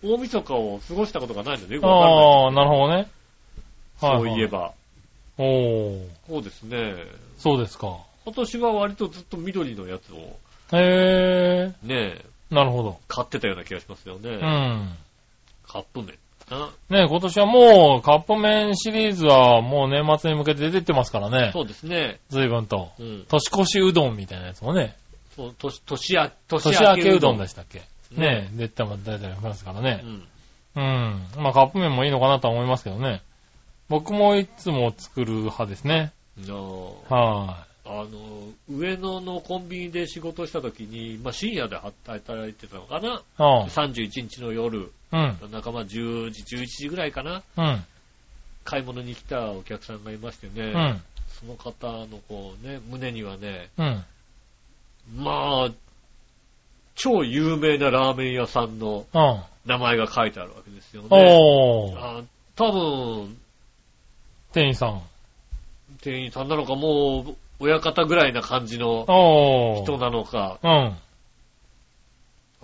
Speaker 2: 大晦日を過ごしたことがないので、よくわかんない
Speaker 3: ああ、なるほどね。
Speaker 2: そういえ。ば。
Speaker 3: おー。
Speaker 2: そうですね。
Speaker 3: そうですか。
Speaker 2: 今年は割とずっと緑のやつを、
Speaker 3: へ
Speaker 2: ね、
Speaker 3: ー。なるほど。
Speaker 2: 買ってたような気がしますよね。
Speaker 3: うん。
Speaker 2: カップ麺かな。
Speaker 3: ねえ今年はもうカップ麺シリーズはもう年末に向けて出てってますからね。
Speaker 2: そうですね。
Speaker 3: 随分と。
Speaker 2: うん。
Speaker 3: 年越しうどんみたいなやつもね。
Speaker 2: そう年、年明け、
Speaker 3: 年明けうどんで
Speaker 2: し
Speaker 3: したっけ。ねえ、出ても出てますから
Speaker 2: う
Speaker 3: ね。
Speaker 2: ん。
Speaker 3: うん。まあカップ麺もいいのかなとは思いますけどね。僕もいつも作る派ですね。
Speaker 2: なあ
Speaker 3: は
Speaker 2: あの、上野のコンビニで仕事した時に、まあ深夜で働いてたのかな。
Speaker 3: い。あ
Speaker 2: 31日の夜、
Speaker 3: あ。うん。
Speaker 2: 仲間10時、11時ぐらいかな。
Speaker 3: うん。
Speaker 2: 買い物に来たお客さんがいましてね、
Speaker 3: うん。
Speaker 2: その方のこうね、胸にはね、
Speaker 3: うん。
Speaker 2: まあ、超有名なラーメン屋さんの
Speaker 3: うん。
Speaker 2: 名前が書いてあるわけですよね。
Speaker 3: おー。
Speaker 2: あ多分、
Speaker 3: 店員さん。
Speaker 2: 店員さんなのか、もう、親方ぐらいな感じの
Speaker 3: おー。
Speaker 2: 人なのか、
Speaker 3: うん。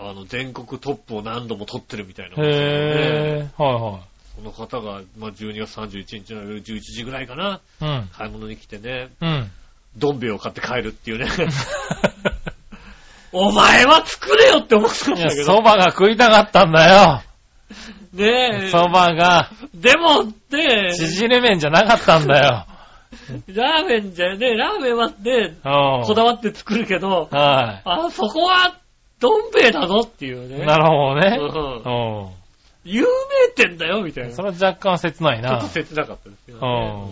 Speaker 2: あの、全国トップを何度も取ってるみたいな、
Speaker 3: へー。は
Speaker 2: その方が、まあ、12月31日の夜11時ぐらいかな、
Speaker 3: いはい。
Speaker 2: 買い物に来てね、
Speaker 3: うん。 うん。
Speaker 2: どん兵衛を買って帰るって いうね。お前は作れよって思ってたん
Speaker 3: いや
Speaker 2: だけ、
Speaker 3: 蕎
Speaker 2: ど。
Speaker 3: 麦が食いたかったんだよ。
Speaker 2: ねえ。
Speaker 3: 蕎麦が、
Speaker 2: でも、ね
Speaker 3: 縮れ麺じゃなかったんだよ。
Speaker 2: ラーメンじゃね、ラーメンはね、
Speaker 3: うん。
Speaker 2: こだわって作るけど、
Speaker 3: は
Speaker 2: あ、そこは、どん兵衛だぞっていう
Speaker 3: い。
Speaker 2: ね。
Speaker 3: なるほどね。
Speaker 2: うん
Speaker 3: うん。
Speaker 2: 有名店だよ、みたいな。
Speaker 3: それは若干切ない
Speaker 2: ちょっ
Speaker 3: な
Speaker 2: と。切なかったですよね。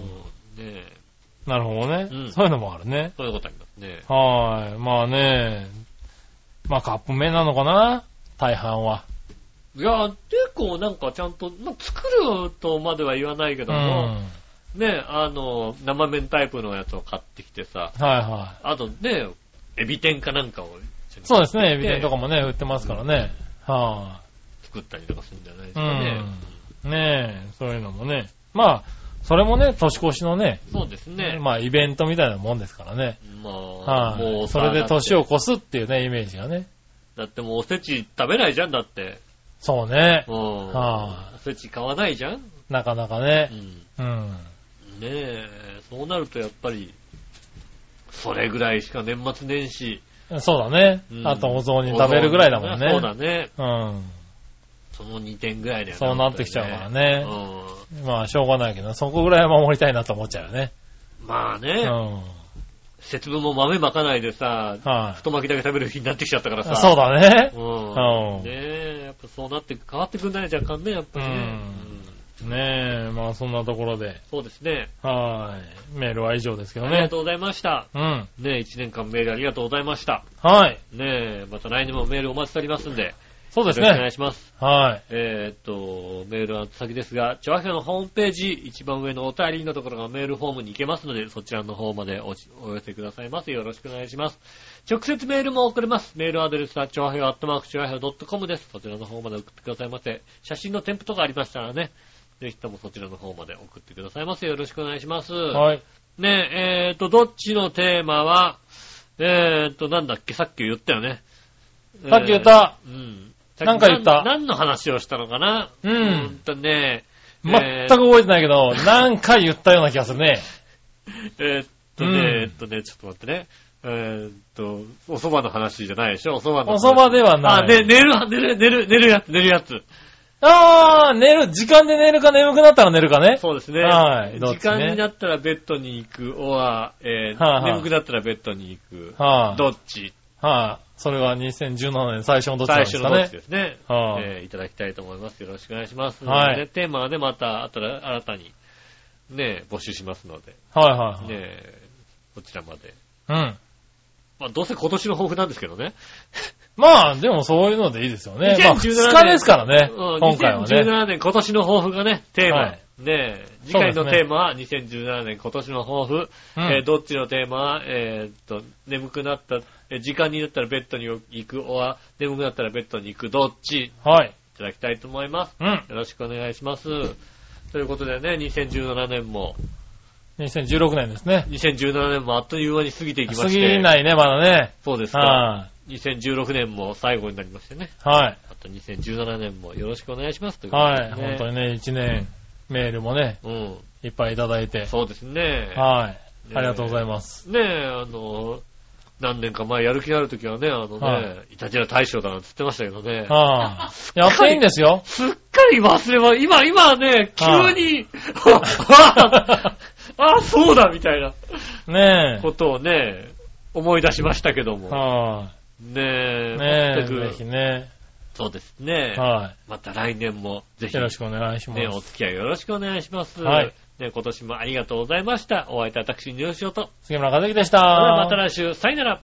Speaker 2: うんねえ
Speaker 3: なるほどね、
Speaker 2: うん
Speaker 3: そういうのもあるね。
Speaker 2: そういうことありますね。
Speaker 3: はーい。まあね。まあカップ麺なのかな大半は。
Speaker 2: いや、結構なんかちゃんと、まあ、作るとまでは言わないけ
Speaker 3: う
Speaker 2: ど
Speaker 3: ん。
Speaker 2: も、
Speaker 3: は
Speaker 2: ね、あの、生麺タイプのやつを買ってきてさ、
Speaker 3: いは
Speaker 2: あとね、エビ天かなんかを一緒
Speaker 3: い。
Speaker 2: に
Speaker 3: そうですね。エビ天とかもね、売ってますからね。は
Speaker 2: 作ったりとかするんじゃないですかね。
Speaker 3: ーい。ねえ、そういうのもね。まあ、それもね、年越しのね、
Speaker 2: そうですね。
Speaker 3: まあイベントみたいなもんですからね。
Speaker 2: まあ、
Speaker 3: はい、
Speaker 2: もう
Speaker 3: それで年
Speaker 2: を。
Speaker 3: を越すっていうね、イメージがね。
Speaker 2: だってもうおせち食べないじゃん、だって。
Speaker 3: そうね。
Speaker 2: うん。
Speaker 3: は
Speaker 2: おせち買わないじゃん。
Speaker 3: なかなか
Speaker 2: う
Speaker 3: ね。
Speaker 2: ん。
Speaker 3: うん。
Speaker 2: ねえ、そうなるとやっぱり、それぐらいしか年末年始。
Speaker 3: そうだね。
Speaker 2: うん
Speaker 3: あとお雑煮食べるぐらいだもんね。
Speaker 2: そうだね。
Speaker 3: うん。
Speaker 2: その2点ぐらいだよね
Speaker 3: そうなってきちゃうから
Speaker 2: う
Speaker 3: ね。
Speaker 2: ん。
Speaker 3: まあ、しょうがないけど、そこぐらいは守りたいなと思っちゃうよね。
Speaker 2: まあ
Speaker 3: う
Speaker 2: ね、
Speaker 3: ん。
Speaker 2: 節分も豆まかないでさ、
Speaker 3: は
Speaker 2: 太巻きだけ食べる日になってきちゃったから
Speaker 3: い。
Speaker 2: さ。
Speaker 3: そうだね。
Speaker 2: う。
Speaker 3: うん
Speaker 2: ね
Speaker 3: ん
Speaker 2: え、やっぱそうなって、変わってくんないじゃんかんね、やっぱりね。
Speaker 3: うん
Speaker 2: うん
Speaker 3: ねえ、まあそんなところで。
Speaker 2: そうですね。
Speaker 3: はい。メールは以上ですけ
Speaker 2: あ
Speaker 3: ど
Speaker 2: りが
Speaker 3: ね
Speaker 2: と。うございました。
Speaker 3: うん。
Speaker 2: ねえ、1年間メールありがとうございました。
Speaker 3: はい。
Speaker 2: ねえ、また来年もメールお待ちしておりますんで、
Speaker 3: そう
Speaker 2: よ
Speaker 3: で
Speaker 2: ろし
Speaker 3: す
Speaker 2: くお願
Speaker 3: ね
Speaker 2: い。します。
Speaker 3: はい。
Speaker 2: えーっと、メールは先ですが、チョアヘオのホームページ、一番上のお便りのところがメールフォームに行けますので、そちらの方までおしお寄せくださいます。よろしくお願いします。直接メールも送れます。メールアドレスは、チョアヘオアットマークチョアヘオ .com です。そちらの方まで送ってくださいませ。写真の添付とかありましたらね、ぜひともそちらの方まで送ってくださいませ。よろしくお願いします。
Speaker 3: はい。
Speaker 2: ねえ、えーっと、どっちのテーマは、えーっと、なんだっけ、さっき言ったよね。
Speaker 3: さっき言った。
Speaker 2: うん。
Speaker 3: なんか言った
Speaker 2: 何の話をしたのかな
Speaker 3: うん
Speaker 2: とね、
Speaker 3: 全く覚えてないけど、なんか言ったような気がするね。
Speaker 2: えーっとね、
Speaker 3: うん
Speaker 2: えーっとね、ちょっと待ってね。えーっと、お蕎麦の話じゃないでしょお蕎麦の
Speaker 3: お
Speaker 2: 話。
Speaker 3: そばではない。
Speaker 2: あ、で、寝る、寝る、寝る、寝るやつ、寝るやつ。
Speaker 3: あー、寝る、時間で寝るか眠くなったら寝るかね。
Speaker 2: そうですね。
Speaker 3: はいどっ
Speaker 2: 時
Speaker 3: ちね
Speaker 2: 間になったらベッドに行く、おは、えー
Speaker 3: はあはあ
Speaker 2: 眠くなったらベッドに行く。
Speaker 3: はい、
Speaker 2: どっち
Speaker 3: はい、それは2017年最初のどっちな
Speaker 2: 最
Speaker 3: んです
Speaker 2: 初
Speaker 3: か
Speaker 2: のどっ
Speaker 3: ね
Speaker 2: ち。ですね。
Speaker 3: はあ
Speaker 2: えーいただきたいと思います。よろしくお願いします。
Speaker 3: はい
Speaker 2: ねテーマはね、また、あたら新たに、ね、募集しますので、
Speaker 3: はいはいはい。
Speaker 2: ね、こちらまで。
Speaker 3: うん。
Speaker 2: まあ、どうせ今年の抱負なんですけどね。
Speaker 3: まあ、でもそういうのでいいですよね。まあ、
Speaker 2: 2017
Speaker 3: 2日ですからね、
Speaker 2: うん
Speaker 3: 今回はね。
Speaker 2: 2017年今年の抱負がね、テーマ。
Speaker 3: はい
Speaker 2: ねえ、次
Speaker 3: そう
Speaker 2: 回
Speaker 3: ですね
Speaker 2: のテーマは2017年今年の抱負。
Speaker 3: うん
Speaker 2: えーどっちのテーマは、えーっと、眠くなった、えー時間になったらベッドに行く、おは、眠くなったらベッドに行く、どっちい
Speaker 3: はい。
Speaker 2: ただきたいと思います。
Speaker 3: うん。
Speaker 2: よろしくお願いします。ということでね、2017年も、
Speaker 3: 2016年ですね。
Speaker 2: 2017年もあっという間に過ぎていきま
Speaker 3: 過
Speaker 2: して。
Speaker 3: ぎないね、まだね。
Speaker 2: そうですか。
Speaker 3: は
Speaker 2: 2016年も最後になりましてね。
Speaker 3: い。はい。
Speaker 2: あと2017年もよろしくお願いします。ということで
Speaker 3: はい。
Speaker 2: ね
Speaker 3: 本当にね、1年メールもね、
Speaker 2: うん。
Speaker 3: いっぱいいただいて。
Speaker 2: そうですね。
Speaker 3: はい。
Speaker 2: ね
Speaker 3: ありがとうございます。
Speaker 2: ねえ、あの、何年か前やる気があるときはね、あのね、、
Speaker 3: はい
Speaker 2: たじら大将だなんて言ってましたけどね。
Speaker 3: はあ。 やっていいんですよ。
Speaker 2: すっかり忘れま、今、今はね、急
Speaker 3: はい
Speaker 2: に、あ あ、そうだみたいな
Speaker 3: ねえ。
Speaker 2: ことをね、思い出しましたけども。
Speaker 3: は
Speaker 2: ね
Speaker 3: い。
Speaker 2: え、
Speaker 3: ねえ、
Speaker 2: 全く
Speaker 3: ぜひね。
Speaker 2: そうですね。
Speaker 3: は
Speaker 2: また来年もぜ
Speaker 3: い。
Speaker 2: ひ、
Speaker 3: よろしくお願いしま
Speaker 2: ね、お
Speaker 3: す。
Speaker 2: 付き合いよろしくお願いします。
Speaker 3: はい
Speaker 2: ね、今年もありがとうございました。お相手は私、入賞と。
Speaker 3: 杉村和樹でした。
Speaker 2: それではまた来週、さよなら。